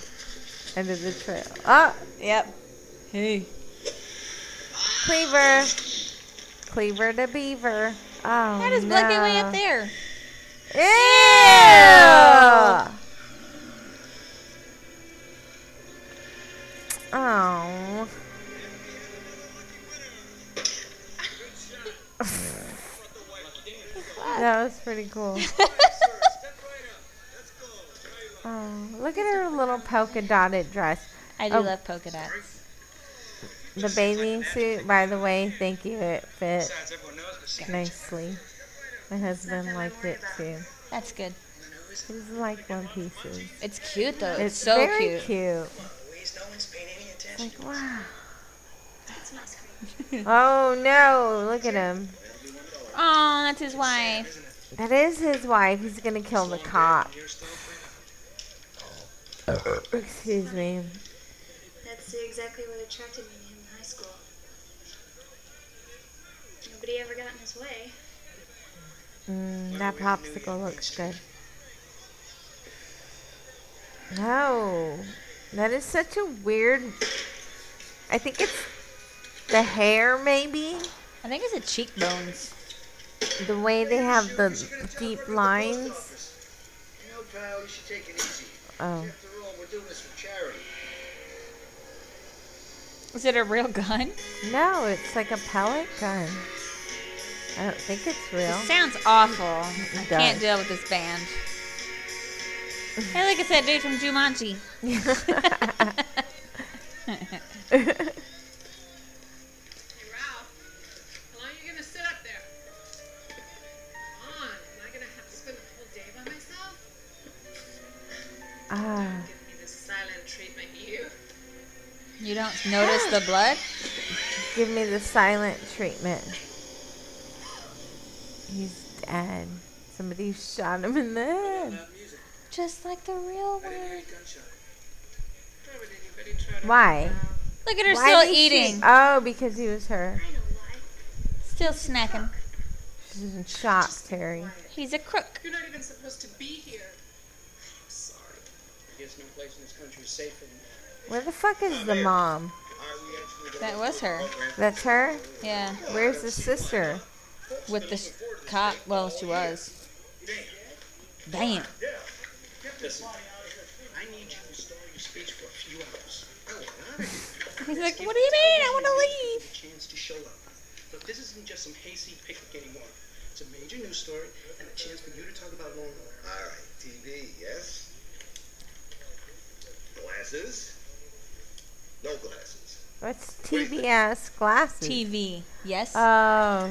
[SPEAKER 1] end of the trail. Oh,
[SPEAKER 2] Yep. Hey.
[SPEAKER 1] Cleaver, Cleaver to Beaver. Oh,
[SPEAKER 2] That is
[SPEAKER 1] no.
[SPEAKER 2] bloody way up there.
[SPEAKER 1] Ew. Oh. that was pretty
[SPEAKER 2] <laughs>
[SPEAKER 1] cool. Oh, look at her little polka dotted dress.
[SPEAKER 2] I do
[SPEAKER 1] Oh.
[SPEAKER 2] love polka dots.
[SPEAKER 1] The bathing suit, by the way, thank you. It fit
[SPEAKER 4] Besides, everyone knows the secret.
[SPEAKER 1] nicely. My husband liked it too.
[SPEAKER 2] That's good.
[SPEAKER 1] He's like one pieces.
[SPEAKER 2] It's cute though. It's,
[SPEAKER 1] It's
[SPEAKER 2] so
[SPEAKER 1] very
[SPEAKER 2] cute.
[SPEAKER 1] cute.
[SPEAKER 4] Louise, no one's paying any attention.
[SPEAKER 1] Like wow. <laughs> oh no! Look at him.
[SPEAKER 2] Oh, that's his wife.
[SPEAKER 1] That is his wife. He's gonna kill the cop.
[SPEAKER 4] You're still around.
[SPEAKER 1] Excuse me.
[SPEAKER 5] That's exactly what attracted me to him in high school. Nobody ever got in his way.
[SPEAKER 1] Mm, that popsicle looks good. No, that is such a weird. I think it's the hair, maybe
[SPEAKER 2] I think it's a cheekbones.
[SPEAKER 1] the way they have the deep lines.
[SPEAKER 4] You know, pal, you should take it easy.
[SPEAKER 1] Oh,
[SPEAKER 4] After all, we're doing this for charity.
[SPEAKER 2] Is it a real gun?
[SPEAKER 1] no, it's like a pellet gun. I don't think it's real.
[SPEAKER 2] It sounds awful. I
[SPEAKER 1] does.
[SPEAKER 2] can't deal with this band. Hey, look, it's that dude from Jumanji.
[SPEAKER 7] Hey, Ralph, how long are you gonna sit up there? Come on, am I gonna have to spend the whole day by myself?
[SPEAKER 1] <laughs> Ah,
[SPEAKER 7] Give me this silent treatment, you.
[SPEAKER 2] You don't notice the blood?
[SPEAKER 1] give me the silent treatment. He's dead. Somebody shot him in the head.
[SPEAKER 4] Loud music.
[SPEAKER 2] Just like the real
[SPEAKER 4] I didn't hear
[SPEAKER 2] one.
[SPEAKER 4] a gunshot.
[SPEAKER 7] Why would anybody try to
[SPEAKER 1] Why?
[SPEAKER 2] Look at her
[SPEAKER 1] Why
[SPEAKER 2] still
[SPEAKER 1] did she-
[SPEAKER 2] eating.
[SPEAKER 1] Oh, because he was her.
[SPEAKER 5] I know why.
[SPEAKER 2] Still snacking.
[SPEAKER 1] She's in shock, Terry.
[SPEAKER 2] He's a crook.
[SPEAKER 7] You're not even supposed to be here. I'm sorry.
[SPEAKER 4] I guess no place in this country is safer than.
[SPEAKER 1] Where the fuck is the mom?
[SPEAKER 4] Are we actually going
[SPEAKER 2] That was her.
[SPEAKER 1] That's her?
[SPEAKER 2] Yeah.
[SPEAKER 1] Where's the sister?
[SPEAKER 2] With the s- cop. Well, she was. Damn.
[SPEAKER 4] Listen,
[SPEAKER 3] I need you to stall your speech for a few hours. I want out of here.
[SPEAKER 2] He's like, what do you mean? I want to leave.
[SPEAKER 3] A chance to show up. Look, this isn't just some hayseed picnic anymore. It's a major news story and a chance for you to talk about Law and Order.
[SPEAKER 9] All right, TV, yes? Glasses? No glasses.
[SPEAKER 1] What's TVS glasses?
[SPEAKER 2] TV. Yes.
[SPEAKER 1] Oh.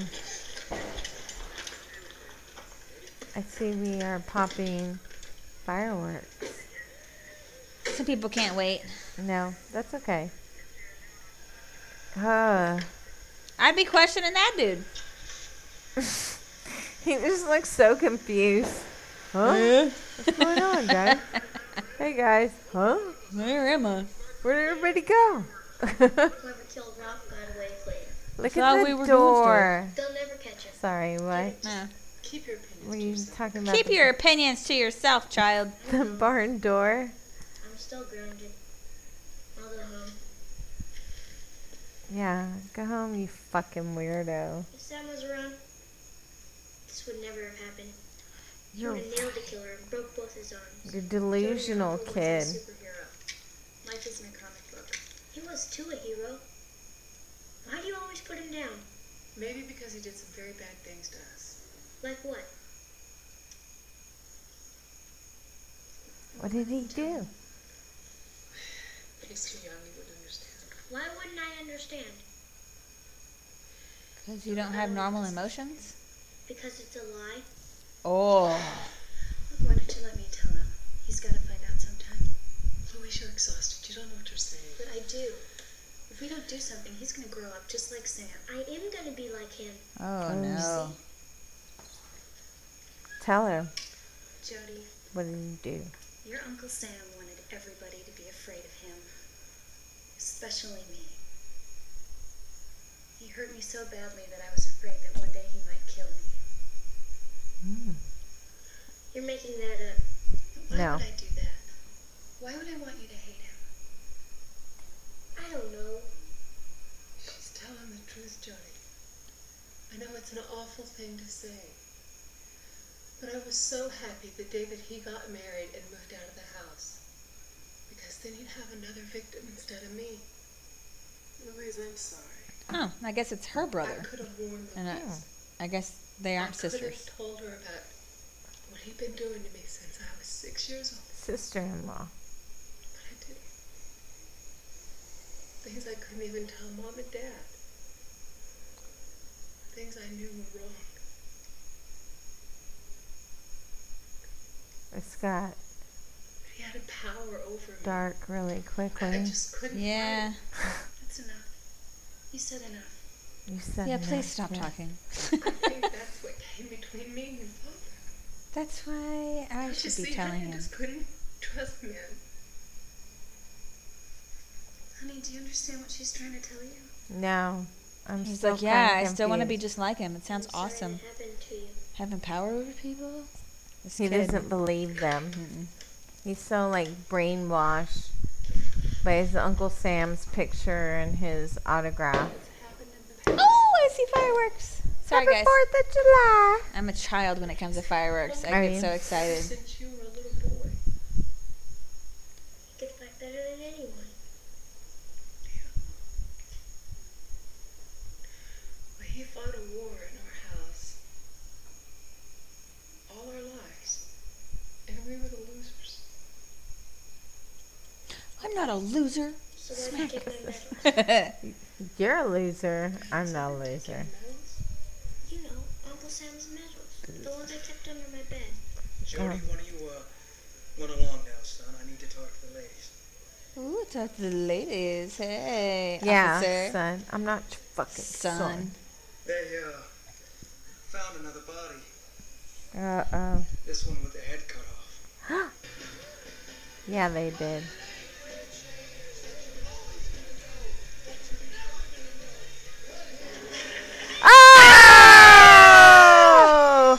[SPEAKER 1] I see we are popping fireworks.
[SPEAKER 2] Some people can't wait.
[SPEAKER 1] No, that's okay. Uh,
[SPEAKER 2] I'd be questioning that dude.
[SPEAKER 1] <laughs> he just looks so confused. Huh? What's going on,
[SPEAKER 2] <laughs>
[SPEAKER 1] guys? hey, guys. Huh?
[SPEAKER 2] Where am I?
[SPEAKER 1] Where did everybody go? <laughs> Look
[SPEAKER 5] Whoever killed Rob got away clean.
[SPEAKER 1] at
[SPEAKER 2] Thought
[SPEAKER 1] the
[SPEAKER 2] we were doing
[SPEAKER 1] door.
[SPEAKER 5] They'll never catch us.
[SPEAKER 1] Sorry, what?
[SPEAKER 7] Keep your opinion.
[SPEAKER 1] Were you talking about
[SPEAKER 2] Keep your opinions to yourself, child.
[SPEAKER 1] <laughs> the barn door?
[SPEAKER 5] I'm still grounded. I'll go home.
[SPEAKER 1] Yeah, go home, you fucking weirdo.
[SPEAKER 5] If Sam was around, this would never have happened. He
[SPEAKER 1] You're
[SPEAKER 5] would have nailed the killer and broke both his arms.
[SPEAKER 1] you're delusional,
[SPEAKER 5] Jordan Peele
[SPEAKER 1] kid.
[SPEAKER 5] was a superhero. Life isn't a comic book. He was too a hero. Why do you always put him down?
[SPEAKER 7] Maybe because he did some very bad things to us.
[SPEAKER 5] Like what?
[SPEAKER 1] What did he do?
[SPEAKER 7] If he's too young, he wouldn't understand.
[SPEAKER 5] Why wouldn't I understand?
[SPEAKER 2] Because you don't have normal emotions?
[SPEAKER 5] Because it's a lie.
[SPEAKER 2] Oh.
[SPEAKER 7] Look, why don't you let me tell him? He's got to find out sometime. Louise, you're Oh, exhausted. You don't know what you're saying.
[SPEAKER 5] But I do.
[SPEAKER 7] If we don't do something, he's going to grow up just like Sam.
[SPEAKER 5] I am gonna be like him.
[SPEAKER 2] Oh,
[SPEAKER 1] Um,
[SPEAKER 2] no.
[SPEAKER 1] Tell her.
[SPEAKER 7] Jody,
[SPEAKER 1] What did he do?
[SPEAKER 7] your Uncle Sam wanted everybody to be afraid of him, especially me. He hurt me so badly that I was afraid that one day he might kill me.
[SPEAKER 5] You're making that up.
[SPEAKER 7] Why
[SPEAKER 1] No.
[SPEAKER 7] would I do that? Why would I want you to hate him?
[SPEAKER 5] I don't know.
[SPEAKER 7] She's telling the truth, Johnny. I know it's an awful thing to say. But I was so happy the day that he got married and moved out of the house. Because then he'd have another victim instead of me. Louise, I'm sorry.
[SPEAKER 2] Oh, I guess it's her
[SPEAKER 7] I
[SPEAKER 2] brother.
[SPEAKER 7] could have warned
[SPEAKER 2] And I,
[SPEAKER 7] Louise.
[SPEAKER 2] I guess they aren't
[SPEAKER 7] I could
[SPEAKER 2] sisters.
[SPEAKER 7] have told her about what he'd been doing to me since I was six years old,
[SPEAKER 1] Sister-in-law.
[SPEAKER 7] but I didn't. Things I couldn't even tell mom and dad. Things I knew were wrong.
[SPEAKER 1] It's got
[SPEAKER 7] He had a power over me.
[SPEAKER 1] dark really
[SPEAKER 7] I
[SPEAKER 1] quickly.
[SPEAKER 7] just couldn't. fight
[SPEAKER 2] Yeah.
[SPEAKER 7] it. That's enough. You said enough.
[SPEAKER 1] You said
[SPEAKER 2] Yeah,
[SPEAKER 1] no.
[SPEAKER 2] please stop
[SPEAKER 1] Yeah.
[SPEAKER 2] <laughs> talking.
[SPEAKER 7] I think that's what came between me
[SPEAKER 2] <laughs>
[SPEAKER 7] and your father.
[SPEAKER 2] That's why I
[SPEAKER 7] But you
[SPEAKER 2] should be
[SPEAKER 7] see, honey,
[SPEAKER 2] telling
[SPEAKER 7] I
[SPEAKER 2] him.
[SPEAKER 7] just couldn't trust man. Honey, do you understand what she's trying to tell you?
[SPEAKER 1] No, I'm
[SPEAKER 2] He's
[SPEAKER 1] still
[SPEAKER 2] like, yeah, I
[SPEAKER 1] kinda
[SPEAKER 2] still want to be
[SPEAKER 1] confused."
[SPEAKER 2] just like him. It sounds
[SPEAKER 5] I'm sorry
[SPEAKER 2] awesome.
[SPEAKER 5] That happened to you.
[SPEAKER 2] Having power over people? This
[SPEAKER 1] He
[SPEAKER 2] kid.
[SPEAKER 1] doesn't believe them.
[SPEAKER 2] Mm-mm.
[SPEAKER 1] He's so like brainwashed by his Uncle Sam's picture and his autograph.
[SPEAKER 7] It's happened in the past.
[SPEAKER 2] Oh, I see fireworks. Sorry,
[SPEAKER 1] Happy
[SPEAKER 2] guys.
[SPEAKER 1] Fourth of July.
[SPEAKER 2] I'm a child when it comes to fireworks.
[SPEAKER 1] Are
[SPEAKER 2] I
[SPEAKER 1] you?
[SPEAKER 2] get so excited.
[SPEAKER 7] Since you were a little boy.
[SPEAKER 5] He could fight better than anyone.
[SPEAKER 7] Well, he fought a war in our house. All our lives. And we were the losers.
[SPEAKER 2] I'm not a loser. <laughs>
[SPEAKER 5] So why did you take my medal?
[SPEAKER 1] You're a loser. I'm not a loser.
[SPEAKER 5] You know, Uncle Sam's medals. The ones I kept under my bed.
[SPEAKER 4] Jody,
[SPEAKER 5] Oh.
[SPEAKER 4] why don't you, uh, run along now, son? I need to talk to the ladies.
[SPEAKER 2] Ooh, talk to the ladies. Hey,
[SPEAKER 1] Yeah,
[SPEAKER 2] officer.
[SPEAKER 1] son. I'm not your fucking
[SPEAKER 2] Son.
[SPEAKER 1] son.
[SPEAKER 4] They, uh, found another body.
[SPEAKER 1] Uh oh.
[SPEAKER 4] This one with the head cut off.
[SPEAKER 1] Yeah, they did.
[SPEAKER 2] Ah!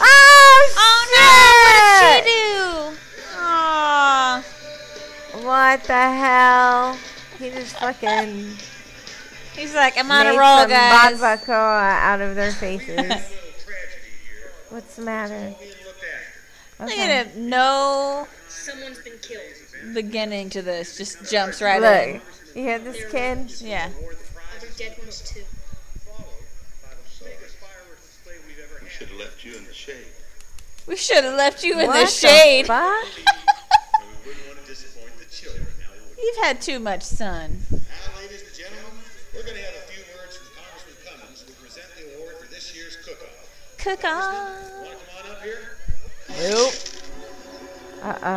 [SPEAKER 1] Oh! Ah! Oh, shit!
[SPEAKER 2] do. Aw.
[SPEAKER 1] What the hell? He just fucking
[SPEAKER 2] He's like, I'm on
[SPEAKER 1] made
[SPEAKER 2] a roll,
[SPEAKER 1] some
[SPEAKER 2] guys.
[SPEAKER 1] barbacoa out of their faces.
[SPEAKER 9] Little tragedy here.
[SPEAKER 4] Oh,
[SPEAKER 1] What's the matter?
[SPEAKER 9] Being looked after.
[SPEAKER 2] Look at him. No
[SPEAKER 5] Someone's been killed.
[SPEAKER 2] beginning to this. Just jumps right in.
[SPEAKER 1] Look, you hear this kid?
[SPEAKER 2] Yeah.
[SPEAKER 5] Other dead ones too.
[SPEAKER 9] We should have left you in the shade.
[SPEAKER 2] We should have left you in
[SPEAKER 1] what
[SPEAKER 2] the shade.
[SPEAKER 1] fuck?
[SPEAKER 9] We wouldn't want to disappoint the children.
[SPEAKER 2] You've had too much sun.
[SPEAKER 9] Now, ladies and gentlemen, we're going to have a few words from Congressman Cummings, who present the award for this year's cook-off.
[SPEAKER 2] Cook on.
[SPEAKER 9] Want to come on up here?
[SPEAKER 2] Nope.
[SPEAKER 1] Uh oh.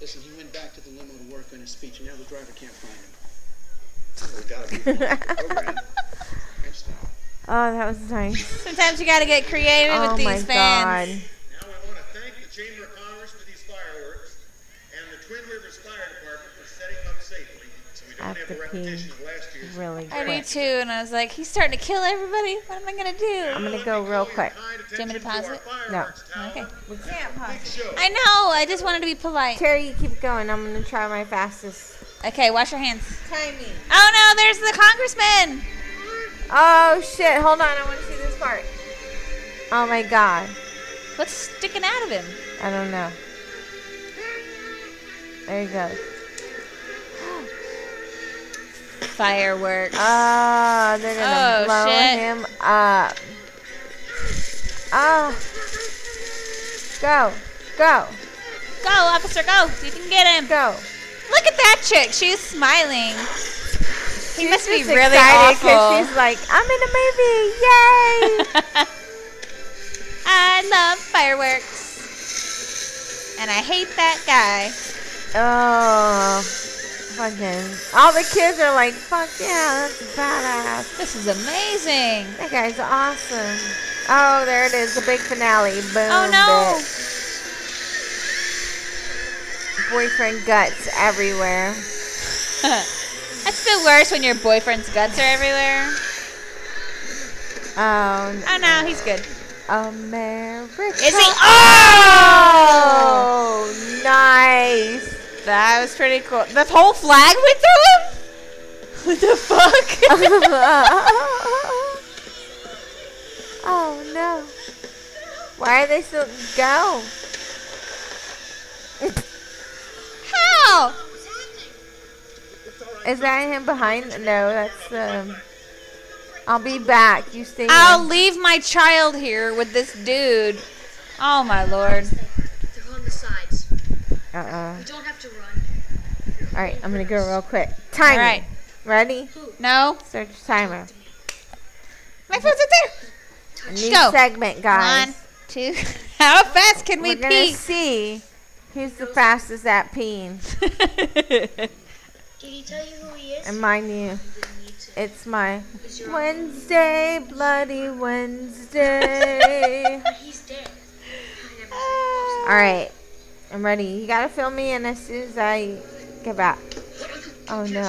[SPEAKER 4] Listen, he went back to the limo to work on his speech, and now the driver can't find him.
[SPEAKER 9] We've got to move on. Program.
[SPEAKER 1] Oh, that was nice.
[SPEAKER 2] Sometimes you gotta get creative
[SPEAKER 1] Oh
[SPEAKER 2] with
[SPEAKER 1] my
[SPEAKER 2] these fans.
[SPEAKER 1] god.
[SPEAKER 9] Now we want to thank the Chamber of Commerce for these fireworks and the Twin Rivers Fire Department for setting up safely so we
[SPEAKER 1] I
[SPEAKER 9] don't have
[SPEAKER 1] have to
[SPEAKER 9] a repetition
[SPEAKER 1] pee
[SPEAKER 9] of last year's.
[SPEAKER 1] Really
[SPEAKER 2] I do
[SPEAKER 1] quick.
[SPEAKER 2] too, and I was like, he's starting to kill everybody. What am I gonna
[SPEAKER 1] I'm
[SPEAKER 2] do?
[SPEAKER 1] gonna go real quick.
[SPEAKER 2] Oh, Do you want me to pause it?
[SPEAKER 1] No.
[SPEAKER 2] Okay.
[SPEAKER 1] We can't pause.
[SPEAKER 2] I know. I just wanted to be polite.
[SPEAKER 1] Terry, you keep going. I'm gonna try my fastest.
[SPEAKER 2] Okay, wash your hands.
[SPEAKER 1] Timing.
[SPEAKER 2] Oh no, there's the congressman.
[SPEAKER 1] Oh shit! Hold on, I want to see this part. Oh my god,
[SPEAKER 2] What's sticking out of him?
[SPEAKER 1] I don't know. There he goes.
[SPEAKER 2] Fireworks.
[SPEAKER 1] Oh, they're gonna
[SPEAKER 2] Oh,
[SPEAKER 1] blow
[SPEAKER 2] shit.
[SPEAKER 1] him up. Oh, go, go,
[SPEAKER 2] Go, officer, go. You can get him.
[SPEAKER 1] go.
[SPEAKER 2] Look at that chick. She's smiling. He must be
[SPEAKER 1] She's
[SPEAKER 2] really
[SPEAKER 1] excited 'cause
[SPEAKER 2] awful.
[SPEAKER 1] she's like, I'm in a movie,
[SPEAKER 2] <laughs>
[SPEAKER 1] yay!
[SPEAKER 2] I love fireworks. And I hate that guy.
[SPEAKER 1] oh, fucking! All the kids are like, fuck yeah, that's badass.
[SPEAKER 2] This is <laughs> amazing.
[SPEAKER 1] That guy's awesome. Oh, there it is, the big finale. Boom.
[SPEAKER 2] Oh no.
[SPEAKER 1] bitch. Boyfriend guts everywhere.
[SPEAKER 2] That's the worst when your boyfriend's guts are everywhere.
[SPEAKER 1] Oh, n-
[SPEAKER 2] Oh no, he's good.
[SPEAKER 1] America.
[SPEAKER 2] Is he? Oh!
[SPEAKER 1] Oh, nice.
[SPEAKER 2] That was
[SPEAKER 5] <laughs>
[SPEAKER 2] pretty cool. The whole flag went through him? <laughs> What the fuck?
[SPEAKER 1] oh no. Why are they still go?
[SPEAKER 2] How?
[SPEAKER 1] Is that him behind? No, that's um. I'll be back. You stay.
[SPEAKER 2] <laughs> I'll
[SPEAKER 1] here.
[SPEAKER 2] leave my child here with this dude. Oh my lord.
[SPEAKER 5] They're on the sides.
[SPEAKER 1] Uh-uh.
[SPEAKER 5] We don't have to run.
[SPEAKER 1] All right, I'm gonna go real quick. Timing.
[SPEAKER 2] Alright.
[SPEAKER 1] Ready?
[SPEAKER 2] No?
[SPEAKER 1] Search timer.
[SPEAKER 2] My phone's up there.
[SPEAKER 1] New
[SPEAKER 2] Go.
[SPEAKER 1] segment, guys.
[SPEAKER 2] One, two. <laughs> How fast can we
[SPEAKER 1] We're gonna
[SPEAKER 2] pee?
[SPEAKER 1] see who's the fastest at peeing.
[SPEAKER 5] Did he tell you who he is?
[SPEAKER 1] And mind you,
[SPEAKER 5] Didn't need to.
[SPEAKER 1] it's my
[SPEAKER 5] He's your uncle.
[SPEAKER 1] Wednesday, bloody
[SPEAKER 2] <laughs>
[SPEAKER 1] Wednesday.
[SPEAKER 5] But he's dead. I never said
[SPEAKER 1] All right, I'm ready. You gotta fill me in as soon as I get back. Oh no,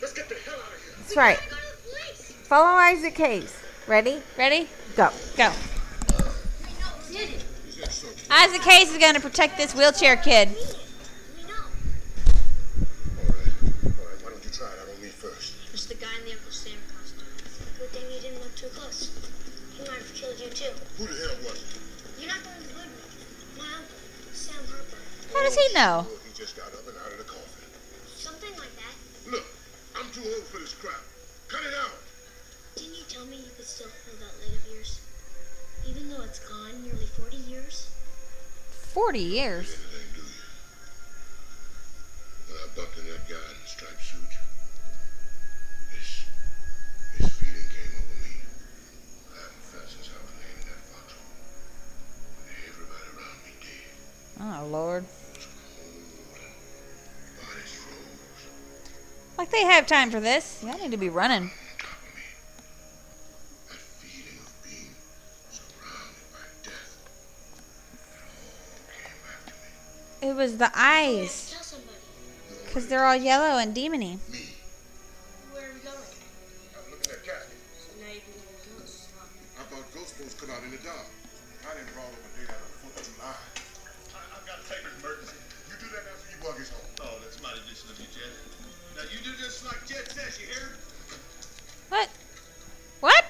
[SPEAKER 6] Let's get the hell out of here.
[SPEAKER 1] that's right.
[SPEAKER 5] he was. Go to the police.
[SPEAKER 1] Follow Isaac Hayes. Ready?
[SPEAKER 2] <laughs> Ready?
[SPEAKER 1] Go.
[SPEAKER 2] Go.
[SPEAKER 5] We know who did it.
[SPEAKER 2] Isaac Hayes is going to protect this wheelchair kid.
[SPEAKER 5] We know.
[SPEAKER 6] All right. All right. Why don't you try it out on me first?
[SPEAKER 5] It's the guy in the Uncle Sam costume. Good thing you didn't look too close. He might have killed you too.
[SPEAKER 6] Who the hell was it?
[SPEAKER 5] You're not going to believe me. My uncle, Sam Harper.
[SPEAKER 2] How does he know?
[SPEAKER 6] Well, Oh, he just got up and out of the coffin.
[SPEAKER 5] Something like that.
[SPEAKER 6] Look, I'm too old for this crap. Cut it out.
[SPEAKER 5] Didn't you tell me you could still feel that light of yours? Even though it's gone nearly 40 years?
[SPEAKER 2] 40 years.
[SPEAKER 6] Anything, do you? Well, I bucked in that guy in the striped suit. His, his feeling came over me. I haven't felt since I was laying in that foxhole. Everybody around me dead.
[SPEAKER 2] Oh lord.
[SPEAKER 6] It was cold and bodies froze
[SPEAKER 2] Like they have time for this. Y'all need to be running.
[SPEAKER 6] on top of me. That feeling of being surrounded by death. It all came back to me.
[SPEAKER 2] It was the eyes.
[SPEAKER 5] Tell somebody.
[SPEAKER 2] Because they're all yellow and demony.
[SPEAKER 6] Me.
[SPEAKER 5] Where are you going?
[SPEAKER 6] I'm looking at Kathy.
[SPEAKER 5] So now you believe in ghosts, huh?
[SPEAKER 6] I thought ghost boats come out in the dark. I didn't brought over daylight on the 4th of July.
[SPEAKER 9] I, I've got a paper emergency.
[SPEAKER 6] You do that after you bug is home.
[SPEAKER 9] Oh, that's my edition of you, Jet. Now you do just like Jet says, you hear?
[SPEAKER 2] What? What?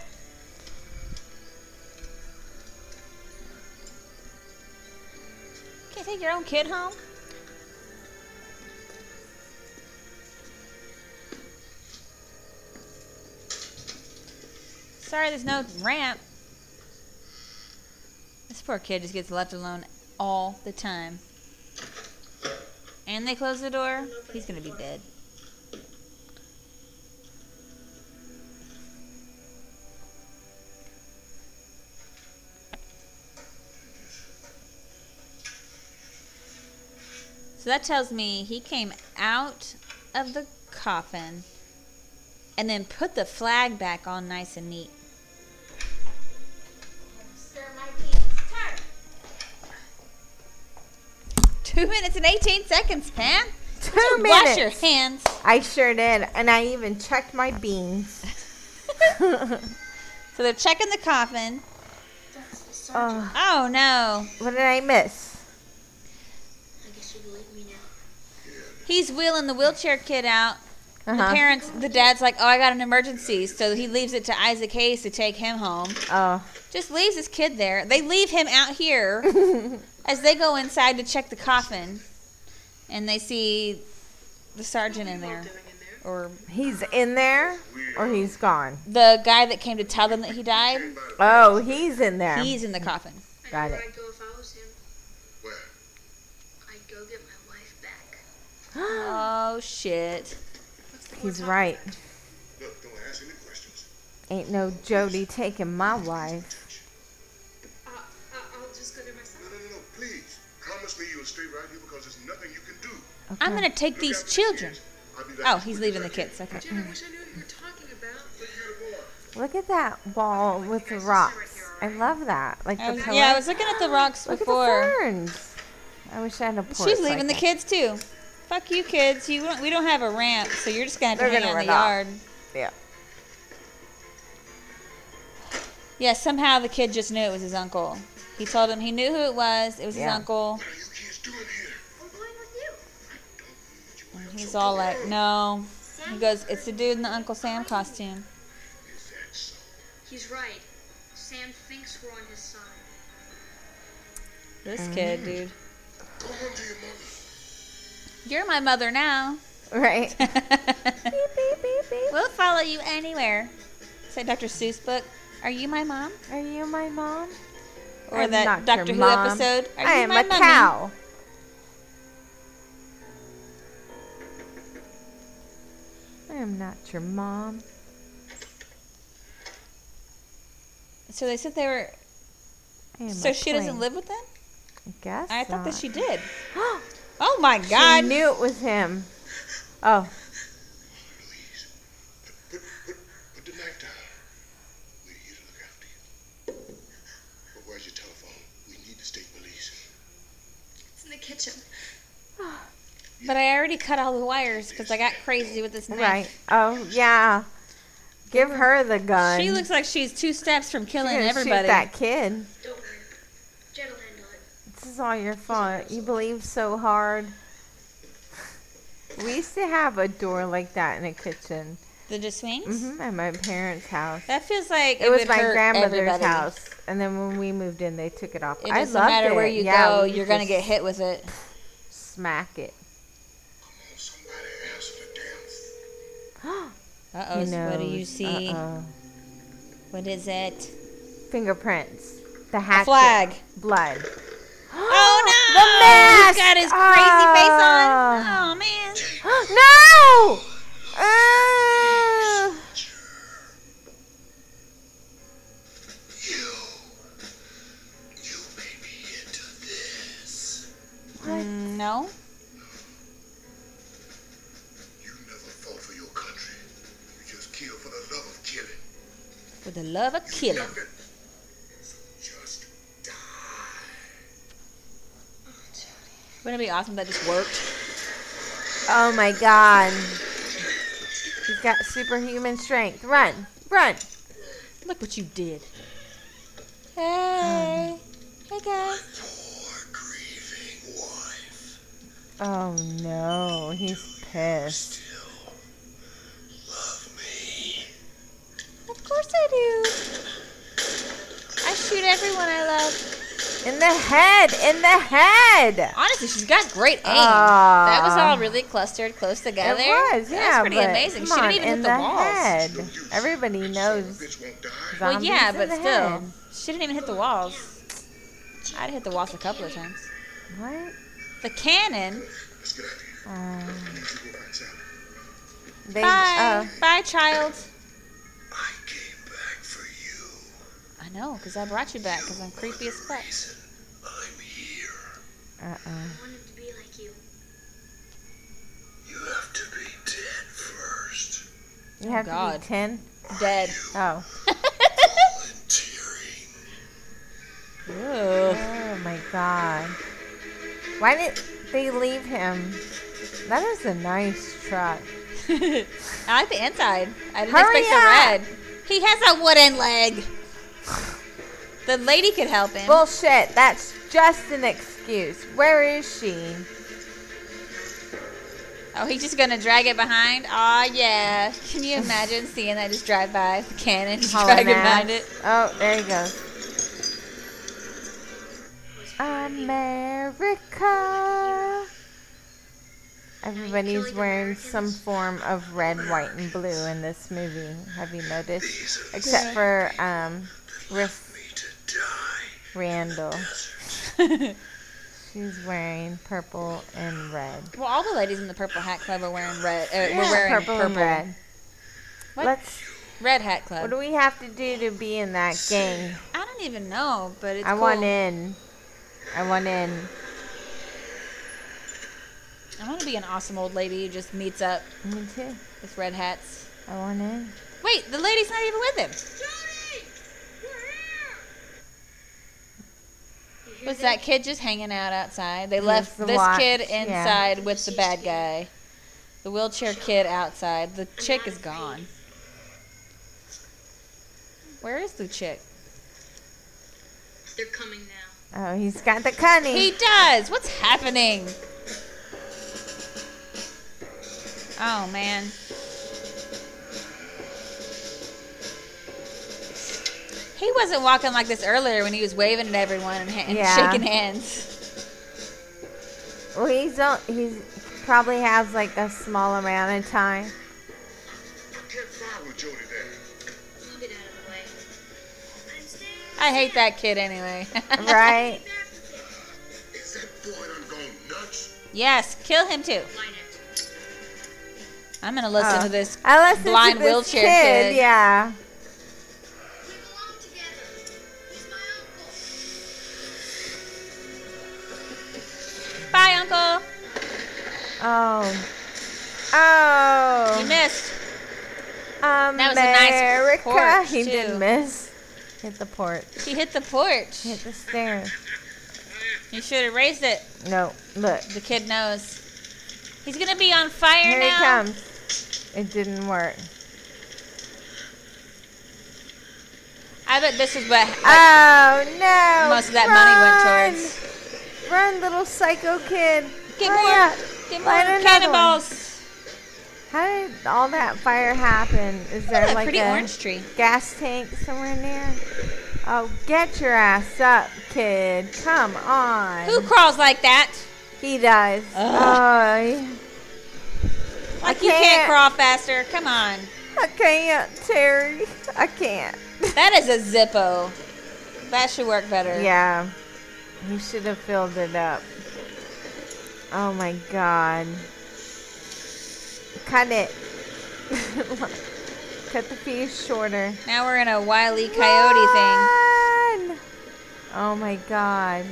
[SPEAKER 2] take your own kid home? Sorry, there's no ramp. This poor kid just gets left alone all the time. And they close the door. He's gonna be dead. So that tells me he came out of the coffin and then put the flag back all nice and neat.
[SPEAKER 8] Stir my beans. Turn.
[SPEAKER 2] Two minutes and 18 seconds, Pam.
[SPEAKER 1] Two
[SPEAKER 2] Wash your
[SPEAKER 1] minutes.
[SPEAKER 2] hands. <laughs>
[SPEAKER 1] I sure did, and I even checked my
[SPEAKER 2] <laughs>
[SPEAKER 1] beans. Oh,
[SPEAKER 2] So they're checking the coffin.
[SPEAKER 5] That's the sergeant.
[SPEAKER 1] oh,
[SPEAKER 2] Oh no.
[SPEAKER 1] what did I miss?
[SPEAKER 5] I guess you believe me now.
[SPEAKER 2] He's wheeling the wheelchair kid out. The
[SPEAKER 1] Uh-huh.
[SPEAKER 2] parents, the dad's like, oh, I got an emergency. So he leaves it to Isaac Hayes to take him home. <laughs>
[SPEAKER 1] Oh,
[SPEAKER 2] Just leaves his kid there. They leave him out here
[SPEAKER 1] <laughs>
[SPEAKER 2] as they go inside to check the coffin. And they see the sergeant in there. Or
[SPEAKER 1] he's in there or he's gone.
[SPEAKER 2] the guy that came to tell them that he died.
[SPEAKER 1] Oh, he's in there.
[SPEAKER 2] He's in
[SPEAKER 1] <gasps>
[SPEAKER 2] the coffin.
[SPEAKER 5] I
[SPEAKER 1] Got
[SPEAKER 5] know where
[SPEAKER 1] it.
[SPEAKER 5] I'd go if I was him.
[SPEAKER 6] Where?
[SPEAKER 5] I'd go get my wife back.
[SPEAKER 2] Oh, shit.
[SPEAKER 1] he's right.
[SPEAKER 6] Look, don't ask any questions.
[SPEAKER 1] Ain't no Jody taking my wife.
[SPEAKER 7] I'll,
[SPEAKER 5] Uh,
[SPEAKER 7] I'll, I'll just go there myself.
[SPEAKER 6] No, no, no, no, please. Promise me you'll stay right here because there's nothing you can do.
[SPEAKER 2] I'm going to take
[SPEAKER 6] Look
[SPEAKER 2] these
[SPEAKER 6] after the
[SPEAKER 2] children.
[SPEAKER 6] kids. I'll be back
[SPEAKER 2] Oh,
[SPEAKER 6] as
[SPEAKER 2] he's
[SPEAKER 6] quick as
[SPEAKER 2] leaving the
[SPEAKER 6] I can.
[SPEAKER 2] kids. Okay.
[SPEAKER 7] Jen, I wish I knew what you were talking about.
[SPEAKER 6] Look here, the boy.
[SPEAKER 1] Look at that wall with the rocks. I love that. Like
[SPEAKER 2] I
[SPEAKER 1] the
[SPEAKER 2] was,
[SPEAKER 1] pillar.
[SPEAKER 2] Um, yeah, I was looking at the rocks
[SPEAKER 1] Look at the
[SPEAKER 2] before.
[SPEAKER 1] ferns. I wish I had a porch.
[SPEAKER 2] She's
[SPEAKER 1] like
[SPEAKER 2] leaving the
[SPEAKER 1] that.
[SPEAKER 2] kids too. Fuck you, kids. You don't, we don't have a ramp, so you're just gonna have to
[SPEAKER 1] They're
[SPEAKER 2] hang
[SPEAKER 1] gonna
[SPEAKER 2] out in the
[SPEAKER 1] run off.
[SPEAKER 2] yard.
[SPEAKER 1] Yeah.
[SPEAKER 2] Yeah, somehow the kid just knew it was his uncle. He told him he knew who it was. It was his
[SPEAKER 1] Yeah.
[SPEAKER 2] uncle.
[SPEAKER 6] What are you kids doing here?
[SPEAKER 5] We're going with you.
[SPEAKER 2] And he's all like, "No." He goes, "It's the dude in the Uncle Sam costume."
[SPEAKER 6] Is that so?
[SPEAKER 5] He's right. Sam thinks we're on his side.
[SPEAKER 2] This
[SPEAKER 1] Mm-hmm.
[SPEAKER 2] kid, dude.
[SPEAKER 6] Go home to your mother.
[SPEAKER 2] You're my mother
[SPEAKER 6] <laughs>
[SPEAKER 2] now.
[SPEAKER 1] Right.
[SPEAKER 2] we'll
[SPEAKER 1] beep, beep, beep, beep.
[SPEAKER 2] follow you anywhere. Say Dr. Seuss book. Are you my mom?
[SPEAKER 1] Are you my mom?
[SPEAKER 2] Or
[SPEAKER 1] I'm
[SPEAKER 2] that
[SPEAKER 1] not your
[SPEAKER 2] Doctor Who
[SPEAKER 1] mom.
[SPEAKER 2] episode? Are
[SPEAKER 1] I
[SPEAKER 2] you
[SPEAKER 1] am
[SPEAKER 2] my
[SPEAKER 1] a
[SPEAKER 2] mummy?
[SPEAKER 1] cow. I am not your mom.
[SPEAKER 2] So they said they were.
[SPEAKER 1] I am
[SPEAKER 2] So
[SPEAKER 1] a
[SPEAKER 2] she doesn't
[SPEAKER 1] plane.
[SPEAKER 2] live with them.
[SPEAKER 1] I guess.
[SPEAKER 2] I thought that
[SPEAKER 1] not. <gasps>
[SPEAKER 2] she did. Oh my
[SPEAKER 1] I
[SPEAKER 2] God!
[SPEAKER 1] knew it was him. Oh,
[SPEAKER 6] Please. Put, put, put, put the knife down. We're here to look after you. But where's your telephone? We need the state police.
[SPEAKER 7] It's in the kitchen.
[SPEAKER 2] But I already cut all the wires because I got crazy with this knife.
[SPEAKER 1] right. Oh, yeah. Give her the gun.
[SPEAKER 2] She looks like she's two steps from
[SPEAKER 1] She's
[SPEAKER 2] killing
[SPEAKER 1] gonna Shoot
[SPEAKER 2] everybody.
[SPEAKER 1] that kid.
[SPEAKER 5] Don't worry. Jen will handle it.
[SPEAKER 1] This is all your fault. You believe so hard. We used to have a door like that in a kitchen
[SPEAKER 2] The just swings.
[SPEAKER 1] hmm at my parents' house.
[SPEAKER 2] That feels like Mm-hmm. it,
[SPEAKER 1] It was
[SPEAKER 2] would
[SPEAKER 1] my
[SPEAKER 2] hurt
[SPEAKER 1] grandmother's
[SPEAKER 2] everybody.
[SPEAKER 1] house, and then when we moved in, they took it off.
[SPEAKER 2] It
[SPEAKER 1] I
[SPEAKER 2] doesn't
[SPEAKER 1] loved
[SPEAKER 2] matter
[SPEAKER 1] it.
[SPEAKER 2] where you
[SPEAKER 1] yeah,
[SPEAKER 2] go,
[SPEAKER 1] we
[SPEAKER 2] you're gonna
[SPEAKER 1] just
[SPEAKER 2] get hit with it.
[SPEAKER 1] Smack it.
[SPEAKER 6] Come on, somebody answer the damn phone.
[SPEAKER 2] Uh oh.
[SPEAKER 1] Who knows?
[SPEAKER 2] What do you see?
[SPEAKER 1] Uh-oh.
[SPEAKER 2] What is it?
[SPEAKER 1] <gasps> Fingerprints. The hatchet.
[SPEAKER 2] flag.
[SPEAKER 1] Blood. <gasps>
[SPEAKER 2] Oh no!
[SPEAKER 1] The mask. Ah.
[SPEAKER 2] He's got his crazy face on. Oh man!
[SPEAKER 1] no! Uh,
[SPEAKER 6] You. You made me into this.
[SPEAKER 2] Mm, no.
[SPEAKER 6] You never fought for your country. You just killed for the love of killing.
[SPEAKER 2] For the love of killing.
[SPEAKER 6] Nothing. So just die.
[SPEAKER 2] Wouldn't it be awesome if that just worked?
[SPEAKER 1] oh my god. He's got superhuman strength. Run. Run.
[SPEAKER 2] Look what you did. Hey.
[SPEAKER 1] Mm.
[SPEAKER 2] Hey guys.
[SPEAKER 6] Poor grieving wife.
[SPEAKER 1] Oh no. He's pissed.
[SPEAKER 6] Still love me.
[SPEAKER 2] Of course I do. I shoot everyone I love.
[SPEAKER 1] In the head. In the head.
[SPEAKER 2] Honestly, she's got great aim.
[SPEAKER 1] Ah.
[SPEAKER 2] that was all really clustered close together.
[SPEAKER 1] It was,
[SPEAKER 2] That
[SPEAKER 1] yeah.
[SPEAKER 2] pretty
[SPEAKER 1] but
[SPEAKER 2] amazing. She
[SPEAKER 1] Come on,
[SPEAKER 2] didn't
[SPEAKER 1] in
[SPEAKER 2] even hit
[SPEAKER 1] the,
[SPEAKER 2] the, walls.
[SPEAKER 1] head.
[SPEAKER 6] No use.
[SPEAKER 1] Everybody
[SPEAKER 6] That
[SPEAKER 1] knows.
[SPEAKER 6] Son of a bitch won't die.
[SPEAKER 2] Well,
[SPEAKER 1] zombies
[SPEAKER 2] yeah,
[SPEAKER 1] in
[SPEAKER 2] but
[SPEAKER 1] the
[SPEAKER 2] still,
[SPEAKER 1] head.
[SPEAKER 2] she didn't even hit the walls. I'd hit the walls a couple of times.
[SPEAKER 1] What?
[SPEAKER 2] The cannon.
[SPEAKER 6] Let's get out of here.
[SPEAKER 1] Uh,
[SPEAKER 6] I need you to go outside.
[SPEAKER 1] they, uh,
[SPEAKER 2] Bye, bye, child.
[SPEAKER 6] I came back for you.
[SPEAKER 2] I know, because I brought you back, because I'm creepy as fuck.
[SPEAKER 6] I'm here.
[SPEAKER 1] uh-uh.
[SPEAKER 5] I want him to be like you.
[SPEAKER 6] You have to be dead first.
[SPEAKER 1] You have to
[SPEAKER 2] Oh, God.
[SPEAKER 1] be 10?
[SPEAKER 2] Dead.
[SPEAKER 1] Oh.
[SPEAKER 6] Volunteering.
[SPEAKER 2] Ew.
[SPEAKER 1] Oh my god. Why did they leave him? That is a nice truck.
[SPEAKER 2] <laughs> I like the inside. I didn't
[SPEAKER 1] Hurry
[SPEAKER 2] expect
[SPEAKER 1] up.
[SPEAKER 2] the red. He has a wooden leg. The lady could help him.
[SPEAKER 1] Bullshit. That's just an excuse. Where is she?
[SPEAKER 2] <laughs> oh, he's just gonna drag it behind. Aw, yeah. Can you imagine seeing that just drive by the cannon, just
[SPEAKER 1] Hauling
[SPEAKER 2] drag it
[SPEAKER 1] ass.
[SPEAKER 2] behind it?
[SPEAKER 1] Oh, there he goes. America. Everybody's wearing some form of red, white, and blue in this movie. Have you noticed? Except for um, Riff
[SPEAKER 6] Me to die.
[SPEAKER 1] Randall. She's wearing purple and red.
[SPEAKER 2] <laughs> Well, all the ladies in the purple hat club are wearing red. Uh,
[SPEAKER 1] Yeah,
[SPEAKER 2] We're wearing
[SPEAKER 1] purple,
[SPEAKER 2] purple.
[SPEAKER 1] and red.
[SPEAKER 2] What?
[SPEAKER 1] Let's.
[SPEAKER 2] Red hat
[SPEAKER 1] What
[SPEAKER 2] club.
[SPEAKER 1] do we have to do to be in that gang?
[SPEAKER 2] I don't even know, but it's
[SPEAKER 1] I
[SPEAKER 2] cool.
[SPEAKER 1] want in. I want in.
[SPEAKER 2] I want to be an awesome old lady who just meets up
[SPEAKER 1] Me too.
[SPEAKER 2] with red hats.
[SPEAKER 1] I want in.
[SPEAKER 2] Wait, the lady's not even with him.
[SPEAKER 5] You hear
[SPEAKER 2] Was that kid just hanging out outside? They
[SPEAKER 1] Yes,
[SPEAKER 2] left
[SPEAKER 1] the
[SPEAKER 2] this
[SPEAKER 1] watch,
[SPEAKER 2] kid
[SPEAKER 1] yeah.
[SPEAKER 2] inside with the bad guy. The wheelchair kid outside. The chick is gone. Where is the chick?
[SPEAKER 8] They're coming now.
[SPEAKER 1] Oh, he's got the cunning.
[SPEAKER 2] He does. What's happening? Oh man. He wasn't walking like this earlier when he was waving at everyone and, ha- and
[SPEAKER 1] Yeah.
[SPEAKER 2] shaking hands.
[SPEAKER 1] well, he's on, he's probably has like a small amount of
[SPEAKER 2] <laughs>
[SPEAKER 1] time.
[SPEAKER 6] I can't fly with Jody there.
[SPEAKER 5] I'll get out of the way. I'm staying
[SPEAKER 2] I hate that kid anyway. <laughs>
[SPEAKER 1] Right?
[SPEAKER 5] back with you.
[SPEAKER 6] Is that boy done gone nuts?
[SPEAKER 2] yes, kill him too.
[SPEAKER 8] Line it.
[SPEAKER 2] I'm gonna listen
[SPEAKER 1] Oh.
[SPEAKER 2] to this.
[SPEAKER 1] I listened
[SPEAKER 2] Blind
[SPEAKER 1] to this
[SPEAKER 2] wheelchair
[SPEAKER 1] kid.
[SPEAKER 2] kid.
[SPEAKER 1] Yeah.
[SPEAKER 5] We belong together. He's my uncle.
[SPEAKER 2] Bye, Uncle.
[SPEAKER 1] Oh. Oh.
[SPEAKER 2] You missed.
[SPEAKER 1] America.
[SPEAKER 2] was a nice porch,
[SPEAKER 1] he did
[SPEAKER 2] too.
[SPEAKER 1] miss. Hit the porch.
[SPEAKER 2] He hit the porch.
[SPEAKER 1] Hit the stairs.
[SPEAKER 2] You should have raised it.
[SPEAKER 1] No, look.
[SPEAKER 2] The kid knows. He's gonna be on fire
[SPEAKER 1] Here
[SPEAKER 2] now.
[SPEAKER 1] he comes. It didn't work.
[SPEAKER 2] I bet this is what
[SPEAKER 1] Oh no!
[SPEAKER 2] most of that money went towards.
[SPEAKER 1] towards. Run, little psycho kid.
[SPEAKER 2] Get
[SPEAKER 1] Hurry
[SPEAKER 2] more,
[SPEAKER 1] up.
[SPEAKER 2] get
[SPEAKER 1] Light
[SPEAKER 2] more
[SPEAKER 1] another
[SPEAKER 2] cannonballs.
[SPEAKER 1] How did all that fire happen? Is
[SPEAKER 2] Look at
[SPEAKER 1] there
[SPEAKER 2] that
[SPEAKER 1] like
[SPEAKER 2] pretty
[SPEAKER 1] a
[SPEAKER 2] orange tree.
[SPEAKER 1] gas tank somewhere near? Oh, get your ass up, kid. Come on.
[SPEAKER 2] Who crawls like that?
[SPEAKER 1] He does. Oh,
[SPEAKER 2] Like you
[SPEAKER 1] can't.
[SPEAKER 2] can't crawl faster. Come on.
[SPEAKER 1] I can't, Terry. I can't.
[SPEAKER 2] That is a Zippo. That should work better.
[SPEAKER 1] Yeah. He should have filled it up. Oh my god. Cut it. <laughs> Cut the piece shorter.
[SPEAKER 2] Now we're in a wily coyote thing.
[SPEAKER 1] thing. Oh my god.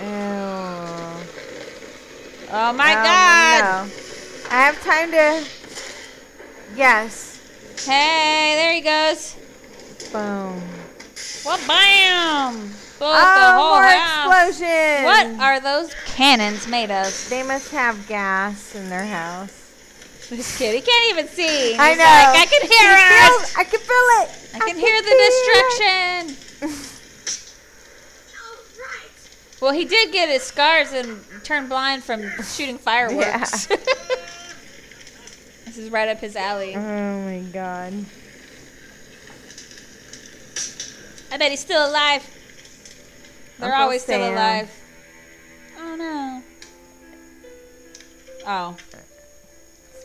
[SPEAKER 1] Ew.
[SPEAKER 2] Oh my
[SPEAKER 1] Oh,
[SPEAKER 2] God!
[SPEAKER 1] no. I have time to. Yes.
[SPEAKER 2] Hey, there he goes.
[SPEAKER 1] Boom.
[SPEAKER 2] Well, bam! Blow up the
[SPEAKER 1] oh,
[SPEAKER 2] whole
[SPEAKER 1] more
[SPEAKER 2] house.
[SPEAKER 1] explosions.
[SPEAKER 2] What are those cannons made of?
[SPEAKER 1] They must have gas in their house.
[SPEAKER 2] This kid, he can't even see.
[SPEAKER 1] I
[SPEAKER 2] He's
[SPEAKER 1] know.
[SPEAKER 2] Like, I can hear
[SPEAKER 1] I
[SPEAKER 2] it.
[SPEAKER 1] feel- I can feel it.
[SPEAKER 2] I can hear the
[SPEAKER 1] <laughs>
[SPEAKER 2] destruction.
[SPEAKER 5] Oh, right.
[SPEAKER 2] Well, he did get his scars and turn blind from shooting fireworks. <laughs> This is right up his alley.
[SPEAKER 1] Oh my god.
[SPEAKER 2] I bet he's still alive. They're
[SPEAKER 1] Uncle
[SPEAKER 2] always still
[SPEAKER 1] Sam.
[SPEAKER 2] alive. Oh no. Oh.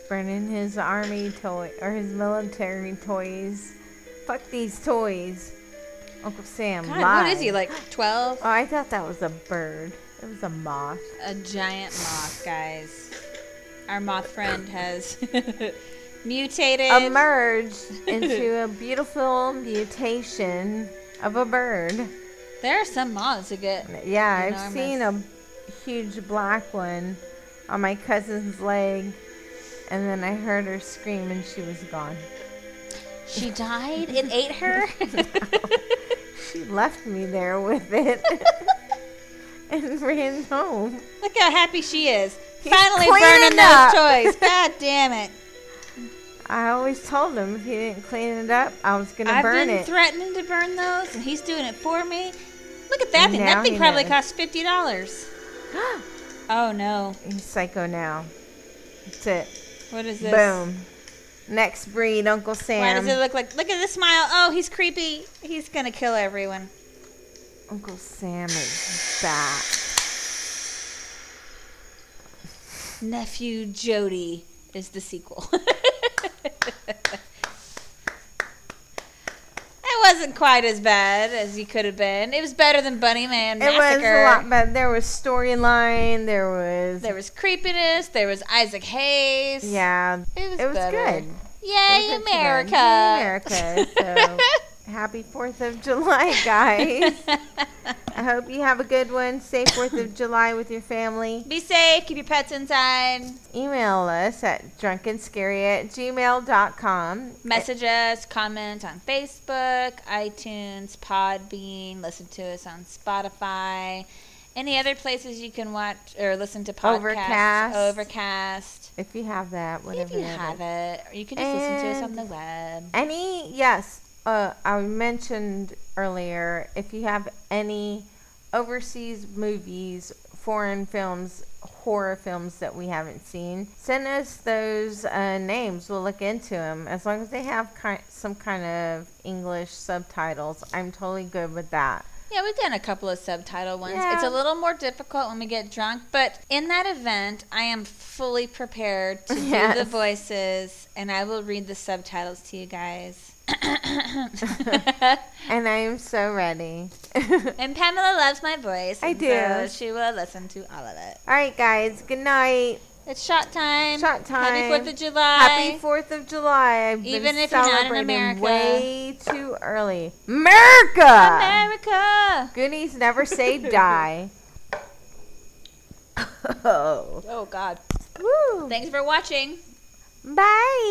[SPEAKER 1] Burning his army toy or his military toys. Fuck these toys. Uncle Sam
[SPEAKER 2] God,
[SPEAKER 1] lied.
[SPEAKER 2] what is he, like 12?
[SPEAKER 1] Oh, I thought that was a bird. It was a moth.
[SPEAKER 2] A giant moth, guys. Our moth friend has <laughs> mutated. <laughs>
[SPEAKER 1] Emerged into a beautiful mutation of a bird.
[SPEAKER 2] there are some moths who get.
[SPEAKER 1] Yeah, I've
[SPEAKER 2] Enormous.
[SPEAKER 1] seen a huge black one on my cousin's leg, and then I heard her scream and she was gone.
[SPEAKER 2] She died? It ate her?
[SPEAKER 1] She left me there with
[SPEAKER 2] <laughs>
[SPEAKER 1] it and ran home.
[SPEAKER 2] <laughs> Look how happy she is. Finally
[SPEAKER 1] cleaning
[SPEAKER 2] burning
[SPEAKER 1] up.
[SPEAKER 2] those toys. God damn it.
[SPEAKER 1] I always told him if he didn't clean it up, I was <laughs> gonna
[SPEAKER 2] I've
[SPEAKER 1] burn
[SPEAKER 2] been
[SPEAKER 1] it.
[SPEAKER 2] threatening to burn those, and he's doing it for me. Look at that thing.
[SPEAKER 1] Now
[SPEAKER 2] That thing
[SPEAKER 1] he
[SPEAKER 2] probably
[SPEAKER 1] knows.
[SPEAKER 2] cost
[SPEAKER 1] <gasps>
[SPEAKER 2] fifty dollars. oh no!
[SPEAKER 1] He's psycho now. That's it.
[SPEAKER 2] What is this?
[SPEAKER 1] Boom. Next breed, Uncle
[SPEAKER 2] Why
[SPEAKER 1] Sam.
[SPEAKER 2] does it look like? Look at the smile. Oh, he's creepy. He's gonna kill everyone.
[SPEAKER 1] Uncle Sam is back.
[SPEAKER 2] Nephew Jody is the sequel. <laughs> That wasn't quite as bad as he could have been. It was better than Bunny Man
[SPEAKER 1] It was
[SPEAKER 2] Massacre.
[SPEAKER 1] a lot, but there was storyline. There was
[SPEAKER 2] There was creepiness. There was Isaac Hayes.
[SPEAKER 1] yeah,
[SPEAKER 2] it was,
[SPEAKER 1] it was
[SPEAKER 2] better.
[SPEAKER 1] good. It
[SPEAKER 2] Yay,
[SPEAKER 1] was good to
[SPEAKER 2] America!
[SPEAKER 1] them. Yay, America.
[SPEAKER 2] <laughs>
[SPEAKER 1] So happy Fourth of July, <laughs> guys. I hope you have a good one. Safe Fourth of July with your family.
[SPEAKER 2] Be safe. Keep your pets inside.
[SPEAKER 1] Email us at drunkenscary at gmail.com.
[SPEAKER 2] Message us. Comment on Facebook, iTunes, Podbean. Listen to us on Spotify. Any other places you can watch or listen to podcasts?
[SPEAKER 1] Overcast.
[SPEAKER 2] Overcast.
[SPEAKER 1] If you have that,
[SPEAKER 2] If
[SPEAKER 1] whatever
[SPEAKER 2] you
[SPEAKER 1] that is.
[SPEAKER 2] have it, or you can just listen to us on the web.
[SPEAKER 1] Any, yes, uh, I mentioned earlier if you have any overseas movies, foreign films, horror films that we haven't seen, send us those uh, names. We'll look into them. As long as they have ki- some kind of English subtitles, I'm totally good with that.
[SPEAKER 2] Yeah, we've done a couple of subtitle ones.
[SPEAKER 1] Yeah.
[SPEAKER 2] It's a little more difficult when we get drunk, but in that event, I am fully
[SPEAKER 1] <laughs>
[SPEAKER 2] prepared to
[SPEAKER 1] Yes.
[SPEAKER 2] do the voices, and I will read the subtitles to
[SPEAKER 1] <laughs>
[SPEAKER 2] you guys. <laughs>
[SPEAKER 1] And I am so ready. <laughs>
[SPEAKER 2] and Pamela loves my voice.
[SPEAKER 1] I
[SPEAKER 2] and
[SPEAKER 1] do.
[SPEAKER 2] So she will listen to all of it.
[SPEAKER 1] All right, guys, good night.
[SPEAKER 2] It's shot time.
[SPEAKER 1] Shot time.
[SPEAKER 2] Happy Fourth of July.
[SPEAKER 1] Happy Fourth of July. I've
[SPEAKER 2] Even
[SPEAKER 1] been
[SPEAKER 2] if you're not in
[SPEAKER 1] celebrating
[SPEAKER 2] America.
[SPEAKER 1] way too early. America!
[SPEAKER 2] America.
[SPEAKER 1] Goonies never say die. oh.
[SPEAKER 2] Oh God.
[SPEAKER 1] Woo.
[SPEAKER 2] Oh. Thanks for watching.
[SPEAKER 1] Bye.